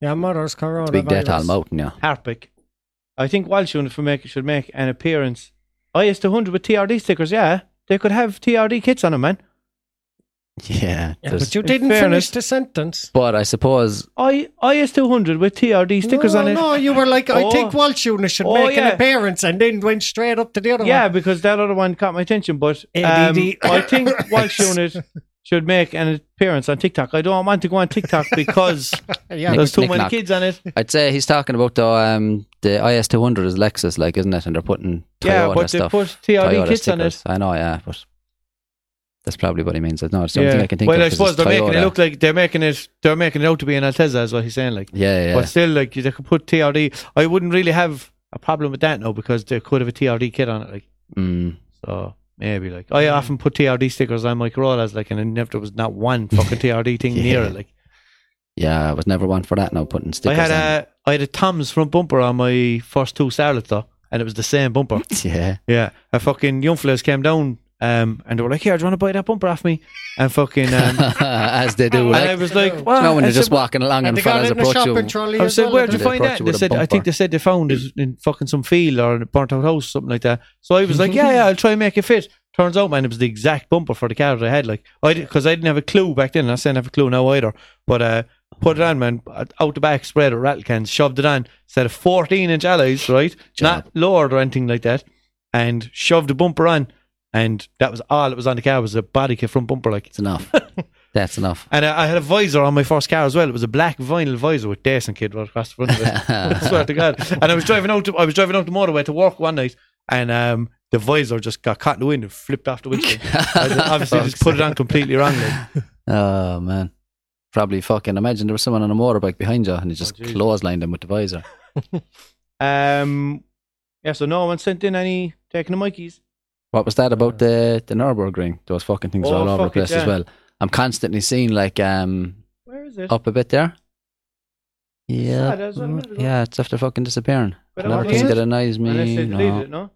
Speaker 4: yeah mother's corona.
Speaker 1: Big debt all mountain, yeah.
Speaker 2: Harpic. I think Walsh should make, should make an appearance. I used to 100 with TRD stickers, yeah. They could have TRD kits on them, man.
Speaker 1: Yeah.
Speaker 4: Yeah,
Speaker 1: there's-
Speaker 4: but you
Speaker 2: In
Speaker 4: didn't
Speaker 2: fairness-
Speaker 4: finish the sentence.
Speaker 1: But I suppose
Speaker 2: I IS200 with TRD stickers
Speaker 4: no,
Speaker 2: on it.
Speaker 4: No, you were like, I
Speaker 2: Oh.
Speaker 4: think Walsh Unit should
Speaker 2: Oh,
Speaker 4: make
Speaker 2: yeah.
Speaker 4: an appearance, and then went straight up to the other
Speaker 2: Yeah,
Speaker 4: one.
Speaker 2: because that other one caught my attention, but um,
Speaker 4: ADD.
Speaker 2: I think Walsh Unit should make an appearance on TikTok. I don't want to go on TikTok because
Speaker 4: Yeah,
Speaker 2: there's too many
Speaker 1: Knick-knack.
Speaker 2: kids on it.
Speaker 1: I'd say he's talking about the um the IS two hundred is Lexus, like isn't it? And they're putting Toyota
Speaker 2: Yeah, but they
Speaker 1: stuff,
Speaker 2: put TRD
Speaker 1: Toyota
Speaker 2: kits on it.
Speaker 1: stickers. I know, yeah, but that's probably what he means. I know it's the only
Speaker 2: Yeah.
Speaker 1: thing I can think
Speaker 2: well,
Speaker 1: of.
Speaker 2: I
Speaker 1: 'cause
Speaker 2: suppose
Speaker 1: it's
Speaker 2: they're making it
Speaker 1: Toyota.
Speaker 2: look like they're making it they're making it out to be an Alteza is what he's saying. Like,
Speaker 1: Yeah, yeah.
Speaker 2: but still, like they could put TRD. I wouldn't really have a problem with that now because they could have a TRD kit on it. Like,
Speaker 1: Mm.
Speaker 2: so maybe like I often put TRD stickers on my Corollas, like, and then if there was not one fucking TRD thing near
Speaker 1: Yeah.
Speaker 2: it, like.
Speaker 1: Yeah, I was never one for that now putting
Speaker 2: I
Speaker 1: stickers
Speaker 2: had a I had a Tom's front bumper on my first two Starlet though, and it was the same bumper.
Speaker 1: on. Yeah.
Speaker 2: yeah, a fucking young fellas came down, um, and they were like, "Here, do you want to buy that bumper off me?" And fucking, um, and
Speaker 1: As they do,
Speaker 2: I
Speaker 1: like
Speaker 2: was like,
Speaker 1: you
Speaker 2: "What?"
Speaker 1: know, when
Speaker 2: I
Speaker 1: you're
Speaker 2: said,
Speaker 1: just walking along and,
Speaker 4: And they got
Speaker 1: fellas
Speaker 4: it in a
Speaker 1: approach you.
Speaker 4: shopping trolley.
Speaker 2: I
Speaker 4: as
Speaker 2: said,
Speaker 4: well,
Speaker 2: "Where'd you
Speaker 4: didn't
Speaker 1: they
Speaker 2: find
Speaker 1: approach
Speaker 2: that?"
Speaker 1: you
Speaker 2: They
Speaker 1: with a
Speaker 2: said, "I
Speaker 1: bumper?
Speaker 2: think they said they found it in fucking some field or in a burnt out house, something like that." So I was like, "Yeah, yeah, I'll try and make it fit." Turns out, man, it was the exact bumper for the car that I had. Like, I because I didn't have a clue back then. and I still don't have a clue now either. But uh, put it on, man. Out the back, spread it, rattle cans, shoved it on. Set of fourteen inch alloys, right?
Speaker 1: Job.
Speaker 2: Not lowered or anything like that, and shoved the bumper on, and that was all it was on the car was a body kit front bumper, like.
Speaker 1: It's enough. That's enough.
Speaker 2: And I, I had a visor on my first car as well. It was a black vinyl visor with Dyson kid right across the front of it. I swear to God. And I was driving out. To, I was driving out the motorway to work one night, and um, the visor just got caught in the wind and flipped off the windshield. I just- obviously, just put it on completely wrongly.
Speaker 1: Oh man. Probably fucking imagine there was someone on a motorbike behind you and he just
Speaker 2: jeez.
Speaker 1: clotheslined him with the visor.
Speaker 2: Um, Yeah, so no one sent in any taking the mickeys.
Speaker 1: What was that about the the Nurburgring? Those fucking things
Speaker 2: Uh, Oh,
Speaker 1: all over the
Speaker 2: fuck it,
Speaker 1: place
Speaker 2: yeah.
Speaker 1: as well. I'm constantly seeing like um
Speaker 2: Where is it?
Speaker 1: up a bit there. Yeah,
Speaker 2: Sad as well, isn't it?
Speaker 1: yeah, it's after fucking disappearing.
Speaker 2: But
Speaker 1: Another
Speaker 2: I'm
Speaker 1: thing
Speaker 2: not-
Speaker 1: that annoys
Speaker 2: Unless
Speaker 1: me.
Speaker 2: they
Speaker 1: no.
Speaker 2: deleted it, no?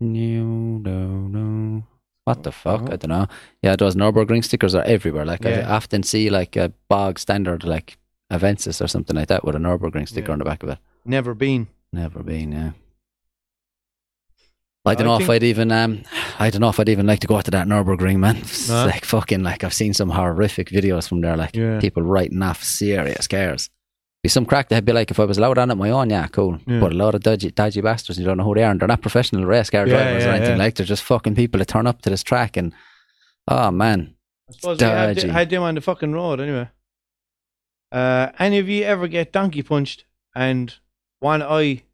Speaker 1: No, no, no. What the fuck?
Speaker 2: Uh-huh.
Speaker 1: I don't know. Yeah, those Nürburgring stickers are everywhere. Like
Speaker 2: Yeah.
Speaker 1: I often see like a bog standard like Avensis or something like that with a Nürburgring sticker
Speaker 2: Yeah.
Speaker 1: on the back of it.
Speaker 2: Never been.
Speaker 1: Never been. Yeah. I don't
Speaker 2: I
Speaker 1: know if
Speaker 2: think-
Speaker 1: I'd even um, I don't know if I'd even like to go out to that Nürburgring, man. It's
Speaker 2: No?
Speaker 1: like fucking like I've seen some horrific videos from there, like
Speaker 2: Yeah.
Speaker 1: people writing off serious cars. Be some crack that'd be like if I was allowed on it my own, yeah, cool.
Speaker 2: Yeah.
Speaker 1: But a lot of dodgy, dodgy bastards, you don't know who they are, and they're not professional race car
Speaker 2: Yeah,
Speaker 1: drivers
Speaker 2: yeah,
Speaker 1: or anything
Speaker 2: yeah.
Speaker 1: like. They're just fucking people that turn up to this track and oh man,
Speaker 2: I suppose they had,
Speaker 1: Dodgy.
Speaker 2: th- had them on the fucking road anyway. Uh, any of you ever get donkey punched and one eye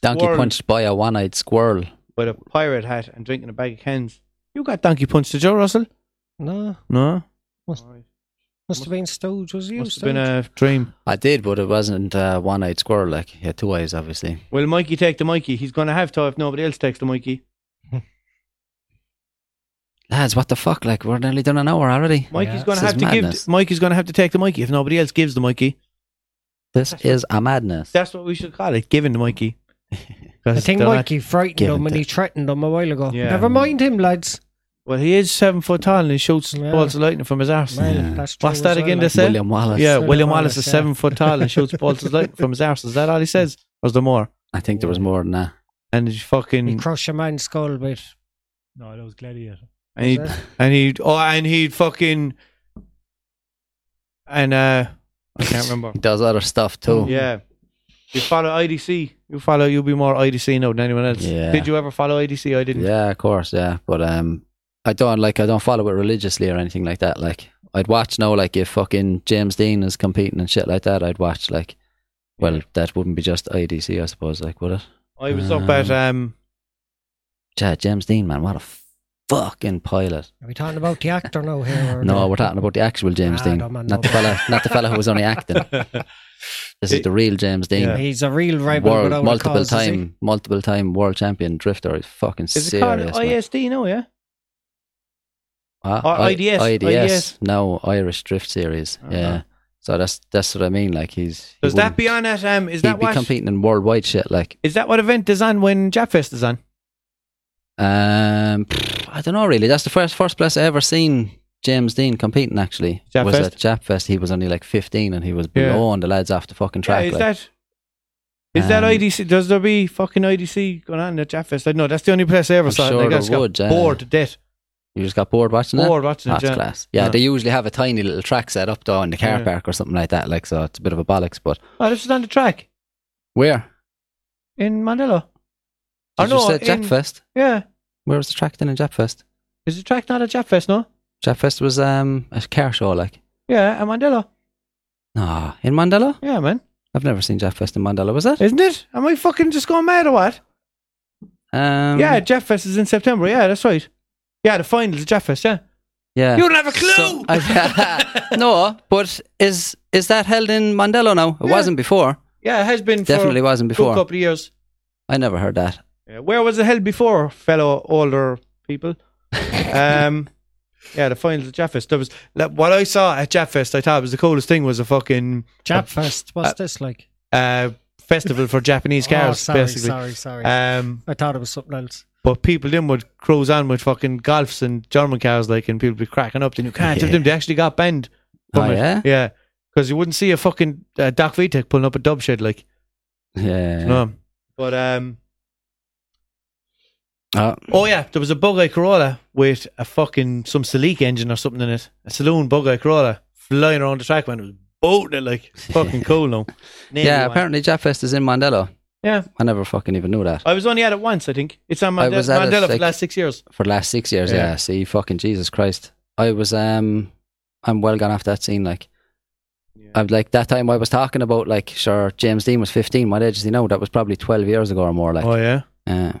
Speaker 1: donkey
Speaker 2: squirreled
Speaker 1: punched by a one-eyed squirrel.
Speaker 2: with a pirate hat and drinking a bag of cans? You got donkey punched, did you, Russell?
Speaker 4: No,
Speaker 2: No.
Speaker 4: Must-
Speaker 2: Alright.
Speaker 4: must have been Stooge, was you?
Speaker 2: Must have been
Speaker 4: Stooge?
Speaker 2: a dream.
Speaker 1: I did, but it wasn't a one-eyed squirrel. Like he had two eyes, obviously.
Speaker 2: Will Mikey take the Mikey? He's going to have to if nobody else takes the Mikey.
Speaker 1: Lads, what the fuck? Like we're nearly done an hour already.
Speaker 2: Mikey's going
Speaker 3: Yeah.
Speaker 2: to
Speaker 1: This
Speaker 2: have
Speaker 1: is
Speaker 2: to
Speaker 1: madness.
Speaker 2: give. Mikey's going to have to take the Mikey if nobody else gives the Mikey.
Speaker 1: This is a madness.
Speaker 2: That's what we should call it, giving the Mikey.
Speaker 4: I think Mikey frightened
Speaker 1: given
Speaker 4: them and
Speaker 1: that-
Speaker 4: he threatened them a while ago.
Speaker 2: Yeah.
Speaker 4: Never mind him, lads.
Speaker 2: Well, he is seven foot tall and he shoots
Speaker 4: Yeah.
Speaker 2: bolts of lightning from his arse.
Speaker 4: Well,
Speaker 1: Yeah.
Speaker 4: that's true
Speaker 2: What's
Speaker 4: as
Speaker 2: that
Speaker 4: well,
Speaker 2: again?
Speaker 4: like.
Speaker 2: They said.
Speaker 1: William Wallace.
Speaker 2: Yeah,
Speaker 4: William
Speaker 2: William
Speaker 4: Wallace,
Speaker 2: Wallace is
Speaker 4: yeah.
Speaker 2: seven foot tall and shoots bolts of lightning from his arse. Is that all he says? Or is there more?
Speaker 1: I think there was more than that.
Speaker 2: And he
Speaker 4: He
Speaker 2: fucking
Speaker 4: crushed a man's skull with.
Speaker 3: No, that was Gladiator.
Speaker 2: and he
Speaker 4: was it?
Speaker 2: and he oh and he fucking and uh I can't remember.
Speaker 1: He does other stuff too.
Speaker 2: Yeah. You follow IDC. You follow. You'll be more IDC now than anyone else.
Speaker 1: Yeah.
Speaker 2: Did you ever follow IDC? I didn't.
Speaker 1: Yeah, of course, yeah. But um I don't like I don't follow it religiously or anything like that. Like I'd watch now like if fucking James Dean is competing and shit like that, I'd watch like well, that wouldn't be just IDC, I suppose, like would it?
Speaker 2: I was up at
Speaker 1: Uh,
Speaker 2: um.
Speaker 1: Yeah, James Dean, man, what a fucking pilot.
Speaker 4: Are we talking about the actor now here? Or
Speaker 1: No, we're talking about the actual James
Speaker 4: Ah,
Speaker 1: Dean.
Speaker 4: don't mind
Speaker 1: Not the
Speaker 4: no
Speaker 1: fella not the fella who was only acting. This is the real James Dean.
Speaker 2: Yeah.
Speaker 4: He's a real rebel
Speaker 1: World,
Speaker 4: without
Speaker 1: multiple
Speaker 4: a cause, is he?
Speaker 1: time, multiple time world champion drifter. He's fucking
Speaker 2: Is it called
Speaker 1: serious. man.
Speaker 2: ISD? No, yeah.
Speaker 1: Uh,
Speaker 2: Or
Speaker 1: I-
Speaker 2: IDS, IDS.
Speaker 1: No, Irish Drift Series.
Speaker 2: Uh-huh.
Speaker 1: Yeah. So that's that's what I mean. Like he's he
Speaker 2: Does
Speaker 1: wouldn't-
Speaker 2: that be on at um? Is
Speaker 1: he'd
Speaker 2: that
Speaker 1: be
Speaker 2: what?
Speaker 1: competing in worldwide shit. Like
Speaker 2: Is that what event is on when Japfest is on?
Speaker 1: um, pff, I don't know really. That's the first first place I ever seen James Dean competing. Actually,
Speaker 2: Jap
Speaker 1: was
Speaker 2: Fest?
Speaker 1: at Jap Fest. He was only like fifteen, and he was
Speaker 2: Yeah.
Speaker 1: blowing the lads off the fucking track.
Speaker 2: yeah, is
Speaker 1: like.
Speaker 2: that? Is that
Speaker 1: Um,
Speaker 2: IDC? Does there be fucking IDC going on at Japfest? I know that's the only place I ever
Speaker 1: I'm
Speaker 2: saw. it, and
Speaker 1: sure
Speaker 2: I
Speaker 1: there
Speaker 2: just got
Speaker 1: would, yeah.
Speaker 2: bored to death.
Speaker 1: you just got bored watching that.
Speaker 2: Bored watching it.
Speaker 1: That's
Speaker 2: yeah.
Speaker 1: class. Yeah,
Speaker 2: Yeah.
Speaker 1: they usually have a tiny little track set up though in the car
Speaker 2: Yeah.
Speaker 1: park or something like that. Like so, it's a bit of a bollocks. But
Speaker 2: Oh, this is on the track
Speaker 1: where?
Speaker 2: in Manila.
Speaker 1: Did
Speaker 2: oh no,
Speaker 1: you say
Speaker 2: in-
Speaker 1: Japfest?
Speaker 2: Yeah,
Speaker 1: Where was the track then in Japfest?
Speaker 2: is the track not at Japfest? No.
Speaker 1: Japfest was um a car show like.
Speaker 2: Yeah, at Mandela.
Speaker 1: Ah, in Mandela?
Speaker 2: Yeah, man.
Speaker 1: I've never seen Jeff Fest in Mandela. Was that?
Speaker 2: Isn't it? Am I fucking just going mad or what?
Speaker 1: Um,
Speaker 2: yeah, Jeff Fest is in September. Yeah, that's right. Yeah, the finals of Jeff Fest. Yeah.
Speaker 1: yeah.
Speaker 2: You don't have a clue.
Speaker 1: So- I- no, but is is that held in Mandela now? It
Speaker 2: Yeah.
Speaker 1: wasn't before.
Speaker 2: yeah, it has been
Speaker 1: Definitely
Speaker 2: for
Speaker 1: wasn't
Speaker 2: a
Speaker 1: before.
Speaker 2: couple of years.
Speaker 1: I never heard that.
Speaker 2: Yeah, where was it held before, fellow older people? um, yeah, the finals of Jeff Fest. There was like, what I saw at Jeff Fest. I thought was the coolest thing was a fucking
Speaker 4: Japfest, what's this like?
Speaker 2: uh, festival for Japanese
Speaker 4: oh,
Speaker 2: cars,
Speaker 4: sorry,
Speaker 2: basically.
Speaker 4: sorry, sorry.
Speaker 2: Um,
Speaker 4: I thought it was something else.
Speaker 2: But people then would cruise on with fucking golfs and German cars, like, and people be cracking up. Then you can't tell them they actually got banned. From
Speaker 1: Oh,
Speaker 2: it.
Speaker 1: yeah?
Speaker 2: yeah, because you wouldn't see a fucking uh, Doc Vitek pulling up a dub shed, like,
Speaker 1: Yeah.
Speaker 2: no. But um,
Speaker 1: Oh,
Speaker 2: oh yeah, there was a Bug Eye Corolla with a fucking some Salik engine or something in it, a saloon Bug Eye Corolla flying around the track, man. It was boating it like It's fucking cool, now.
Speaker 1: yeah, apparently Jeff Fest is in Mandela.
Speaker 2: Yeah,
Speaker 1: I never fucking even knew that.
Speaker 2: I was only at it once, I think. It's on
Speaker 1: I
Speaker 2: Mandela,
Speaker 1: was at it,
Speaker 2: Mandela for the
Speaker 1: like-
Speaker 2: last six years.
Speaker 1: For the last six years,
Speaker 2: Yeah.
Speaker 1: yeah. See, fucking Jesus Christ. I was, um, I'm well gone off that scene. Like, I'm like that time I was talking about, like, sure, James Dean was 15. What age is he now? That was probably 12 years ago or more. Like,
Speaker 2: oh yeah,
Speaker 1: Uh,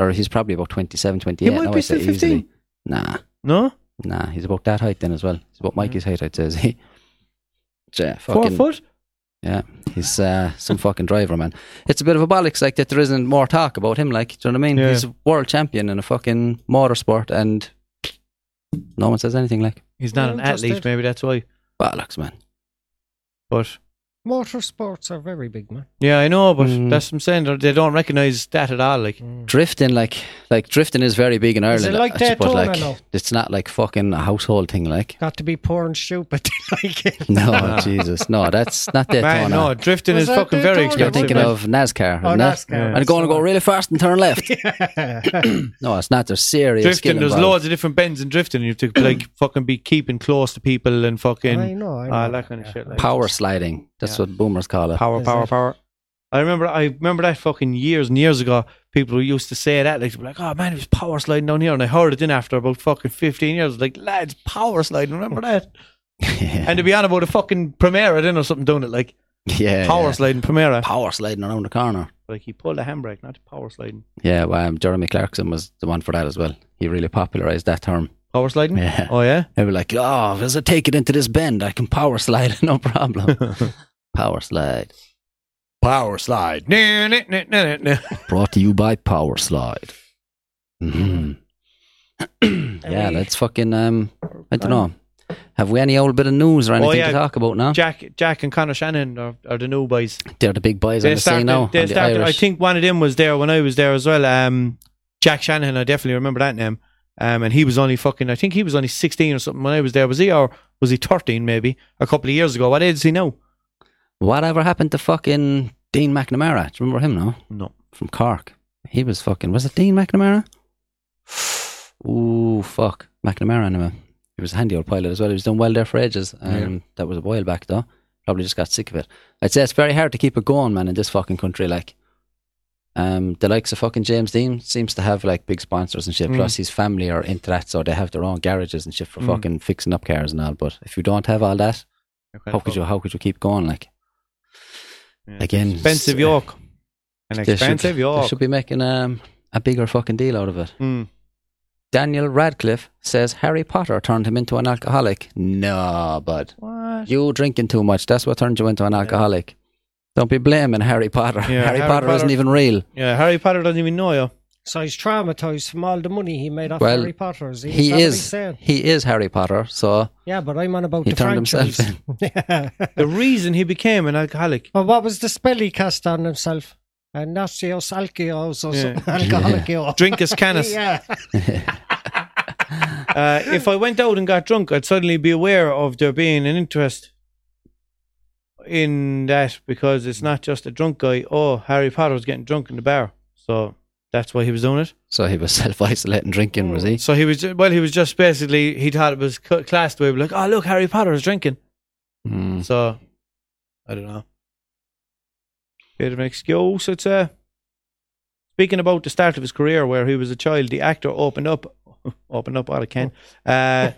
Speaker 1: or he's probably about 27, 28.
Speaker 2: he might
Speaker 1: now,
Speaker 2: be
Speaker 1: I'd say
Speaker 2: still fifteen.
Speaker 1: easily. Nah,
Speaker 2: No,
Speaker 1: nah, he's about that height then as well. He's about Mikey's height, I'd say. Is he? Yeah,
Speaker 2: four
Speaker 1: fucking
Speaker 2: foot.
Speaker 1: Yeah, he's uh, some fucking driver, man. It's a bit of a bollocks, like that. There isn't more talk about him, like do you know what I mean?
Speaker 2: Yeah.
Speaker 1: He's a world champion in a fucking motorsport, and no one says anything. Like
Speaker 2: He's not
Speaker 4: Yeah,
Speaker 2: an
Speaker 4: interested.
Speaker 2: athlete, maybe that's why.
Speaker 1: bollocks, man.
Speaker 2: But
Speaker 4: Motorsports are very big, man.
Speaker 2: yeah, I know, but
Speaker 1: Mm.
Speaker 2: that's what I'm saying. They- They don't recognise that at all. Like,
Speaker 1: Drifting, like, like drifting is very big in Ireland.
Speaker 4: Is it like
Speaker 1: I- but
Speaker 4: Daytona
Speaker 1: like,
Speaker 4: now?
Speaker 1: it's not like fucking a household thing. Like,
Speaker 4: Got to be poor and stupid to like it.
Speaker 1: no, Jesus, no, that's not Daytona.
Speaker 2: man, no, drifting
Speaker 4: Was
Speaker 2: is
Speaker 4: that
Speaker 2: fucking very
Speaker 4: Daytona?
Speaker 2: expensive.
Speaker 1: You're thinking
Speaker 2: man.
Speaker 1: of NASCAR,
Speaker 4: Oh,
Speaker 1: isn't it?
Speaker 4: NASCAR.
Speaker 2: Yeah.
Speaker 1: and going to go really fast and turn left. no, it's not. There's serious
Speaker 2: drifting.
Speaker 1: skill
Speaker 2: There's
Speaker 1: involved.
Speaker 2: loads of different bends in drifting. You have to like fucking be keeping close to people and fucking
Speaker 4: I know, I know.
Speaker 2: Ah, that kind of shit. Like,
Speaker 1: Power sliding. That's
Speaker 2: Yeah.
Speaker 1: what boomers call it.
Speaker 2: power,
Speaker 4: Is
Speaker 2: power,
Speaker 4: it?
Speaker 2: power. I remember, I remember that fucking years and years ago. People who used to say that, like, they'd be like, "Oh man, it was power sliding down here," and I heard it in after about fucking fifteen years. Like, lads, power sliding. Remember that? And to be on about a fucking Primera then or something doing it like
Speaker 1: yeah,
Speaker 2: power
Speaker 1: yeah.
Speaker 2: sliding Primera.
Speaker 1: power sliding around the corner.
Speaker 2: Like he pulled a handbrake, not power sliding.
Speaker 1: Yeah, well, um, Jeremy Clarkson was the one for that as well. He really popularized that term.
Speaker 2: Power sliding.
Speaker 1: Yeah.
Speaker 2: Oh yeah.
Speaker 1: They were like, oh, as I take it into this bend, I can power slide, no problem. power slide.
Speaker 2: Power slide. Nah, nah, nah, nah, nah, nah.
Speaker 1: Brought to you by Power Slide. Mhm. yeah,
Speaker 4: we-
Speaker 1: let's fucking, um, I don't know. Have we any old bit of news or anything
Speaker 2: Oh, yeah.
Speaker 1: to talk about now?
Speaker 2: Jack, Jack, and Connor Shannon are, are the new boys.
Speaker 1: They're the big boys on the scene now.
Speaker 2: they
Speaker 1: on the
Speaker 2: started- I
Speaker 1: Irish.
Speaker 2: think one of them was there when I was there as well. Um, Jack Shanahan, I definitely remember that name. Um, and he was only fucking, I think he was only 16 or something when I was there. Was he, or was he 13 maybe? A couple of years ago. What age is he now?
Speaker 1: Whatever happened to fucking Dean McNamara? Do you remember him now?
Speaker 2: No.
Speaker 1: From Cork. He was fucking, was it Dean McNamara? Ooh, fuck. McNamara, anyway. He was a handy old pilot as well. He was doing well there for ages. Um, That was a while back, though. Probably just got sick of it. I'd say it's very hard to keep it going, man, in this fucking country. Like, um, the likes of fucking James Dean seems to have like big sponsors and shit.
Speaker 2: Mm.
Speaker 1: Plus, his family are into that, so they have their own garages and shit for
Speaker 2: Mm.
Speaker 1: fucking fixing up cars and all. But if you don't have all that, how could you how could you keep going like
Speaker 2: Yeah.
Speaker 1: again it's-
Speaker 2: Expensive York. An
Speaker 1: they should-
Speaker 2: expensive
Speaker 1: they
Speaker 2: York.
Speaker 1: should be making um, a bigger fucking deal out of it
Speaker 2: Mm.
Speaker 1: Daniel Radcliffe says Harry Potter turned him into an alcoholic nah bud
Speaker 2: What?
Speaker 1: you drinking too much that's what turned you into an alcoholic don't be blaming Harry Potter
Speaker 2: Yeah,
Speaker 1: Harry,
Speaker 2: Harry
Speaker 1: Potter, isn't
Speaker 2: Potter-
Speaker 1: even real
Speaker 2: Yeah, Harry Potter doesn't even know you.
Speaker 4: So he's traumatized from all the money he made off
Speaker 1: Well,
Speaker 4: Harry Potter. Is he,
Speaker 1: he
Speaker 4: that what he's
Speaker 1: is
Speaker 4: saying?
Speaker 1: he is Harry Potter so
Speaker 4: Yeah, but I'm on about
Speaker 1: he
Speaker 4: the
Speaker 1: turned
Speaker 4: franchise.
Speaker 1: himself
Speaker 4: yeah.
Speaker 2: The reason he became an alcoholic.
Speaker 4: Well, what was the spell he cast on himself? And Nasios Alkios or
Speaker 2: Yeah.
Speaker 4: something. Alcoholicos.
Speaker 2: Drinkus Canis.
Speaker 4: Yeah.
Speaker 2: Uh, if I went out and got drunk, I'd suddenly be aware of there being an interest in that because it's not just a drunk guy. Oh, Harry Potter was getting drunk in the bar, so that's why he was doing it.
Speaker 1: so he was self-isolating drinking was he
Speaker 2: So he was well, he was just basically he thought it was cl- classed way like, oh look, Harry Potter is drinking.
Speaker 4: Oh.
Speaker 1: Hmm.
Speaker 2: So I don't know. Bit of an excuse. It's uh, speaking about the start of his career where he was a child. The actor opened up, opened up what I can, uh,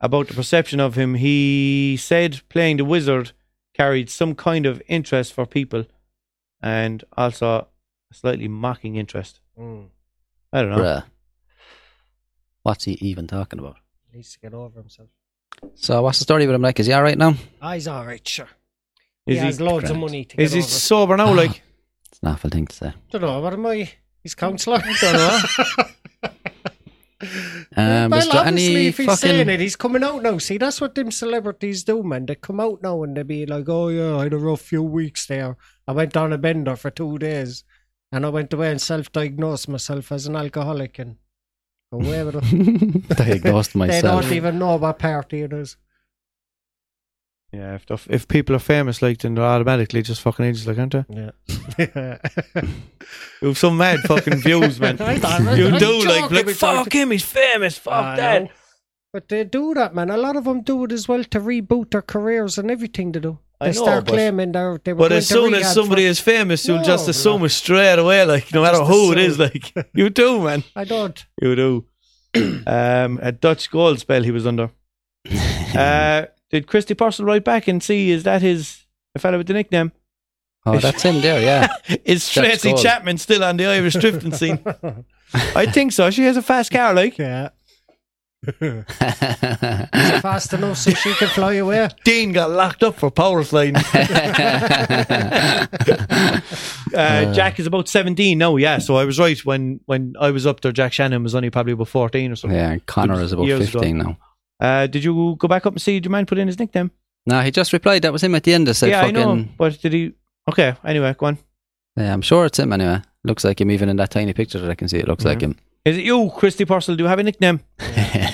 Speaker 2: about the perception of him. He said playing the wizard carried some kind of interest for people, and also a slightly mocking interest.
Speaker 4: Mm,
Speaker 2: I don't know.
Speaker 1: Bruh. what's he even talking about
Speaker 4: Needs to get over himself.
Speaker 1: so what's the story with him like is he alright now
Speaker 4: Ah, he's all right, sure.
Speaker 2: Is
Speaker 4: he,
Speaker 2: he
Speaker 4: has loads of
Speaker 1: grand?
Speaker 4: money to
Speaker 2: is
Speaker 4: get
Speaker 2: he
Speaker 4: over.
Speaker 2: sober now? Like
Speaker 1: it's an awful thing to say
Speaker 4: don't know, what am I? He's counsellor.
Speaker 1: Um,
Speaker 4: well,
Speaker 1: is there
Speaker 4: obviously,
Speaker 1: any
Speaker 4: if he's
Speaker 1: fucking-
Speaker 4: saying it, he's coming out now. See, that's what them celebrities do, man. They come out now and they be like, "Oh yeah, I had a rough few weeks there. I went on a bender for two days, and I went away and self-diagnosed myself as an alcoholic and go away with it."
Speaker 1: diagnosed
Speaker 4: they
Speaker 1: myself.
Speaker 4: don't even know what party it is.
Speaker 2: yeah, if the- if people are famous, like then they're automatically just fucking idiots, like aren't they?
Speaker 4: Yeah.
Speaker 2: You have some mad fucking views, man.
Speaker 4: I thought- I-
Speaker 2: you
Speaker 4: I'm
Speaker 2: do like,
Speaker 4: joking
Speaker 2: like
Speaker 4: with
Speaker 2: fuck
Speaker 4: Dr.
Speaker 2: him, he's famous, fuck
Speaker 4: I
Speaker 2: that.
Speaker 4: know. But they do that, man. A lot of them do it as well to reboot their careers and everything they do. They
Speaker 2: I know,
Speaker 4: start
Speaker 2: but-
Speaker 4: claiming they're, they were
Speaker 2: But
Speaker 4: going
Speaker 2: as
Speaker 4: to
Speaker 2: soon
Speaker 4: rehab
Speaker 2: as
Speaker 4: for-
Speaker 2: somebody is famous, you'll just
Speaker 4: No,
Speaker 2: assume
Speaker 4: no.
Speaker 2: it straight away, like no matter
Speaker 4: just
Speaker 2: who it is, like you do, man.
Speaker 4: I don't.
Speaker 2: You do. um, a Dutch goal spell he was under. uh, did Christy Purcell write back and see is that his the fellow with the nickname?
Speaker 1: oh, that's him there, yeah.
Speaker 2: Is Tracy
Speaker 1: Goal.
Speaker 2: Chapman still on the Irish drifting scene? I think so. She has a fast car, like
Speaker 4: Yeah. fast enough so she can fly away.
Speaker 2: Dean got locked up for power sliding. Uh, Jack is about 17 now, yeah. So I was right when when I was up there. Jack Shannon was only probably about 14 or something.
Speaker 1: yeah, and Connor is about
Speaker 2: Years ago.
Speaker 1: 15 now.
Speaker 2: Uh, did you go back up and see? Did your man put in his nickname?
Speaker 1: No, he just replied. That was him at the end. I said,
Speaker 2: yeah,
Speaker 1: fucking.
Speaker 2: I know. But did he? Okay. Anyway, go on.
Speaker 1: Yeah, I'm sure it's him anyway. Looks like him even in that tiny picture that I can see. It looks like him.
Speaker 2: Is it you, Christy Purcell? Do you have a nickname,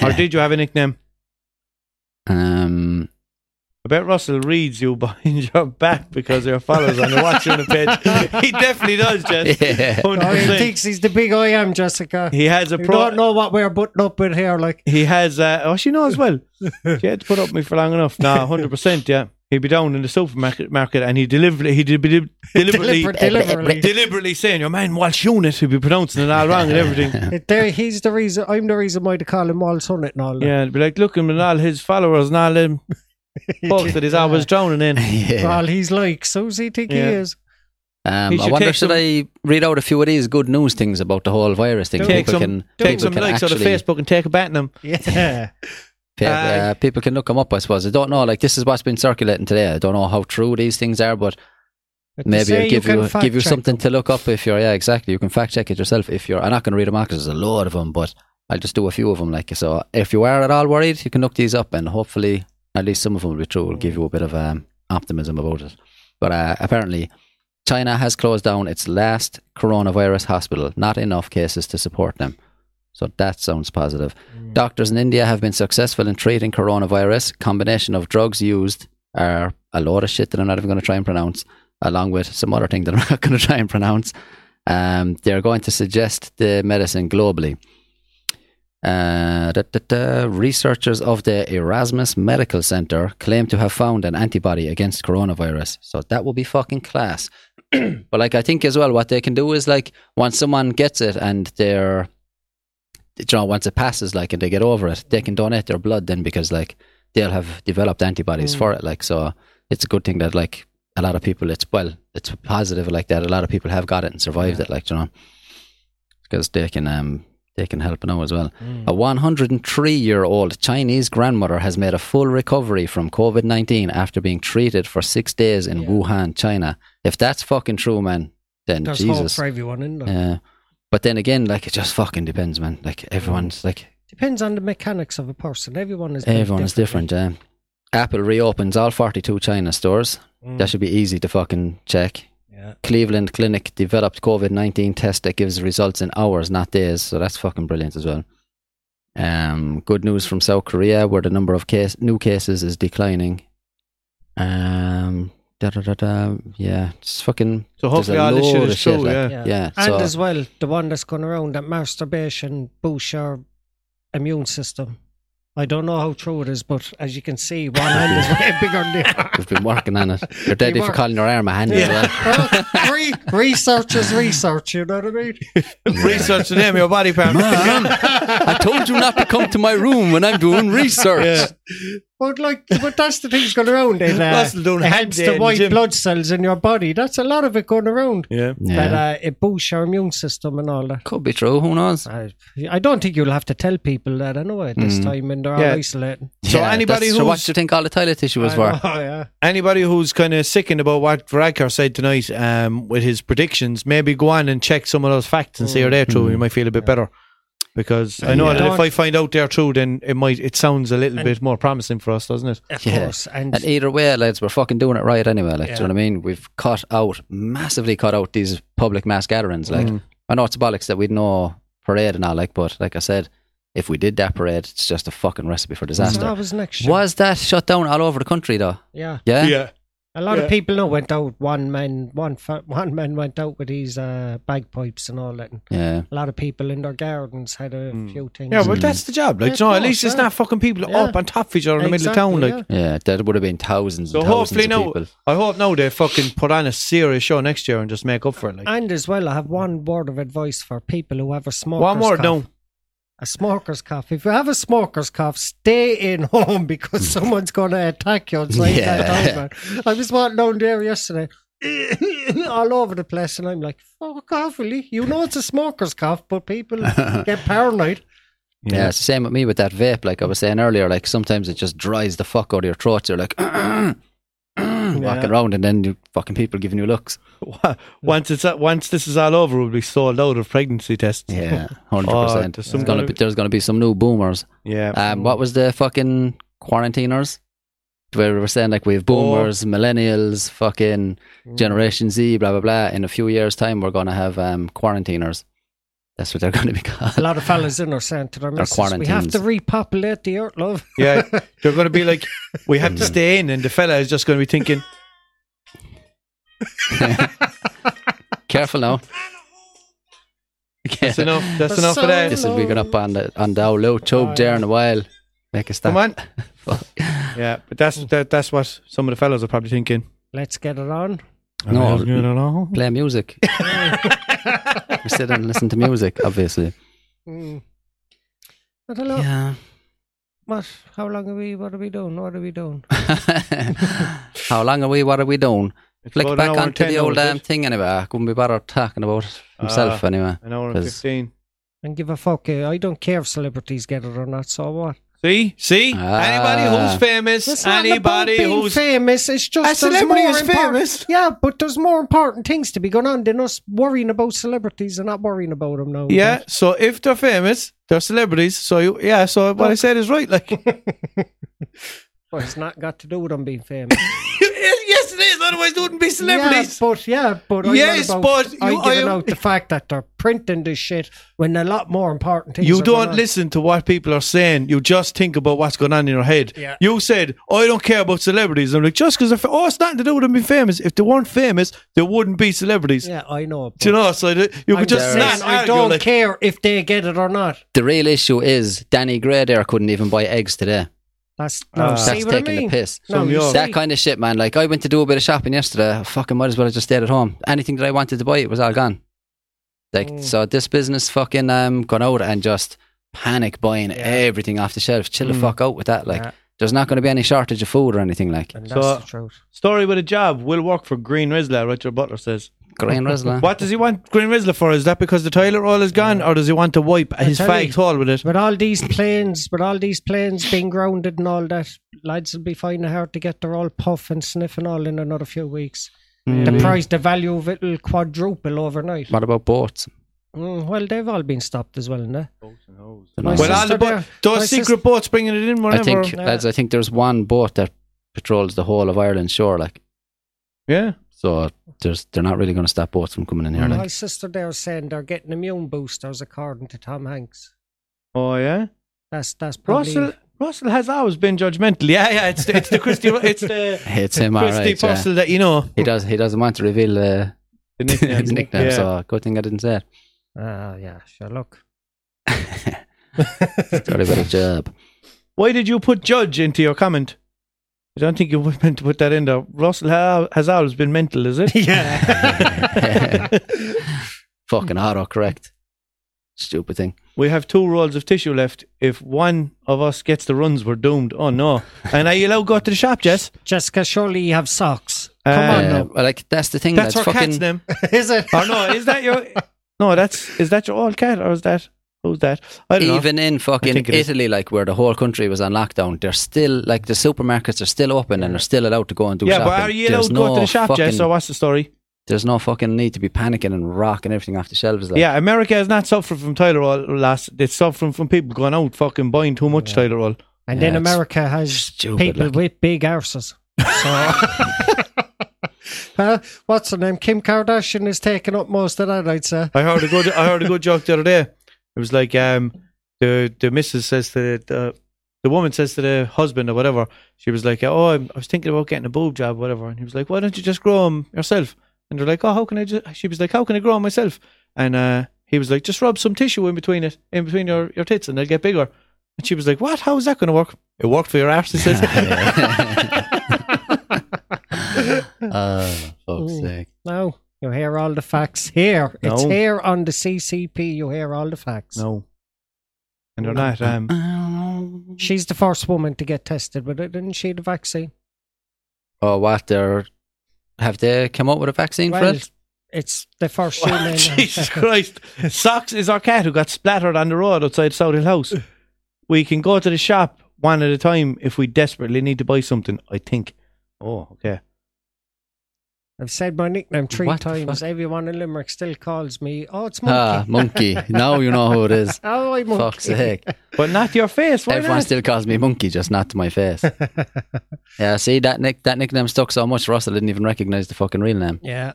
Speaker 2: or did you have a nickname?
Speaker 1: um,
Speaker 2: I bet Russell reads you behind your back because your followers on the watching the page. He definitely does, Jess.
Speaker 1: Yeah.
Speaker 2: 100%.
Speaker 4: Oh, he thinks he's the big I am, Jessica.
Speaker 2: He has a
Speaker 4: You
Speaker 2: pro.
Speaker 4: don't know what we're putting up with here. Like,
Speaker 2: He has. Uh, oh, she knows well. she had to put up with me for long enough. No, hundred percent. Yeah, he'd be down in the supermarket market, and he deliberately, he would be deli- deliberately,
Speaker 4: deliberate, deliberately.
Speaker 2: deliberately saying, "Your man Walsh unit," he'd be pronouncing it all wrong and everything.
Speaker 4: there, he's the reason. I'm the reason why they call him Walsh Hunnit and all that.
Speaker 2: Yeah, he'd be like, "Look him and all his followers and all them folks that he's always drowning in."
Speaker 1: yeah.
Speaker 4: All he's like, so does he think
Speaker 2: Yeah.
Speaker 4: he is?
Speaker 1: Um,
Speaker 2: You
Speaker 1: I
Speaker 2: should
Speaker 1: wonder
Speaker 2: take
Speaker 1: should
Speaker 2: some-
Speaker 1: I read out a few of these good news things about the whole virus thing?
Speaker 2: Take
Speaker 1: people
Speaker 2: some,
Speaker 1: can
Speaker 2: take
Speaker 1: people
Speaker 2: some
Speaker 1: can
Speaker 2: likes out of
Speaker 1: actually,
Speaker 2: Facebook and take a bat in them.
Speaker 4: Yeah.
Speaker 1: pe- uh, people can look them up. I suppose I don't know. Like this is what's been circulating today. I don't know how true these things are, but maybe
Speaker 4: Say
Speaker 1: it'll give
Speaker 4: can
Speaker 1: you,
Speaker 4: fact
Speaker 1: give you
Speaker 4: check
Speaker 1: something
Speaker 4: them.
Speaker 1: to look up if you're yeah exactly. You can fact check it yourself if you're. I'm not going to read them out 'cause there's a load of them, but I'll just do a few of them. Like so, if you are at all worried, you can look these up and hopefully at least some of them will be true. Will give you a bit of um, optimism about it. But uh, apparently, China has closed down its last coronavirus hospital. Not enough cases to support them. So that sounds positive. Doctors in India have been successful in treating coronavirus. Combination of drugs used are a lot of shit that I'm not even going to try and pronounce, along with some other thing that I'm not going to try and pronounce. Um, they're going to suggest the medicine globally. Uh, da, da, da. Researchers of the Erasmus Medical Center claim to have found an antibody against coronavirus. So that will be fucking class. but like, I think as well, what they can do is like, once someone gets it and they're, you know, once it passes, like, and they get over it, they can donate their blood then because like they'll have developed antibodies
Speaker 4: Mm.
Speaker 1: for it. Like, so it's a good thing that like a lot of people, it's well, it's positive like that. A lot of people have got it and survived it, like you know, because they can um they can help now as well.
Speaker 4: Mm.
Speaker 1: A 103 year old Chinese grandmother has made a full recovery from COVID 19 after being treated for six days in Wuhan, China. If that's fucking true, man, then
Speaker 4: There's hope
Speaker 1: Jesus.
Speaker 4: for everyone, isn't there?
Speaker 1: Yeah. Uh, But then again, like it just fucking depends, man. Like everyone's like
Speaker 4: Depends on the mechanics of a person. Everyone is built
Speaker 1: everyone is different. Yeah. Apple reopens all 42 China stores. That should be easy to fucking check.
Speaker 4: Mm. Yeah.
Speaker 1: Cleveland Clinic developed COVID 19 test that gives results in hours, not days. So that's fucking brilliant as well. Um, good news from South Korea, where the number of case, new cases is declining. Um, da, da, da, da, yeah, it's fucking.
Speaker 2: So
Speaker 1: there's a
Speaker 2: hopefully all this shit
Speaker 1: load
Speaker 2: is
Speaker 1: of shit,
Speaker 2: true,
Speaker 1: like,
Speaker 2: yeah.
Speaker 1: yeah.
Speaker 4: And
Speaker 1: so-
Speaker 4: as well, the one that's going around that masturbation boosts your immune system. I don't know how true it is, but as you can see, one hand is way bigger than the other.
Speaker 1: We've been working on it. You're dead
Speaker 4: You
Speaker 1: if
Speaker 4: are.
Speaker 1: you're calling your arm a hand as well.
Speaker 4: Well, re- research is research, you know what I mean?
Speaker 2: Research the name of your body part.
Speaker 1: I told you not to come to my room when I'm doing research.
Speaker 4: But like, but that's the thing's going around. It uh,
Speaker 2: Russell don't
Speaker 4: enhance
Speaker 2: hand
Speaker 4: the
Speaker 2: in,
Speaker 4: white
Speaker 2: Jim.
Speaker 4: blood cells in your body. That's a lot of it going around.
Speaker 2: Yeah.
Speaker 1: Yeah.
Speaker 4: That uh, it boosts your immune system and all that.
Speaker 1: Could be true. Who knows?
Speaker 4: I, I don't think you'll have to tell people that anyway this
Speaker 1: Mm.
Speaker 4: time and they're all
Speaker 2: Yeah.
Speaker 4: isolating.
Speaker 2: So
Speaker 1: Yeah,
Speaker 2: anybody
Speaker 1: that's-
Speaker 2: who's
Speaker 1: so what do you think all the toilet tissue was
Speaker 4: I
Speaker 1: for?
Speaker 4: know, yeah.
Speaker 2: anybody who's kind of sickened about what Varadkar said tonight um, with his predictions, maybe go on and check some of those facts and see are they true.
Speaker 1: Mm.
Speaker 2: You might feel a bit better because I know
Speaker 1: Yeah.
Speaker 2: that if
Speaker 4: Don't-
Speaker 2: I find out they're true, then it might it sounds a little
Speaker 4: And-
Speaker 2: bit more promising for us, doesn't it?
Speaker 4: Of
Speaker 1: Yeah.
Speaker 4: course. And,
Speaker 1: And either way, lads, we're fucking doing it right anyway. Like, do
Speaker 4: Yeah.
Speaker 1: you know what I mean? We've cut out, massively cut out these public mass gatherings. Like,
Speaker 4: Mm.
Speaker 1: I know it's bollocks that we'd know parade and all, like, but like I said, if we did that parade, it's just a fucking recipe for
Speaker 4: so
Speaker 1: disaster.
Speaker 4: that was next year.
Speaker 1: Was that shut down all over the country, though?
Speaker 4: Yeah.
Speaker 1: Yeah?
Speaker 4: A lot
Speaker 2: Yeah.
Speaker 4: of people now went out. One man, one fa- one man went out with his uh, bagpipes and all that. And
Speaker 1: Yeah.
Speaker 4: a lot of people in their gardens had a
Speaker 2: Hmm.
Speaker 4: few things.
Speaker 2: Yeah, well,
Speaker 1: Mm.
Speaker 2: that's the job. Like,
Speaker 4: Yeah,
Speaker 2: you know,
Speaker 4: of
Speaker 2: at least
Speaker 4: course,
Speaker 2: it's
Speaker 4: yeah.
Speaker 2: not fucking people
Speaker 4: Yeah.
Speaker 2: up on top of each other in the middle of town. Like,
Speaker 4: Exactly,
Speaker 1: Yeah, there would have been thousands
Speaker 2: so
Speaker 1: and thousands
Speaker 2: hopefully
Speaker 1: of
Speaker 2: now,
Speaker 1: people.
Speaker 2: I hope now they fucking put on a serious show next year and just make up for it. Like,
Speaker 4: And as well, I have one word of advice for people who have a smoker's
Speaker 2: one word,
Speaker 4: cough.
Speaker 2: no.
Speaker 4: A smoker's cough. If you have a smoker's cough, stay in home because someone's going to attack you inside
Speaker 1: Hmm. Yeah.
Speaker 4: that home. man. I was walking down there yesterday, all over the place, and I'm like, fuck off, really. You know it's a smoker's cough, but people get paranoid.
Speaker 1: Yeah. it's the same with me with that vape. Like I was saying earlier, like sometimes it just dries the fuck out of your throat. You're like walking around, and then you fucking people giving you looks.
Speaker 2: once it's once this is all over, we'll be sold out of pregnancy tests.
Speaker 1: Yeah, hundred
Speaker 2: Oh,
Speaker 1: percent. There's
Speaker 2: there's some
Speaker 1: gonna
Speaker 2: good-
Speaker 1: be there's gonna be some new boomers.
Speaker 2: yeah.
Speaker 1: Um, what was the fucking quarantiners? Where we were saying like we
Speaker 2: Oh.
Speaker 1: have boomers, millennials, fucking
Speaker 2: Mm.
Speaker 1: Generation Z, blah blah blah. In a few years' time, we're gonna have um, quarantiners. That's what they're gonna be
Speaker 4: A
Speaker 1: called.
Speaker 4: lot of fellas in our centre are missing. We have
Speaker 1: quarantines.
Speaker 4: to repopulate the earth, love.
Speaker 2: Yeah, they're going to be like, we have to stay in, and the fella is just going to be thinking,
Speaker 1: Careful now.
Speaker 2: that's enough, that's
Speaker 4: That's
Speaker 2: enough
Speaker 4: so
Speaker 2: of that.
Speaker 1: This will be going up on the on the old low tube there in a while. Make a stop.
Speaker 2: Come on.
Speaker 1: Fuck.
Speaker 2: Yeah, but that's that, that's what some of the fellas are probably thinking.
Speaker 4: Let's get it on.
Speaker 1: No.
Speaker 2: I don't know.
Speaker 1: Play music. we sit and listen to music, obviously.
Speaker 4: Mm. I don't know.
Speaker 1: Yeah.
Speaker 4: What? How long are we? What are we doing? What are we doing?
Speaker 1: How long are we? What are we doing?
Speaker 2: It's
Speaker 1: Flick
Speaker 2: about an
Speaker 1: back
Speaker 2: hour and
Speaker 1: onto
Speaker 2: 10
Speaker 1: the old
Speaker 2: hours,
Speaker 1: um,
Speaker 2: is it?
Speaker 1: thing anyway. I couldn't be better talking about it himself
Speaker 2: Ah.
Speaker 1: anyway.
Speaker 2: An hour and
Speaker 1: Because-
Speaker 2: fifteen.
Speaker 4: And give a fuck. uh, I don't care if celebrities get it or not. So what?
Speaker 2: See, see,
Speaker 1: Ah.
Speaker 2: anybody who's famous,
Speaker 4: It's not about
Speaker 2: anybody
Speaker 4: being
Speaker 2: who's
Speaker 4: famous. It's just
Speaker 2: A
Speaker 4: there's
Speaker 2: celebrity
Speaker 4: more
Speaker 2: is
Speaker 4: impor-
Speaker 2: famous.
Speaker 4: Yeah, but there's more important things to be going on than us worrying about celebrities and not worrying about them now.
Speaker 2: yeah. So if they're famous, they're celebrities. So you, yeah. So what I said is right. Like
Speaker 4: Well, it's not got to do with them being famous.
Speaker 2: yes, it is. Otherwise, they wouldn't be celebrities.
Speaker 4: Yeah, but yeah, but I
Speaker 2: Yes,
Speaker 4: about,
Speaker 2: but
Speaker 4: I
Speaker 2: you-
Speaker 4: giving
Speaker 2: I-
Speaker 4: out the fact that they're printing this shit when a lot more important things.
Speaker 2: you
Speaker 4: are going
Speaker 2: don't
Speaker 4: on.
Speaker 2: listen to what people are saying. You just think about what's going on in your head.
Speaker 4: Yeah.
Speaker 2: You said, I don't care about celebrities. I'm like, just because they're fa- oh, it's nothing to do with them being famous. If they weren't famous, they wouldn't be celebrities.
Speaker 4: Yeah, I know.
Speaker 2: Do you know? So that- you
Speaker 4: I'm
Speaker 2: could just
Speaker 4: just
Speaker 2: not
Speaker 4: saying, I
Speaker 2: argue,
Speaker 4: don't
Speaker 2: like,
Speaker 4: care if they get it or not.
Speaker 1: The real issue is Danny Gray there couldn't even buy eggs today.
Speaker 4: That's no.
Speaker 2: Ah.
Speaker 4: see
Speaker 1: That's
Speaker 4: what I
Speaker 1: taking
Speaker 4: mean?
Speaker 1: the piss.
Speaker 4: Uh, No,
Speaker 2: Some
Speaker 4: you
Speaker 2: young.
Speaker 4: see-
Speaker 1: That kind of shit, man. Like I went to do a bit of shopping yesterday. I fucking might as well have just stayed at home. Anything that I wanted to buy, it was all gone. Like
Speaker 4: Mm.
Speaker 1: so, this business fucking um gone out and just panic buying everything off the shelf. Chill the fuck out with that. Like
Speaker 4: Yeah.
Speaker 1: there's not going to be any shortage of food or anything. Like
Speaker 4: And
Speaker 2: So-
Speaker 4: that's the truth.
Speaker 2: Story with a job will work for Green Rizla, Richard Butler says.
Speaker 1: grain Rizla.
Speaker 2: What does he want Green Rizla for? Is that because the toilet roll is gone or does he want to wipe his
Speaker 4: tell
Speaker 2: fag
Speaker 4: you.
Speaker 2: hole with it?
Speaker 4: With all these planes, with all these planes being grounded and all that, lads will be finding it hard to get their all puff and sniffing all in another few weeks.
Speaker 2: Mm-hmm.
Speaker 4: The price, the value of it will quadruple overnight.
Speaker 1: Mm. What about boats?
Speaker 4: Mm, well, they've all been stopped as well, now.
Speaker 1: Dunno.
Speaker 4: My
Speaker 2: Well, all
Speaker 4: sister
Speaker 2: the bo-
Speaker 4: there- my
Speaker 2: those
Speaker 4: sis-
Speaker 2: secret boats bringing it in
Speaker 1: I
Speaker 2: whenever.
Speaker 1: think lads, I think there's one boat that patrols the whole of Ireland shore. Like
Speaker 2: yeah.
Speaker 1: so, there's they're not really going to stop boats from coming in here.
Speaker 2: Mm-hmm.
Speaker 4: My
Speaker 1: Like
Speaker 4: sister there saying they're getting immune boosters according to Tom Hanks.
Speaker 2: Oh, yeah.
Speaker 4: That's that's probably
Speaker 2: Russell Russell has always been judgmental. Yeah, yeah. It's the, it's the Christy. It's the
Speaker 4: Mm.
Speaker 1: it's him,
Speaker 2: Christy
Speaker 1: alright. yeah.
Speaker 2: Russell that you know.
Speaker 1: He does. He doesn't want to reveal uh,
Speaker 2: The
Speaker 1: his nickname.
Speaker 2: Yeah.
Speaker 1: So good thing I didn't say it.
Speaker 4: Ah, yeah, sure. Look,
Speaker 1: Got a bit of job.
Speaker 2: Why did you put judge into your comment? I don't think you were meant to put that in there. Russell ha- has always been mental, is it?
Speaker 1: Fucking autocorrect. Stupid thing.
Speaker 2: we have two rolls of tissue left. If one of us gets the runs, we're doomed. Oh no! And are you allowed to go to the shop, Jess?
Speaker 4: Jessica, surely you have socks.
Speaker 2: Uh,
Speaker 4: Come on,
Speaker 1: Yeah,
Speaker 4: now.
Speaker 1: well, like that's the thing.
Speaker 2: That's
Speaker 1: That's,
Speaker 2: her
Speaker 1: fucking.
Speaker 2: cat's name.
Speaker 4: is it?
Speaker 2: Oh no! Is that your? No, that's is that your old cat or is that who's that? I don't
Speaker 1: Even in
Speaker 2: I
Speaker 1: fucking
Speaker 2: think it is.
Speaker 1: Italy, like where the whole country was on lockdown, they're still like the supermarkets are still open and they're still allowed to go and do
Speaker 2: know. Yeah,
Speaker 1: shopping.
Speaker 2: but are you allowed
Speaker 1: There's
Speaker 2: to go to
Speaker 1: no
Speaker 2: the shop,
Speaker 1: fucking,
Speaker 2: Jess? Or what's the story?
Speaker 1: There's no fucking need to be panicking and rocking everything off the shelves. Like.
Speaker 2: Yeah, America has not suffered from Tylerol last. It's suffering from people going out fucking buying too much Tylerol.
Speaker 4: And
Speaker 1: Yeah,
Speaker 4: then
Speaker 1: it's
Speaker 4: America has
Speaker 1: stupid,
Speaker 4: people
Speaker 1: like.
Speaker 4: with big arses. Huh? What's her name? Kim Kardashian is taking up most of that, I'd say.
Speaker 2: I heard a good I heard a good joke the other day. It was like um the the missus says to the, the the woman says to the husband or whatever, she was like, "Oh, I'm, I was thinking about getting a boob job, or whatever." And he was like, "Why don't you just grow them yourself?" And they're like, "Oh, how can I just?" She was like, "How can I grow them myself?" And uh, he was like, "Just rub some tissue in between it, in between your, your tits, and they'll get bigger." And she was like, "What? How is that going to work?" It worked for your arse, he says.
Speaker 1: Oh, fuck's
Speaker 4: Mm.
Speaker 1: sake.
Speaker 4: No, you hear all the facts here. It's
Speaker 2: No.
Speaker 4: here on the CCP. You hear all the facts.
Speaker 2: no, and they're not. Um,
Speaker 4: She's the first woman to get tested with it, didn't she? The vaccine.
Speaker 1: Oh, what? They're have they come up with a vaccine for
Speaker 4: Well,
Speaker 1: it?
Speaker 4: It's the first two men.
Speaker 2: Jesus Christ. Socks is our cat who got splattered on the road outside South Hill House. We can go to the shop one at a time if we desperately need to buy something, I think. Oh, okay.
Speaker 4: I've said my nickname three
Speaker 1: What the
Speaker 4: times.
Speaker 1: fuck?
Speaker 4: Everyone in Limerick still calls me. Oh, it's
Speaker 1: Ah,
Speaker 4: monkey.
Speaker 1: monkey. Now you know who it is.
Speaker 4: oh, I'm monkey.
Speaker 1: Fuck's sake.
Speaker 2: But not your face. Why
Speaker 1: Everyone
Speaker 2: not?
Speaker 1: still calls me monkey, just not to my face. yeah, see that nick that nickname stuck so much Russell didn't even recognise the fucking real name.
Speaker 4: Yeah.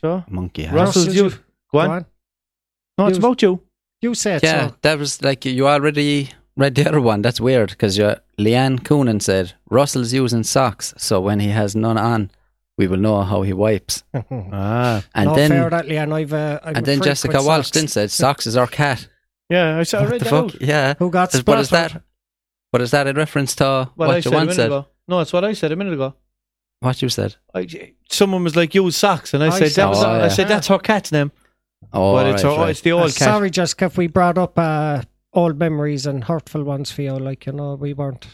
Speaker 2: Sure.
Speaker 1: Monkey. huh?
Speaker 2: Russell's
Speaker 4: Russell's
Speaker 2: you.
Speaker 4: you-
Speaker 2: Go on.
Speaker 4: Go on.
Speaker 2: No, it's
Speaker 4: You-
Speaker 2: about you.
Speaker 4: You said
Speaker 1: Yeah,
Speaker 4: so.
Speaker 1: that was like you already read the other one. That's weird because Leanne Coonan said Russell's using socks, so when he has none on, we will know how he wipes.
Speaker 2: Ah.
Speaker 1: And
Speaker 4: no
Speaker 1: then
Speaker 4: fair, that, Leon. I've, uh, I'm a
Speaker 1: and then
Speaker 4: freak
Speaker 1: Jessica
Speaker 4: with
Speaker 1: Walsh
Speaker 4: socks.
Speaker 1: then said socks is our cat.
Speaker 2: Yeah, I saw I
Speaker 1: What
Speaker 2: read
Speaker 1: the
Speaker 2: that
Speaker 1: fuck?
Speaker 2: out.
Speaker 1: Yeah.
Speaker 4: Who got
Speaker 1: What is
Speaker 4: splattered?
Speaker 1: that? What is that in reference to
Speaker 2: What,
Speaker 1: what,
Speaker 2: I
Speaker 1: you
Speaker 2: said a
Speaker 1: once
Speaker 2: minute
Speaker 1: said?
Speaker 2: ago. No, it's what I said a minute ago.
Speaker 1: What you said?
Speaker 2: I, someone was like, "Use socks," and I,
Speaker 4: I
Speaker 2: said,
Speaker 4: said
Speaker 2: "That was."
Speaker 1: that.
Speaker 2: I said,
Speaker 4: Yeah.
Speaker 2: "That's her cat's name."
Speaker 1: Oh,
Speaker 2: but it's
Speaker 1: right,
Speaker 2: her,
Speaker 1: right.
Speaker 2: it's the
Speaker 4: Uh,
Speaker 2: old cat.
Speaker 4: sorry, Jessica, if we brought up uh, old memories and hurtful ones for you, like, you know, we weren't.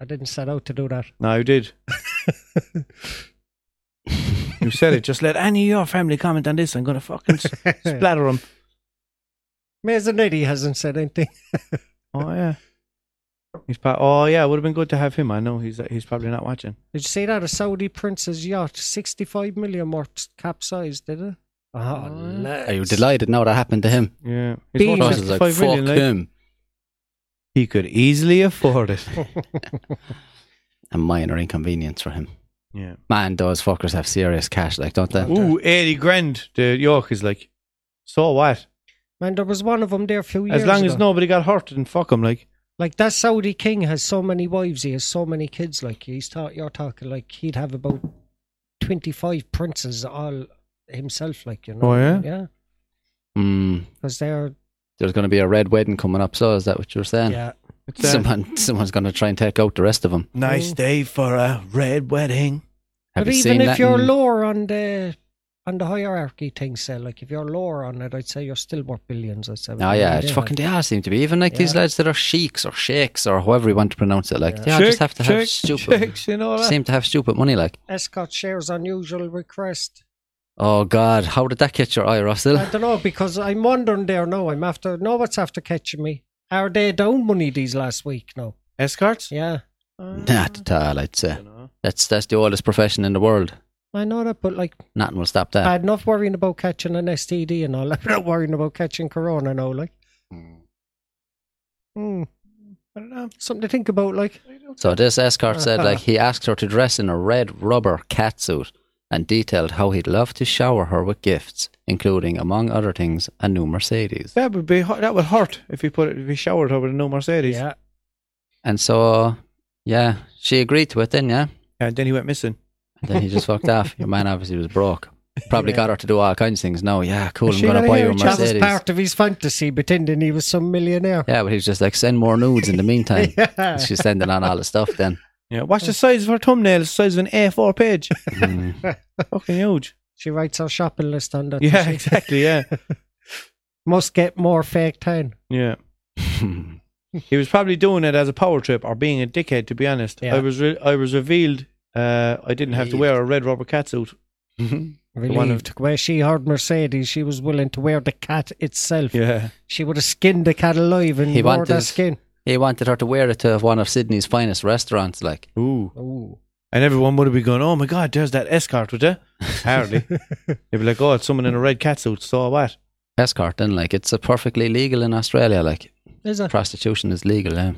Speaker 4: I didn't set out to do that.
Speaker 2: No, you did. you said it. Just let any of your family comment on this. I'm gonna fucking s- splatter them.
Speaker 4: Mazanetti hasn't said anything.
Speaker 2: Oh yeah. He's pa- oh yeah, it would have been good to have him. I know he's uh, he's probably not watching.
Speaker 4: Did you see that? A Saudi prince's yacht, 65 million worth capsized, did it? Oh,
Speaker 1: Are you delighted now that happened to him?
Speaker 2: Yeah,
Speaker 4: Being-
Speaker 2: he's
Speaker 1: Russell's like, fuck him.
Speaker 2: He could easily afford it.
Speaker 1: A minor inconvenience for him.
Speaker 2: yeah.
Speaker 1: Man, those fuckers have serious cash, like, don't they?
Speaker 2: Ooh, eighty grand. The York is like. So what?
Speaker 4: Man, there was one of them there a few years
Speaker 2: As long
Speaker 4: ago.
Speaker 2: as nobody got hurt, then fuck him. Like.
Speaker 4: Like, that Saudi king has so many wives, he has so many kids. Like, he's ta- you're talking like he'd have about 25 princes all himself, like, you know.
Speaker 2: Oh, yeah?
Speaker 4: Yeah,
Speaker 1: Mm,
Speaker 4: because they're.
Speaker 1: there's going to be a red wedding coming up, so is that what you're saying?
Speaker 4: Yeah.
Speaker 2: It's, uh,
Speaker 1: Someone, someone's going to try and take out the rest of them.
Speaker 2: Nice day for a red wedding.
Speaker 1: Have
Speaker 4: but
Speaker 1: you
Speaker 4: even
Speaker 1: seen
Speaker 4: if
Speaker 1: that Hmm.
Speaker 4: you're
Speaker 1: in-
Speaker 4: lower on the on the hierarchy thing, say like if you're lower on it, I'd say you're still worth billions. I'd say.
Speaker 1: Oh yeah, it's fucking they all seem to be. Even like these
Speaker 4: Yeah.
Speaker 1: lads that are sheiks or sheiks or however you want to pronounce it, like
Speaker 4: Yeah.
Speaker 1: they all just have to have stupid,
Speaker 2: Chicks and all that.
Speaker 1: seem to have stupid money. Like,
Speaker 4: Escort shares unusual request.
Speaker 1: oh god, how did that catch your eye, Russell?
Speaker 4: I don't know because I'm wondering there now. I'm after no, what's after catching me? Are they down money these last week? No.
Speaker 2: Escorts?
Speaker 4: Yeah,
Speaker 1: Not at all, I'd say. That's that's the oldest profession in the world.
Speaker 4: I know that, but like
Speaker 1: Nothing will stop that.
Speaker 4: I had enough worrying about catching an STD and all. I'm not worrying about catching corona now. Like, hmm,
Speaker 2: I don't know.
Speaker 4: something to think about. Like,
Speaker 1: So this escort said like he asked her to dress in a red rubber catsuit and detailed how he'd love to shower her with gifts, including among other things a new Mercedes.
Speaker 2: That would be hu- that would hurt if he put it if he showered her with a new Mercedes.
Speaker 4: yeah,
Speaker 1: And so yeah, she agreed to it then, yeah.
Speaker 2: And then he went missing.
Speaker 1: And then he just fucked off. Your man obviously was broke. Probably got her to do all kinds of things. No, yeah, cool.
Speaker 2: Is
Speaker 1: I'm
Speaker 2: she
Speaker 1: gonna
Speaker 2: gonna
Speaker 1: buy you
Speaker 2: hear
Speaker 1: a
Speaker 2: it? That
Speaker 4: that was
Speaker 1: Mercedes.
Speaker 4: part of his fantasy, pretending he was some millionaire.
Speaker 1: Yeah, but he was just like send more nudes in the meantime.
Speaker 4: Yeah.
Speaker 1: She's sending on all the stuff then.
Speaker 2: Yeah. Watch the size of her thumbnail, the size of an A4 page.
Speaker 1: Mm.
Speaker 2: Fucking huge.
Speaker 4: She writes her shopping list on that.
Speaker 2: Yeah,
Speaker 4: does she?
Speaker 2: exactly. Yeah.
Speaker 4: Must get more fake tan.
Speaker 2: Yeah. He was probably doing it as a power trip or being a dickhead. To be honest,
Speaker 4: Yeah.
Speaker 2: I was re- I was revealed. Uh, I didn't have to wear a red rubber catsuit.
Speaker 4: Relieved.
Speaker 2: one of-
Speaker 4: Where she heard Mercedes, she was willing to wear the cat itself.
Speaker 2: Yeah.
Speaker 4: She would have skinned the cat alive and
Speaker 1: He
Speaker 4: wore
Speaker 1: wanted-
Speaker 4: that skin.
Speaker 1: he wanted her to wear it to one of Sydney's finest restaurants, like
Speaker 2: Ooh.
Speaker 4: Ooh.
Speaker 2: And everyone would have been going, "Oh my God, there's that escort with there." Hardly. They'd be like, "Oh, it's someone in a red catsuit." So what?
Speaker 1: escort then like it's a perfectly legal in Australia, like
Speaker 4: Is it?
Speaker 1: prostitution is legal, yeah.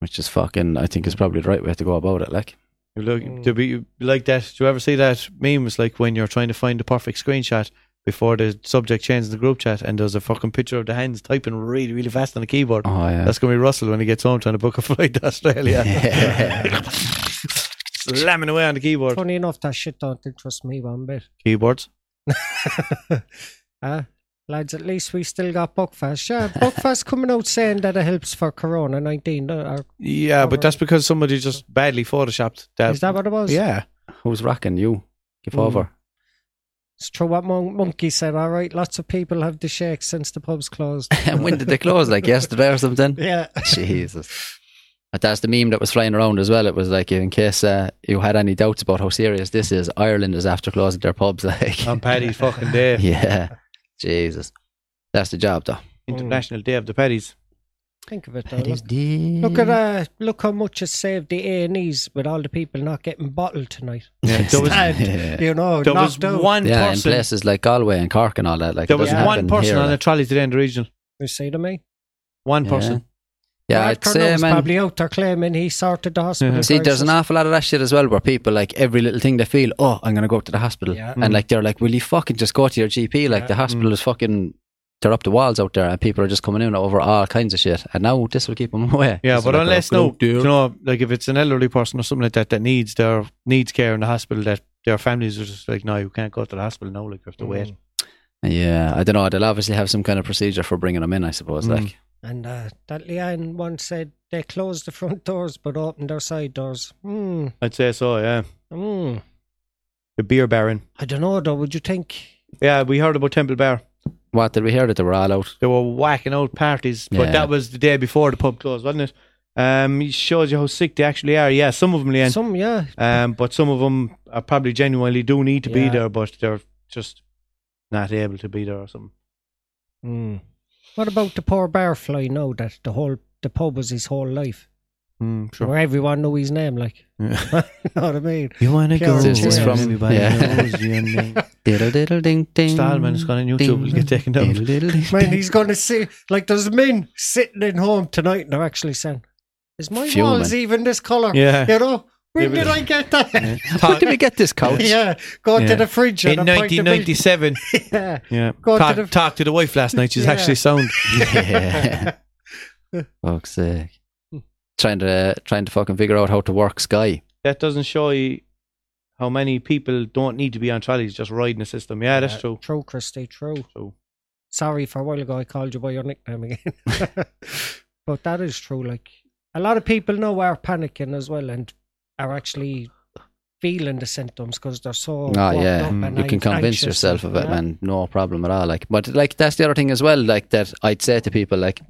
Speaker 1: Which is fucking I think is probably the right way to go about it, like.
Speaker 2: You look
Speaker 4: Mm.
Speaker 2: to be like that. Do you ever see that meme? It's like when you're trying to find the perfect screenshot before the subject changes the group chat, and there's a fucking picture of the hands typing really, really fast on the keyboard.
Speaker 1: Oh yeah.
Speaker 2: That's gonna be Russell when he gets home trying to book a flight to Australia. Slamming away on the keyboard.
Speaker 4: Funny enough, that shit don't interest me one bit.
Speaker 2: Keyboards.
Speaker 4: Huh? Lads, at least we still got Buckfast. Yeah, Buckfast coming out saying that it helps for Corona 19. uh,
Speaker 2: Yeah, but
Speaker 4: Alright.
Speaker 2: that's because somebody just badly photoshopped
Speaker 4: Or,
Speaker 2: that.
Speaker 4: uh, is that what it was?
Speaker 2: Yeah.
Speaker 1: Who's rocking you? Give
Speaker 4: Mm.
Speaker 1: over.
Speaker 4: It's true what Mon- Monkey said. All right, lots of people have the shakes since the pub's closed.
Speaker 1: and when did they close? Like yesterday or something?
Speaker 4: yeah.
Speaker 1: Jesus. But that's the meme that was flying around as well. It was like, in case uh, you had any doubts about how serious this is, Ireland is after closing their pubs. Like,
Speaker 2: on Paddy's fucking day.
Speaker 1: yeah, Jesus, that's the job, though.
Speaker 4: Mm.
Speaker 2: International Day of the Paddies.
Speaker 4: Think of it though. Look, look at uh, look how much it saved the A and E's with all the people not getting bottled tonight.
Speaker 2: Yeah, there was,
Speaker 4: Sad,
Speaker 1: Yeah.
Speaker 4: you know,
Speaker 2: there was
Speaker 4: knocked out.
Speaker 2: one
Speaker 1: Yeah, in
Speaker 2: person.
Speaker 1: places like Galway and Cork and all that. Like,
Speaker 2: there
Speaker 1: it
Speaker 2: was
Speaker 1: doesn't
Speaker 2: one
Speaker 1: happen
Speaker 2: person
Speaker 1: here,
Speaker 2: on the
Speaker 1: like.
Speaker 2: trolleys today in the region.
Speaker 4: You see to me?
Speaker 2: One
Speaker 1: Yeah.
Speaker 2: person.
Speaker 1: Yeah,
Speaker 4: Brad
Speaker 1: I'd
Speaker 4: Curnoe
Speaker 1: say,
Speaker 4: was
Speaker 1: man. Mm-hmm.
Speaker 4: probably out there claiming he sorted the hospital.
Speaker 2: Yeah.
Speaker 1: See, there's an
Speaker 4: crisis.
Speaker 1: awful lot of that shit as well, where people like every little thing they feel, oh, I'm gonna go to the hospital,
Speaker 4: Yeah.
Speaker 2: Mm.
Speaker 1: and like they're like, will you fucking just go to your GP? Like
Speaker 3: Yeah.
Speaker 1: the hospital is fucking, they're up the walls out there, and people are just coming in over all kinds of shit, and now this will keep them away.
Speaker 2: Yeah,
Speaker 1: This
Speaker 2: but
Speaker 1: is like,
Speaker 2: unless
Speaker 1: oh,
Speaker 2: no,
Speaker 1: go,
Speaker 2: you
Speaker 1: dude.
Speaker 2: know, like if it's an elderly person or something like that that needs their needs care in the hospital, that their families are just like, no, you can't go to the hospital now. Like you have to wait.
Speaker 1: yeah, I don't know. They'll obviously have some kind of procedure for bringing them in, I suppose.
Speaker 2: Mm.
Speaker 1: Like,
Speaker 4: And uh, that Leanne once said they closed the front doors but opened their side doors. Hmm.
Speaker 2: I'd say so. Yeah,
Speaker 4: Hmm.
Speaker 2: the beer baron.
Speaker 4: I don't know though. Would you think?
Speaker 2: Yeah, we heard about Temple Bar.
Speaker 1: what did we hear that they were all out?
Speaker 2: They were whacking out parties, but
Speaker 1: Yeah.
Speaker 2: that was the day before the pub closed, wasn't it? Um, it shows you how sick they actually are. Yeah, some of them, Leanne.
Speaker 4: Some, yeah.
Speaker 2: Um, but some of them are probably genuinely do need to be
Speaker 4: Yeah.
Speaker 2: there, but they're just not able to be there or something.
Speaker 4: What about the poor barfly now that the whole the pub was his whole life,
Speaker 2: Mm,
Speaker 4: where everyone knew his name? Like,
Speaker 2: Yeah.
Speaker 4: you know what I mean?
Speaker 2: You want to
Speaker 4: Carol
Speaker 2: go?
Speaker 1: This is
Speaker 2: where
Speaker 1: from-
Speaker 2: everybody
Speaker 1: yeah.
Speaker 2: knows your name.
Speaker 1: Diddle diddle ding ding.
Speaker 2: Stallman has gone on YouTube.
Speaker 1: Ding.
Speaker 2: It'll get taken down.
Speaker 1: Diddle diddle ding.
Speaker 4: Man, he's going to see like there's men sitting in home tonight and they're actually saying, "Is my
Speaker 1: Fuming.
Speaker 4: walls even this color?
Speaker 2: Yeah.
Speaker 4: You know, when
Speaker 2: Yeah,
Speaker 4: did
Speaker 2: but-
Speaker 4: I get that? Yeah,
Speaker 1: Where did we get this couch?
Speaker 4: go
Speaker 2: Yeah.
Speaker 4: to the fridge
Speaker 2: In
Speaker 4: and a pint of milk.
Speaker 2: 1997,
Speaker 4: Yeah.
Speaker 2: yeah.
Speaker 4: Go to
Speaker 2: Talk,
Speaker 4: the-
Speaker 2: talked to the wife last night. She's
Speaker 4: Yeah.
Speaker 2: actually sound.
Speaker 1: Yeah. Fuck's sake. Trying to trying to fucking figure out how to work Sky.
Speaker 2: That doesn't show you how many people don't need to be on trolleys just riding the system. Yeah, that's
Speaker 4: Yeah,
Speaker 2: true.
Speaker 4: True, Christy. True.
Speaker 2: True.
Speaker 4: Sorry for a while ago I called you by your nickname again, but that is true. Like a lot of people now are panicking as well and are actually feeling the symptoms because they're so.
Speaker 1: Ah,
Speaker 4: worked
Speaker 1: yeah.
Speaker 4: up and
Speaker 1: You can
Speaker 4: anx-
Speaker 1: convince
Speaker 4: anxious
Speaker 1: yourself of
Speaker 4: and-
Speaker 1: it,
Speaker 4: yeah.
Speaker 1: man. No problem at all. Like, but like that's the other thing as well. Like that, I'd say to people, like,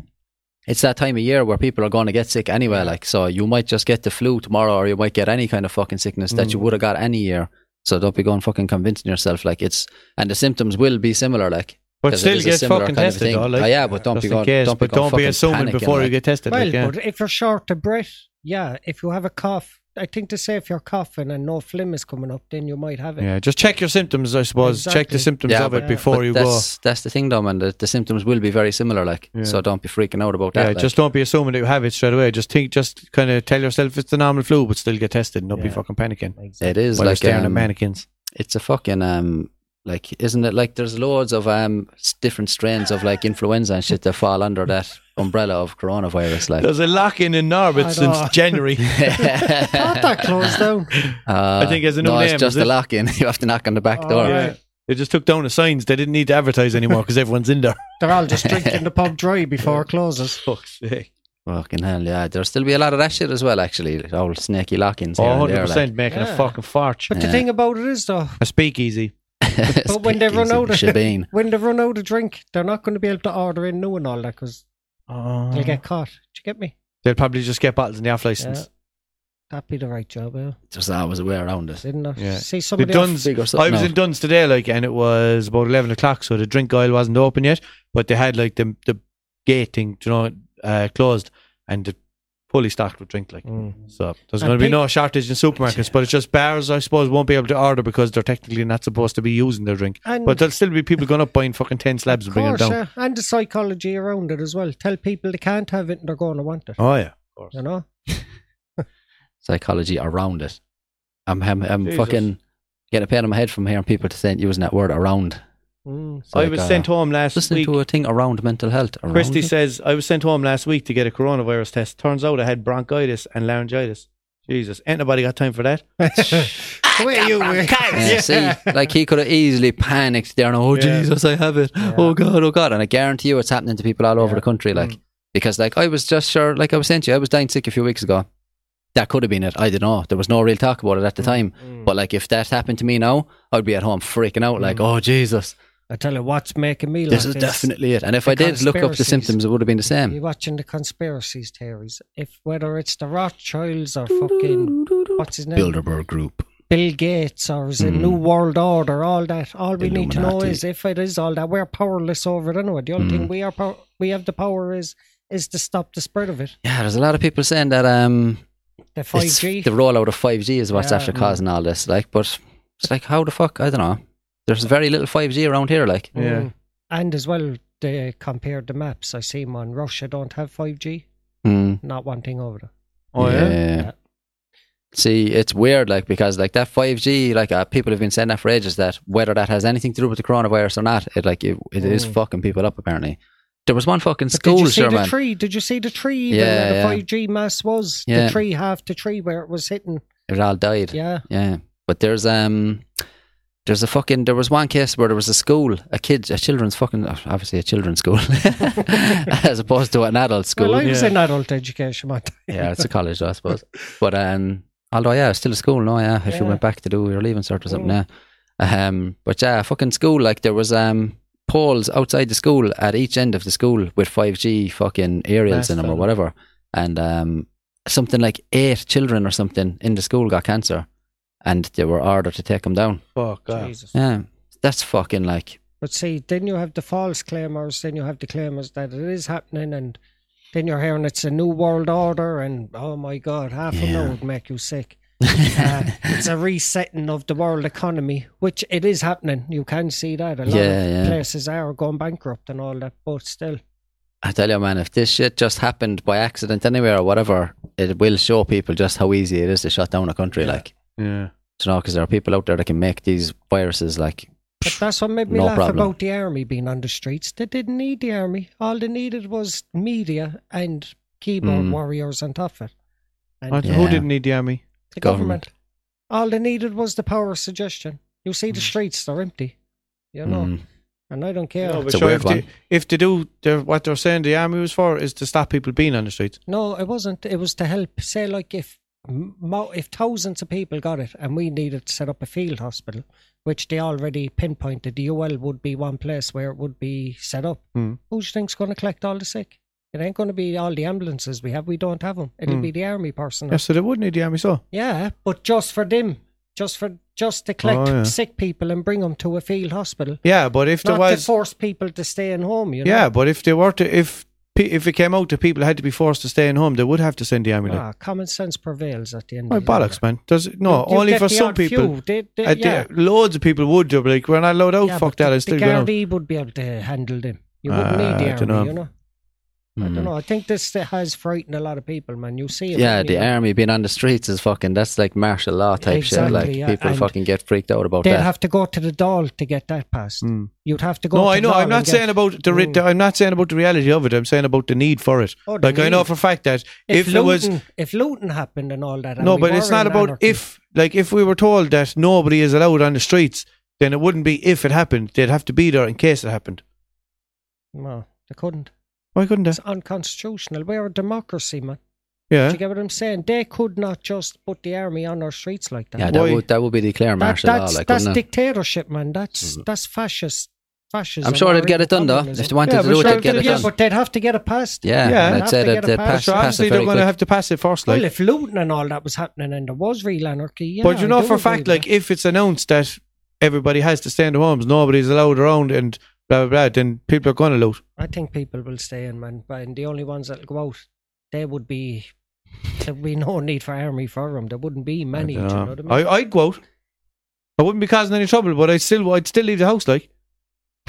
Speaker 1: it's that time of year where people are going to get sick anyway. Like, so you might just get the flu tomorrow, or you might get any kind of fucking sickness that
Speaker 2: Mm.
Speaker 1: you would have got any year. So don't be going fucking convincing yourself like it's and the symptoms will be similar. Like,
Speaker 2: But
Speaker 1: 'cause it
Speaker 2: still
Speaker 1: is a
Speaker 2: get
Speaker 1: similar
Speaker 2: fucking
Speaker 1: kind of
Speaker 2: tested,
Speaker 1: thing.
Speaker 2: though. Like,
Speaker 1: Ah, yeah, but don't
Speaker 2: just
Speaker 1: be
Speaker 2: in
Speaker 1: going.
Speaker 2: case,
Speaker 1: don't be
Speaker 2: but don't be
Speaker 1: fucking
Speaker 2: assuming
Speaker 1: panicking,
Speaker 2: before you
Speaker 1: like.
Speaker 2: get tested.
Speaker 4: Well,
Speaker 2: like, yeah.
Speaker 4: but if you're short of breath, yeah. If you have a cough, I think to say if you're coughing and no phlegm is coming up, then you might have it.
Speaker 2: Yeah, just check your symptoms, I suppose. Check the
Speaker 4: Exactly.
Speaker 2: symptoms
Speaker 1: Yeah,
Speaker 2: of it
Speaker 4: but-
Speaker 2: before
Speaker 1: But
Speaker 2: you go.
Speaker 1: that's, That's the thing, though, man. The, the symptoms will be very similar, like.
Speaker 2: Yeah.
Speaker 1: So don't be freaking out about that.
Speaker 2: Yeah,
Speaker 1: like.
Speaker 2: just don't be assuming that you have it straight away. Just think, just kind of tell yourself it's the normal flu, but still get tested and don't be
Speaker 4: Yeah.
Speaker 2: fucking panicking.
Speaker 1: it is
Speaker 2: While you're
Speaker 1: like
Speaker 2: staring at
Speaker 1: um,
Speaker 2: mannequins.
Speaker 1: it's a fucking um, like isn't it like there's loads of um s- different strains of like influenza and shit that fall under that umbrella of coronavirus, like.
Speaker 2: There's a lock in in Norbert
Speaker 4: I
Speaker 2: since
Speaker 4: know.
Speaker 2: January.
Speaker 4: Not that closed down.
Speaker 1: Uh,
Speaker 2: think it's a new
Speaker 1: no,
Speaker 2: name,
Speaker 1: it's just a
Speaker 2: is it?
Speaker 1: lock in. You have to knock on the back
Speaker 4: All
Speaker 1: door.
Speaker 4: right.
Speaker 2: Yeah. They just took down the signs. They didn't need to advertise anymore because everyone's in there.
Speaker 4: They're all just drinking the pub dry before it closes.
Speaker 2: Fuck's sake.
Speaker 1: Fucking hell, yeah. There'll still be a lot of that shit as well, actually. Old snaky lock ins.
Speaker 2: Oh,
Speaker 1: here and there,
Speaker 2: 100%
Speaker 1: like.
Speaker 2: making a
Speaker 4: Yeah.
Speaker 2: fucking fart.
Speaker 4: But the
Speaker 1: Yeah.
Speaker 4: thing about it is though,
Speaker 2: A speakeasy.
Speaker 4: But when they run
Speaker 1: Speakeasy,
Speaker 4: out of-
Speaker 1: shebeen.
Speaker 4: when they run out of drink, they're not going to be able to order in new and all that because
Speaker 2: Oh.
Speaker 4: they'll get caught. Do you get me?
Speaker 2: They'll probably just get bottles in the off
Speaker 4: Yeah.
Speaker 2: license.
Speaker 4: That'd be the right job, yeah.
Speaker 1: There's always a way around it.
Speaker 4: Didn't I?
Speaker 2: Yeah.
Speaker 4: See
Speaker 2: The
Speaker 4: somebody.
Speaker 2: Duns.
Speaker 1: Big or
Speaker 2: I
Speaker 1: something.
Speaker 2: was
Speaker 1: No.
Speaker 2: in Duns today, like, and it was about 11 o'clock, so the drink aisle wasn't open yet, but they had, like, the, the gate thing, do you know, uh, closed, and the fully stocked with drink, like.
Speaker 4: Hmm.
Speaker 2: So there's
Speaker 4: Mm. I
Speaker 2: going to be
Speaker 4: think-
Speaker 2: no shortage in supermarkets, but it's just bars, I suppose, won't be able to order because they're technically not supposed to be using their drink.
Speaker 4: And
Speaker 2: But there'll still be people going up buying fucking 10 slabs and
Speaker 4: of
Speaker 2: bringing
Speaker 4: course,
Speaker 2: it down.
Speaker 4: yeah. and the psychology around it as well. Tell people they can't have it and they're going to want it.
Speaker 2: Oh, yeah.
Speaker 4: You know.
Speaker 1: psychology around it. I'm I'm, I'm
Speaker 2: Jesus.
Speaker 1: fucking getting a pain in my head from hearing people to saying using that word around.
Speaker 4: Mm.
Speaker 1: It's
Speaker 2: I
Speaker 1: like,
Speaker 2: was
Speaker 1: uh,
Speaker 2: sent home last
Speaker 1: listening
Speaker 2: week.
Speaker 1: to a thing around mental health. Around
Speaker 2: Christy
Speaker 1: it?
Speaker 2: says, I was sent home last week to get a coronavirus test. Turns out I had bronchitis and laryngitis. Jesus, ain't nobody got time for that.
Speaker 4: Where you were.
Speaker 1: Yeah, see, like he could have easily panicked there and oh
Speaker 2: Yeah.
Speaker 1: Jesus, I have it. Oh God, oh God, and I guarantee you, it's happening to people all over
Speaker 4: Yeah.
Speaker 1: the country. Like because like I was just sure, like I was saying to you, I was dying sick a few weeks ago. That could have been it. I don't know. There was no real talk about it at the time. But like if that happened to me now, I'd be at home freaking out. Like oh Jesus,
Speaker 4: I tell you what's making me
Speaker 1: This
Speaker 4: like
Speaker 1: is definitely it. And if I did look up the
Speaker 4: conspiracies.
Speaker 1: symptoms, it would have been the
Speaker 4: You're
Speaker 1: same.
Speaker 4: watching the conspiracies theories. If whether it's the Rothschilds or fucking what's his name,
Speaker 1: Bilderberg Group.
Speaker 4: Bill Gates or is it
Speaker 1: Mm.
Speaker 4: New World Order, all that. All we need to know
Speaker 1: Illuminati. Mm.
Speaker 4: is if it is all that, we're powerless over it anyway. The only thing we are pow- we have the power is is to stop the spread of it.
Speaker 1: Yeah, there's a lot of people saying that um,
Speaker 4: The five
Speaker 1: it's-
Speaker 4: G.
Speaker 1: the rollout of 5G is what's
Speaker 4: Yeah. mm.
Speaker 1: after causing all this. Like, but it's like, how the fuck? I don't know. There's very little 5G around here. Like,
Speaker 2: Yeah.
Speaker 4: Mm. And as well, they compared the maps. I see them on Russia don't have five G.
Speaker 1: Hmm.
Speaker 4: Not one thing over there.
Speaker 2: Oh, yeah.
Speaker 4: Yeah.
Speaker 1: See, it's weird, like because like that five G, like uh, people have been saying that for ages. That whether that has anything to do with the coronavirus or not, it like it, it is
Speaker 4: Mm.
Speaker 1: fucking people up. Apparently, there was one fucking
Speaker 4: But did
Speaker 1: school,
Speaker 4: you see
Speaker 1: sure
Speaker 4: the
Speaker 1: man.
Speaker 4: tree? Did you see the tree? Even
Speaker 1: Yeah,
Speaker 4: where the
Speaker 1: yeah.
Speaker 4: five G mass was
Speaker 1: Yeah.
Speaker 4: the tree half the tree where it was hitting.
Speaker 1: It all died.
Speaker 4: Yeah.
Speaker 1: Yeah, but there's um, there's a fucking there was one case where there was a school, a kid, a children's fucking obviously a children's school, as opposed to an adult school.
Speaker 4: Well, I was
Speaker 2: yeah.
Speaker 4: in adult education. man.
Speaker 1: yeah, it's a college, though, I suppose. But um, although yeah, it's still a school now. Yeah, if you
Speaker 4: Yeah.
Speaker 1: went back to do your leaving cert or something, yeah. Um, but yeah, fucking school. Like there was um poles outside the school at each end of the school with five G fucking aerials in them or
Speaker 2: Bastard.
Speaker 1: whatever, and um, something like eight children or something in the school got cancer, and they were ordered to take them down.
Speaker 2: Fuck off.
Speaker 4: Jesus.
Speaker 1: Yeah, that's fucking like
Speaker 4: But see, then you have the false claimers, then you have the claimers that it is happening, and then you're hearing it's a new world order, and oh my god, half a
Speaker 1: Yeah.
Speaker 4: of would make you sick. Uh, it's a resetting of the world economy, which it is happening. You can see that a lot
Speaker 1: Yeah,
Speaker 4: of
Speaker 1: yeah.
Speaker 4: places are going bankrupt and all that, but still,
Speaker 1: I tell you, man, if this shit just happened by accident anywhere or whatever, it will show people just how easy it is to shut down a country. Like.
Speaker 2: Yeah.
Speaker 1: you know, because there are people out there that can make these viruses like
Speaker 4: but that's what made me
Speaker 1: No
Speaker 4: laugh
Speaker 1: problem.
Speaker 4: about the army being on the streets. They didn't need the army. All they needed was media and keyboard
Speaker 1: Mm.
Speaker 4: warriors on top of it. And
Speaker 2: What-
Speaker 1: Yeah.
Speaker 2: Who didn't need the army?
Speaker 4: The
Speaker 1: Government.
Speaker 4: government. All they needed was the power of suggestion. You see, the streets they're empty. You know,
Speaker 1: mm,
Speaker 4: and I don't care.
Speaker 2: No,
Speaker 4: No,
Speaker 2: but
Speaker 1: It's a
Speaker 2: sure,
Speaker 1: weird
Speaker 2: if, they,
Speaker 1: one.
Speaker 2: if they do, they're, what they're saying the army was for is to stop people being on the streets.
Speaker 4: it wasn't. It was to help. Say, like if mo- if thousands of people got it, and we needed to set up a field hospital, which they already pinpointed, the UL would be one place where it would be set up.
Speaker 2: Hmm.
Speaker 4: Who do you think's going to collect all the sick? It ain't going to be all the ambulances we have. We don't have them. It'll
Speaker 2: Hmm.
Speaker 4: be the army personnel.
Speaker 2: Yeah, so they would need the army, so.
Speaker 4: Yeah, but just for them, just for just to collect
Speaker 2: Oh, yeah.
Speaker 4: sick people and bring them to a field hospital.
Speaker 2: Yeah, but if
Speaker 4: Not
Speaker 2: there
Speaker 4: to
Speaker 2: was.
Speaker 4: force people to stay in home. You know?
Speaker 2: Yeah, but if they were to. If pe- if it came out that people had to be forced to stay in home, they would have to send the army. Like.
Speaker 4: Ah, common sense prevails at the end.
Speaker 2: My
Speaker 4: of the day.
Speaker 2: bollocks, man. Does No,
Speaker 4: You
Speaker 2: only
Speaker 4: get
Speaker 2: for
Speaker 4: the
Speaker 2: some
Speaker 4: odd
Speaker 2: people.
Speaker 4: few. They- they-
Speaker 2: Uh, the-
Speaker 4: yeah.
Speaker 2: loads of people would do, but like, we're not allowed out.
Speaker 4: Yeah,
Speaker 2: Fuck
Speaker 4: but
Speaker 2: that,
Speaker 4: the,
Speaker 2: I still
Speaker 4: the
Speaker 2: go out.
Speaker 4: Gardaí would be able to handle them. You wouldn't
Speaker 2: Ah,
Speaker 4: need the
Speaker 2: I
Speaker 4: army,
Speaker 2: dunno. Hmm.
Speaker 4: you know.
Speaker 1: Mm.
Speaker 4: I don't know. I think this has frightened a lot of people, man. You see it.
Speaker 1: yeah,
Speaker 4: don't
Speaker 1: the
Speaker 4: you?
Speaker 1: army being on the streets is fucking that's like martial law type shit.
Speaker 4: Exactly,
Speaker 1: Like
Speaker 4: yeah,
Speaker 1: people
Speaker 4: and
Speaker 1: fucking get freaked out about
Speaker 4: They'd
Speaker 1: that.
Speaker 4: have to go to the doll to get that passed.
Speaker 2: Hmm.
Speaker 4: You'd have to go.
Speaker 2: No,
Speaker 4: to
Speaker 2: I know.
Speaker 4: Dáil
Speaker 2: I'm
Speaker 4: and
Speaker 2: not
Speaker 4: get-
Speaker 2: saying about the, re-
Speaker 4: Mm.
Speaker 2: the- I'm not saying about the reality of it. I'm saying about the need for it.
Speaker 4: Oh, the
Speaker 2: like I know
Speaker 4: need.
Speaker 2: for a fact that if,
Speaker 4: if
Speaker 2: there was
Speaker 4: looting- if looting happened and all that. and
Speaker 2: no,
Speaker 4: we
Speaker 2: but
Speaker 4: were
Speaker 2: it's not
Speaker 4: in
Speaker 2: about
Speaker 4: anarchy-
Speaker 2: if like if we were told that nobody is allowed on the streets, then it wouldn't be if it happened. They'd have to be there in case it happened.
Speaker 4: No, they couldn't.
Speaker 2: Why couldn't they?
Speaker 4: It's unconstitutional. We're a democracy, man. Do
Speaker 2: Yeah.
Speaker 4: you get what I'm saying? They could not just put the army on our streets like that.
Speaker 1: yeah, that
Speaker 2: Why-
Speaker 1: would that would be declare
Speaker 4: That-
Speaker 1: martial
Speaker 4: that's
Speaker 1: law. Like,
Speaker 4: that's
Speaker 1: wouldn't it? Mm-hmm.
Speaker 4: dictatorship, man. That's that's fascist. Fascism.
Speaker 1: I'm sure
Speaker 4: or
Speaker 1: they'd get it done though.
Speaker 4: communism.
Speaker 1: If they wanted
Speaker 2: Yeah,
Speaker 1: to
Speaker 2: but
Speaker 1: do it,
Speaker 2: sure,
Speaker 1: they'd get it
Speaker 4: yeah,
Speaker 1: done.
Speaker 4: but they'd have to get it passed.
Speaker 1: yeah,
Speaker 2: Yeah.
Speaker 1: and I'd say
Speaker 4: Have to
Speaker 1: that
Speaker 4: get it
Speaker 1: they'd
Speaker 4: passed.
Speaker 1: pass,
Speaker 2: So
Speaker 1: pass
Speaker 2: obviously
Speaker 1: it
Speaker 2: they're
Speaker 1: very
Speaker 2: going
Speaker 1: quick.
Speaker 2: to have to pass it first, like.
Speaker 4: Well, if looting and all that was happening and there was real anarchy, yeah.
Speaker 2: but you
Speaker 4: I
Speaker 2: know
Speaker 4: do
Speaker 2: for a fact,
Speaker 4: agree with
Speaker 2: like if it's announced that everybody has to stay in their homes, nobody's allowed around, and blah blah blah, then people are going to loot.
Speaker 4: that. I think people will stay in, man. but- And the only ones that'll go out, there would be there would be no need for army for them. There wouldn't be
Speaker 2: I
Speaker 4: many. do you
Speaker 2: dunno.
Speaker 4: know what I mean?
Speaker 2: I, I'd go out. I wouldn't be causing any trouble, but I'd still, I'd still leave the house.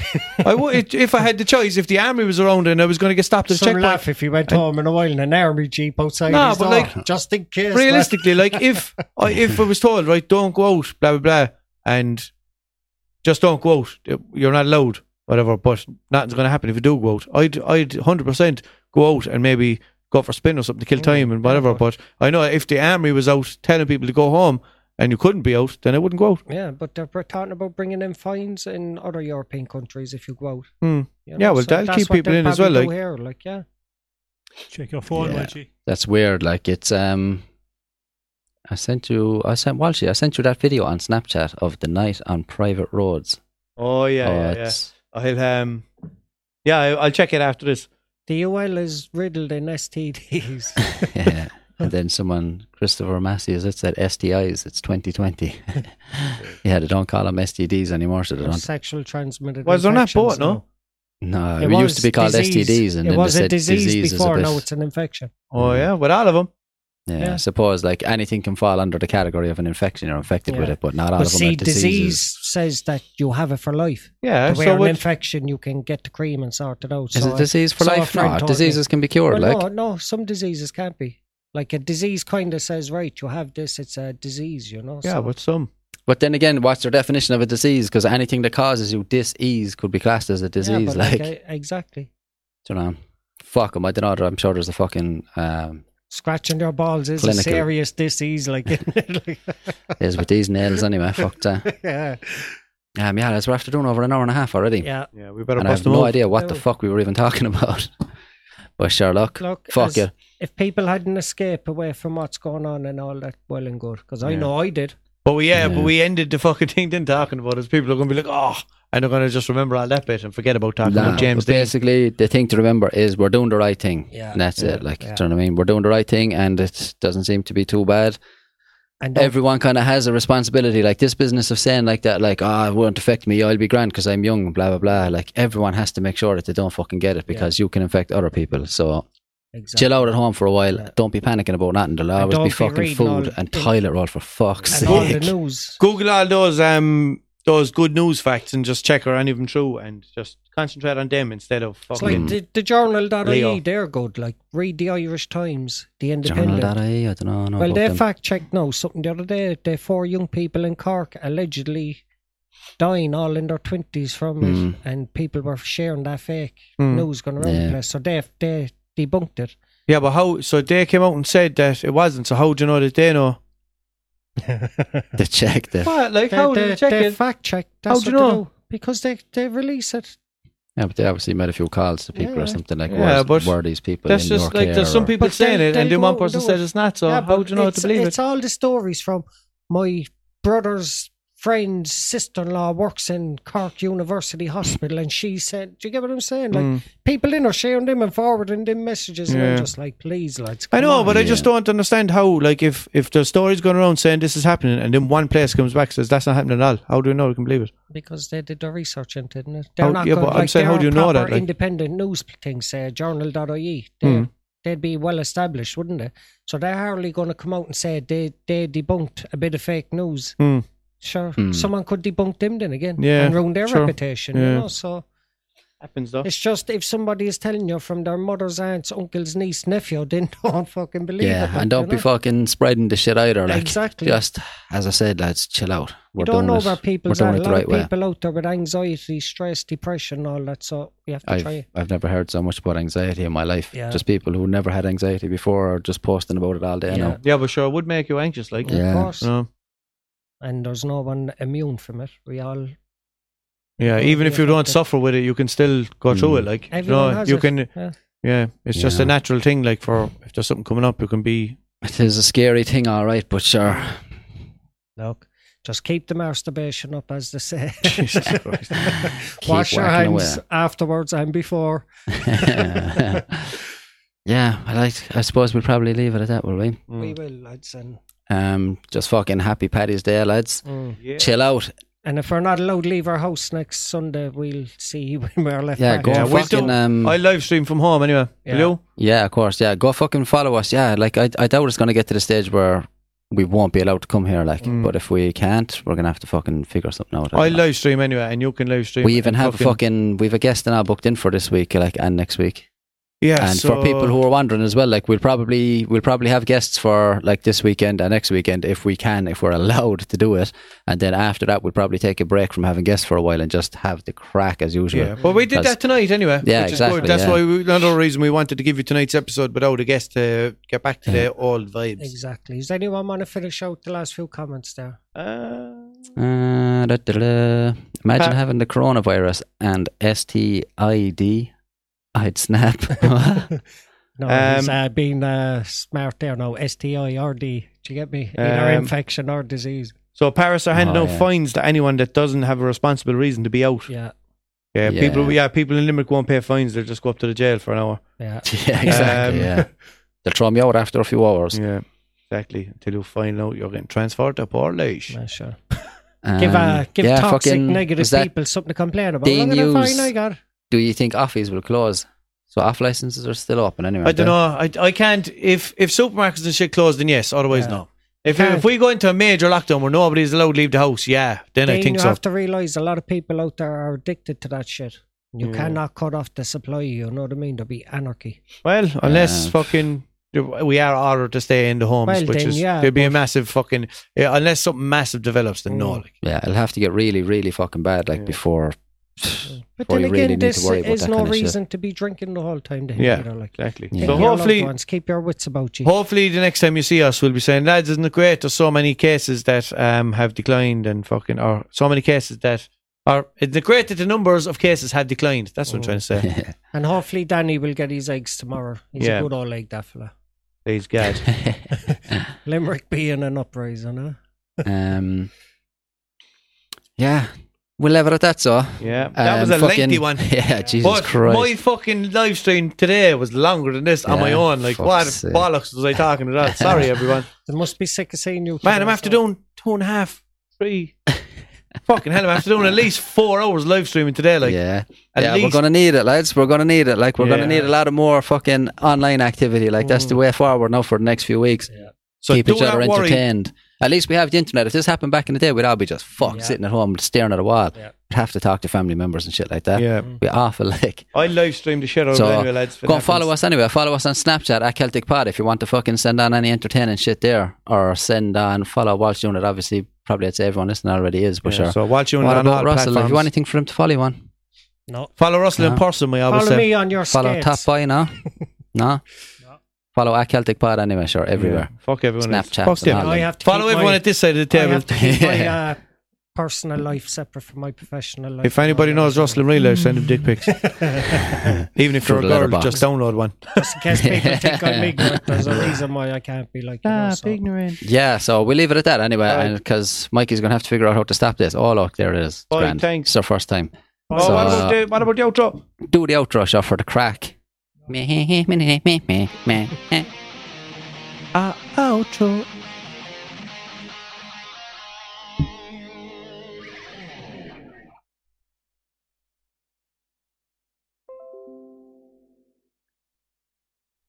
Speaker 2: Like, I would if I had the choice. If the army was around and I was going to get stopped at a
Speaker 4: Some
Speaker 2: checkpoint,
Speaker 4: laugh if he went home in a while in an army jeep outside
Speaker 2: No,
Speaker 4: his
Speaker 2: but
Speaker 4: door,
Speaker 2: like,
Speaker 4: just in case.
Speaker 2: realistically, like if I, if I was told right, don't go out, blah blah blah, and just don't go out, you're not allowed, whatever. But nothing's going to happen if you do go out. I'd I'd hundred percent go out and maybe go for a spin or something to kill time and whatever. But I know if the army was out telling people to go home and you couldn't be out, then I wouldn't go out.
Speaker 4: Like, yeah, but they're pr- talking about bringing in fines in other European countries if you go out.
Speaker 2: Hmm.
Speaker 4: you
Speaker 2: Yeah, well, that'll
Speaker 4: that's
Speaker 2: keep
Speaker 4: what
Speaker 2: people
Speaker 4: they'll
Speaker 2: in as well,
Speaker 4: probably
Speaker 2: like-
Speaker 4: do eh? here, like yeah,
Speaker 3: Check your phone,
Speaker 1: Yeah.
Speaker 3: yeah. Reggie.
Speaker 1: That's weird. Like it's um, I sent you. I sent Walshy. I sent you that video on Snapchat of the night on private roads.
Speaker 2: Oh yeah,
Speaker 1: oh,
Speaker 2: yeah, yeah.
Speaker 1: it's-
Speaker 2: I'll um, yeah, I- I'll check it after this.
Speaker 4: The UL is riddled in STDs.
Speaker 1: yeah. And then someone, Christopher Massey, is it said STIs? It's 2020. yeah, they don't call them STDs anymore, so they
Speaker 4: or
Speaker 1: don't.
Speaker 4: sexual transmitted
Speaker 2: Was there not both?
Speaker 4: infections
Speaker 2: No.
Speaker 4: now.
Speaker 1: No,
Speaker 4: It
Speaker 1: it, Uh, used to
Speaker 4: was
Speaker 1: be called
Speaker 4: disease.
Speaker 1: STDs, and
Speaker 4: it
Speaker 1: then
Speaker 4: was
Speaker 1: they
Speaker 4: a
Speaker 1: said
Speaker 4: disease,
Speaker 1: disease
Speaker 4: before,
Speaker 1: is a
Speaker 4: now
Speaker 1: bit.
Speaker 4: it's an infection.
Speaker 2: Oh
Speaker 1: Mm.
Speaker 2: yeah, with all of them.
Speaker 1: Yeah,
Speaker 4: yeah.
Speaker 1: I suppose like anything can fall under the category of an infection. You're infected with
Speaker 4: Yeah.
Speaker 1: it, but not all
Speaker 4: but
Speaker 1: of them
Speaker 4: see,
Speaker 1: are diseases.
Speaker 4: disease says that you have it for life.
Speaker 2: Yeah.
Speaker 4: Where
Speaker 2: So
Speaker 4: an
Speaker 2: would,
Speaker 4: infection, you can get the cream and sort it out.
Speaker 1: Is
Speaker 4: so
Speaker 1: it
Speaker 4: I-
Speaker 1: disease for
Speaker 4: so a
Speaker 1: life?
Speaker 4: friend
Speaker 1: No,
Speaker 4: told me-
Speaker 1: diseases can be cured.
Speaker 4: Well,
Speaker 1: like,
Speaker 4: no, no, some diseases can't be. Like a disease kind of says, right, you have this, it's a disease, you know.
Speaker 2: yeah,
Speaker 4: so-
Speaker 2: but some.
Speaker 1: but then again, what's their definition of a disease? Because anything that causes you dis-ease could be classed as a
Speaker 4: Yeah,
Speaker 1: disease.
Speaker 4: but
Speaker 1: like,
Speaker 4: I- exactly.
Speaker 1: you know, fuck 'em, I don't know. I'm sure there's a fucking um,
Speaker 4: Scratching their balls is a
Speaker 1: Clinical.
Speaker 4: serious disease, like, isn't it? Like,
Speaker 1: is with these nails anyway. Fuck that.
Speaker 4: yeah,
Speaker 1: Um, yeah, that's we're after doing over an hour and a half already.
Speaker 4: yeah.
Speaker 2: Yeah, we better
Speaker 1: and I
Speaker 2: bust
Speaker 1: have
Speaker 2: them
Speaker 1: no
Speaker 2: out.
Speaker 1: idea what the
Speaker 4: No.
Speaker 1: fuck we were even talking about. but sure, look,
Speaker 4: Look,
Speaker 1: fuck
Speaker 4: as-
Speaker 1: it.
Speaker 4: If people had an escape away from what's going on and all that, well and good, because I
Speaker 1: Yeah.
Speaker 4: know I did.
Speaker 2: But we, yeah, but
Speaker 1: Yeah.
Speaker 2: we ended the fucking thing then talking about us. People are going to be like, oh, and they're going to just remember all that bit and forget about talking
Speaker 1: Nah,
Speaker 2: about James
Speaker 1: but
Speaker 2: Dean.
Speaker 1: basically, the thing to remember is we're doing the right thing.
Speaker 4: Yeah.
Speaker 1: And that's
Speaker 2: Yeah.
Speaker 1: it. Like,
Speaker 4: Yeah.
Speaker 1: do you know what I mean? We're doing the right thing, and it doesn't seem to be too bad.
Speaker 4: And don't-
Speaker 1: Everyone kind of has a responsibility. Like this business of saying like that, like, ah, it won't affect me. I'll be grand because I'm young. Blah blah blah. Like everyone has to make sure that they don't fucking get it because you can infect other people. So
Speaker 4: exactly.
Speaker 1: chill out at home for a while.
Speaker 4: Yeah.
Speaker 1: Don't be panicking about nothing. There'll always
Speaker 4: don't
Speaker 1: be
Speaker 4: be
Speaker 1: fucking
Speaker 4: reading all-
Speaker 1: food and toilet roll for fuck's
Speaker 4: and all the
Speaker 1: sake.
Speaker 4: news.
Speaker 2: Google all those um those good news facts and just check are any of them true and just concentrate on them instead of
Speaker 4: It's
Speaker 2: fucking.
Speaker 4: like the, the
Speaker 2: Leo.
Speaker 4: journal.ie, they're good. Like, read the Irish Times, the Independent.
Speaker 1: Journal.ie, I don't know. know
Speaker 4: Well,
Speaker 1: about
Speaker 4: they
Speaker 1: them.
Speaker 4: fact checked now something the other day. They four young people in Cork allegedly dying all in their twenties from
Speaker 1: Mm.
Speaker 4: it, and people were sharing that fake
Speaker 2: Mm.
Speaker 4: news going around
Speaker 1: Yeah.
Speaker 4: the place. So they they debunked it.
Speaker 2: yeah, but how? So they came out and said that it wasn't. So how do you know that they know?
Speaker 1: they checked it.
Speaker 2: What? Like
Speaker 4: They,
Speaker 2: how do
Speaker 4: they,
Speaker 2: you check
Speaker 4: they
Speaker 2: it?
Speaker 4: fact checked.
Speaker 2: How
Speaker 4: That's
Speaker 2: do you
Speaker 4: what they
Speaker 2: know?
Speaker 4: do, because they they release it.
Speaker 1: Yeah, but they obviously made a few calls to people
Speaker 4: Yeah.
Speaker 1: or something like,
Speaker 2: Yeah,
Speaker 1: yeah,
Speaker 2: but
Speaker 1: where are these people
Speaker 2: That's
Speaker 1: in
Speaker 2: just
Speaker 1: your
Speaker 2: like
Speaker 1: care
Speaker 2: there's
Speaker 1: or-
Speaker 2: some people
Speaker 4: But
Speaker 2: saying
Speaker 4: they-
Speaker 2: it and
Speaker 4: they
Speaker 2: then one
Speaker 4: go and
Speaker 2: person
Speaker 4: do
Speaker 2: says
Speaker 4: it.
Speaker 2: it's not. So how
Speaker 4: but
Speaker 2: do you know what to
Speaker 4: it's-
Speaker 2: believe it?
Speaker 4: It's all the stories from my brother's friend's sister-in-law works in Cork University Hospital, and she said, "Do you get what I'm saying? Like
Speaker 2: Mm.
Speaker 4: people in are sharing them and forwarding them messages, and
Speaker 2: Yeah.
Speaker 4: I'm just like, please, lads.
Speaker 2: I
Speaker 4: come
Speaker 2: know,
Speaker 4: on."
Speaker 2: but I just
Speaker 1: Yeah.
Speaker 2: don't understand how. Like if if the story's going around saying this is happening and then one place comes back says that's not happening at all. How do you know we can believe it?
Speaker 4: because they did the research into it. and They're
Speaker 2: How-
Speaker 4: not
Speaker 2: yeah,
Speaker 4: good.
Speaker 2: but I'm
Speaker 4: like,
Speaker 2: saying,
Speaker 4: there
Speaker 2: how do you
Speaker 4: are
Speaker 2: know that,
Speaker 4: proper
Speaker 2: like-
Speaker 4: Independent news things, say journal.ie. E. They,
Speaker 2: Hmm.
Speaker 4: They'd be well established, wouldn't they? So they're hardly going to come out and say they they debunked a bit of fake news.
Speaker 2: Hmm.
Speaker 4: Sure,
Speaker 1: Hmm.
Speaker 4: someone could debunk them then again
Speaker 2: Yeah,
Speaker 4: and ruin their
Speaker 2: sure.
Speaker 4: reputation.
Speaker 2: Yeah.
Speaker 4: You know, so
Speaker 2: Happens though.
Speaker 4: it's just if somebody is telling you from their mother's aunt's uncle's niece nephew, then don't fucking believe it.
Speaker 1: Yeah,
Speaker 4: like,
Speaker 1: and don't
Speaker 4: you
Speaker 1: be
Speaker 4: know?
Speaker 1: fucking spreading the shit either. Like,
Speaker 4: Exactly.
Speaker 1: Just as I said, lads, chill out. We're
Speaker 4: You don't
Speaker 1: doing
Speaker 4: know
Speaker 1: it.
Speaker 4: where
Speaker 1: We're
Speaker 4: people's
Speaker 1: doing
Speaker 4: are. A
Speaker 1: it the
Speaker 4: lot
Speaker 1: right
Speaker 4: of
Speaker 1: way.
Speaker 4: people out there with anxiety, stress, depression, all that. So we have to try
Speaker 1: I've,
Speaker 4: it.
Speaker 1: I've never heard so much about anxiety in my life.
Speaker 4: Yeah.
Speaker 1: Just people who never had anxiety before are just posting about it all day now.
Speaker 2: Yeah, but sure, it would make you anxious. Like,
Speaker 1: Yeah.
Speaker 4: Of course.
Speaker 2: No.
Speaker 4: And there's no one immune from it. We all.
Speaker 2: Yeah,
Speaker 4: Yeah,
Speaker 2: even
Speaker 4: yeah,
Speaker 2: if you don't
Speaker 4: okay.
Speaker 2: suffer with it, you can still go through
Speaker 1: Mm.
Speaker 2: it. Like, you
Speaker 4: Everyone
Speaker 2: know,
Speaker 4: has
Speaker 2: you
Speaker 4: it.
Speaker 2: can.
Speaker 4: Yeah.
Speaker 2: Hmm. Yeah, it's just
Speaker 1: Yeah.
Speaker 2: a natural thing. Like, for if there's something coming up, you can be.
Speaker 1: It is a scary thing, all right, but sure.
Speaker 4: Look, just keep the masturbation up, as they say.
Speaker 2: Jesus Christ.
Speaker 1: Keep
Speaker 4: Wash your
Speaker 1: whacking
Speaker 4: hands afterwards and before.
Speaker 1: away. yeah, I like. I suppose we'll probably leave it at that, will we?
Speaker 4: We
Speaker 2: Mm.
Speaker 4: will, lads. And,
Speaker 1: Um, just fucking happy Paddy's Day, lads.
Speaker 2: Yeah.
Speaker 1: Chill out.
Speaker 4: and if we're not allowed to leave our house next Sunday, we'll see you when we're left.
Speaker 1: Yeah,
Speaker 4: back.
Speaker 1: go
Speaker 2: Yeah,
Speaker 1: and
Speaker 2: we'll
Speaker 1: fucking
Speaker 2: do-
Speaker 1: um,
Speaker 2: I live stream from home anyway.
Speaker 4: Yeah.
Speaker 2: Will you?
Speaker 1: Yeah, of course. Yeah, go fucking follow us. Yeah, like I, I doubt it's gonna get to the stage where we won't be allowed to come here. Like,
Speaker 2: Mm.
Speaker 1: but if we can't, we're gonna have to fucking figure something out.
Speaker 2: I live stream anyway, and you can live stream.
Speaker 1: we even
Speaker 2: and
Speaker 1: have a fucking we have a guest now booked in for this week, like and next week.
Speaker 2: Yeah,
Speaker 1: and
Speaker 2: so-
Speaker 1: for people who are wondering as well, like we'll probably we'll probably have guests for like this weekend and next weekend if we can, if we're allowed to do it. And then after that, we'll probably take a break from having guests for a while and just have the crack as usual.
Speaker 2: Yeah, but we did
Speaker 1: Because-
Speaker 2: that tonight anyway.
Speaker 1: Yeah,
Speaker 2: which Is
Speaker 1: exactly,
Speaker 2: good. That's
Speaker 1: yeah.
Speaker 2: why we, another reason we wanted to give you tonight's episode without a guest to uh, get back to
Speaker 1: Yeah.
Speaker 2: their old vibes.
Speaker 4: Exactly. Does anyone want to finish out the last few comments there?
Speaker 2: Uh,
Speaker 1: Uh, da, da, da. Imagine
Speaker 2: Pat-
Speaker 1: having the coronavirus and STID. I'd snap.
Speaker 4: No,
Speaker 2: Um,
Speaker 4: he's uh, being uh, smart there now. S T I R D. Do you get me? Either
Speaker 2: Um,
Speaker 4: infection or disease.
Speaker 2: So Paris are handing
Speaker 1: Oh,
Speaker 2: out
Speaker 1: yeah.
Speaker 2: fines to anyone that doesn't have a responsible reason to be out. Yeah,
Speaker 4: Yeah,
Speaker 2: people.
Speaker 1: Yeah.
Speaker 2: Yeah, people in Limerick won't pay fines. They'll just go up to the jail for an hour.
Speaker 4: yeah.
Speaker 1: Yeah, exactly.
Speaker 2: Um,
Speaker 1: yeah. They'll throw me out after a few hours.
Speaker 2: Yeah, exactly. Until you find out you're getting transferred to Portage.
Speaker 4: Nah, sure.
Speaker 1: Um,
Speaker 4: Give uh, give
Speaker 1: yeah,
Speaker 4: toxic
Speaker 1: fucking-
Speaker 4: negative
Speaker 1: was that-
Speaker 4: people something to complain about.
Speaker 1: the
Speaker 4: Look at the
Speaker 1: news?
Speaker 4: fine I got.
Speaker 1: Do you think offies will close? So off licenses are still open anyway.
Speaker 2: I don't know. I, I can't. If if supermarkets and shit close, then yes. Otherwise,
Speaker 4: Yeah.
Speaker 2: no. If
Speaker 4: Can't.
Speaker 2: if we go into a major lockdown where nobody's allowed to leave the house, yeah, then I
Speaker 4: Dean,
Speaker 2: think
Speaker 4: you
Speaker 2: so.
Speaker 4: have to realise a lot of people out there are addicted to that shit. You
Speaker 1: Mm.
Speaker 2: Yeah.
Speaker 4: cannot cut off the supply, you know what I mean? There'll be anarchy.
Speaker 2: Well, unless
Speaker 1: Uh,
Speaker 2: fucking we are ordered to stay in the homes,
Speaker 4: Well,
Speaker 2: which
Speaker 4: then,
Speaker 2: is
Speaker 4: yeah,
Speaker 2: there'd be a massive fucking yeah, unless something massive develops, then no.
Speaker 4: Mm.
Speaker 2: Like,
Speaker 1: Yeah, it'll have to get really, really fucking bad like
Speaker 2: Yeah.
Speaker 1: before.
Speaker 4: But
Speaker 1: Well,
Speaker 4: then
Speaker 1: you really
Speaker 4: again,
Speaker 1: need to
Speaker 4: this
Speaker 1: worry about
Speaker 4: is
Speaker 1: that
Speaker 4: no
Speaker 1: kind of shit.
Speaker 4: reason to be drinking the whole time. Then,
Speaker 2: Yeah.
Speaker 4: you know, like
Speaker 2: exactly.
Speaker 1: Yeah.
Speaker 2: So
Speaker 4: Think of your
Speaker 2: hopefully,
Speaker 4: loved ones, keep your wits about you.
Speaker 2: hopefully the next time you see us, we'll be saying, lads, isn't it great? There's so many cases that um have declined and fucking or so many cases that are isn't it great that the numbers of cases have declined? That's what I'm trying to say.
Speaker 1: Oh.
Speaker 4: And hopefully Danny will get his eggs tomorrow. He's
Speaker 2: Yeah.
Speaker 4: a good old egg, that fella.
Speaker 2: Please God.
Speaker 4: Limerick being an uprising, huh?
Speaker 1: um, yeah, we'll leave it at that. So
Speaker 2: Yeah. That was
Speaker 1: Um,
Speaker 2: a
Speaker 1: fucking-
Speaker 2: lengthy one.
Speaker 1: Yeah, Jesus
Speaker 2: But
Speaker 1: Christ.
Speaker 2: my fucking live stream today was longer than this on my
Speaker 1: Yeah,
Speaker 2: own. Like,
Speaker 1: fuck's
Speaker 2: what
Speaker 1: sake.
Speaker 2: bollocks was I talking about? Sorry, everyone.
Speaker 4: They must be sick of seeing you.
Speaker 2: Man, I'm after doing two and a half, three. fucking hell, I'm after doing at least four hours live streaming today. Like,
Speaker 1: yeah,
Speaker 2: at
Speaker 1: yeah, we're
Speaker 2: least-
Speaker 1: gonna need it, lads. We're gonna need it. Like we're
Speaker 2: Yeah. Mm.
Speaker 1: gonna need a lot of more fucking online activity. Like that's the way forward now for the next few weeks.
Speaker 2: so
Speaker 1: Keep
Speaker 2: do
Speaker 1: each other
Speaker 2: not worry.
Speaker 1: entertained. At least we have the internet. If this happened back in the day, we'd all be just fuck
Speaker 4: Yeah.
Speaker 1: sitting at home staring at a wall.
Speaker 4: Yeah.
Speaker 1: We'd have to talk to family members and shit like that.
Speaker 2: Yeah,
Speaker 1: Be awful like.
Speaker 2: I live streamed the shit out
Speaker 1: So,
Speaker 2: of it anyway, lads. if it
Speaker 1: Go and follow
Speaker 2: happens.
Speaker 1: us anyway. Follow us on Snapchat at Celtic Pod if you want to fucking send on any entertaining shit there. Or send on follow Walsh Unit. Obviously, probably I'd say everyone listening already is, but
Speaker 2: Yeah,
Speaker 1: sure.
Speaker 2: So watch you
Speaker 1: what
Speaker 2: on all
Speaker 1: about Russell? If
Speaker 2: platforms.
Speaker 1: you want anything for him to follow you on,
Speaker 4: No.
Speaker 2: follow Russell in
Speaker 1: No.
Speaker 2: person, we always
Speaker 4: Follow
Speaker 2: say.
Speaker 4: me on your
Speaker 1: follow
Speaker 4: skates.
Speaker 1: Top Boy now. no? Follow at Celtic Pod anyway, sure, everywhere.
Speaker 2: Yeah, Fuck everyone. else.
Speaker 1: Snapchat
Speaker 2: Fuck
Speaker 1: and
Speaker 2: them.
Speaker 1: all.
Speaker 4: I have to
Speaker 2: Follow
Speaker 4: keep
Speaker 2: everyone
Speaker 4: my,
Speaker 2: at this side of the
Speaker 4: I
Speaker 2: table.
Speaker 4: have to keep my
Speaker 1: Yeah.
Speaker 4: uh, personal life separate from my professional life.
Speaker 2: If anybody knows Russell in real life, send him dick pics. Even if you're
Speaker 1: Through
Speaker 2: a
Speaker 1: the
Speaker 2: girl,
Speaker 1: letterbox.
Speaker 2: just download one.
Speaker 4: Just in case people think I'm ignorant, there's a reason why I can't be
Speaker 1: Ah,
Speaker 4: like you know, so.
Speaker 2: ignorant.
Speaker 1: Yeah, so we'll leave it at that
Speaker 2: Right.
Speaker 1: anyway, because Mikey's going to have to figure out how to stop this. Oh, look, there it is. It's
Speaker 2: Boy,
Speaker 1: grand.
Speaker 2: thanks.
Speaker 1: It's our first time.
Speaker 2: Oh,
Speaker 1: So, uh,
Speaker 2: what, about the, what about the outro?
Speaker 1: Do the outro shot for the crack.
Speaker 2: Uh, outro.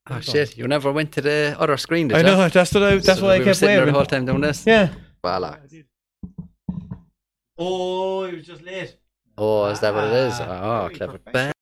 Speaker 1: Oh, shit, you never went to the other screen, did
Speaker 2: I
Speaker 1: you?
Speaker 2: know, that's, what I, that's
Speaker 1: So
Speaker 2: why
Speaker 1: we
Speaker 2: I
Speaker 1: were
Speaker 2: kept
Speaker 1: sitting there the
Speaker 2: waving.
Speaker 1: whole time doing this.
Speaker 2: Yeah.
Speaker 1: Voilà.
Speaker 2: Oh, it was just late.
Speaker 1: Oh, is that what it is?
Speaker 2: Ah,
Speaker 1: Oh,
Speaker 2: very
Speaker 1: Ah, clever.
Speaker 2: professional.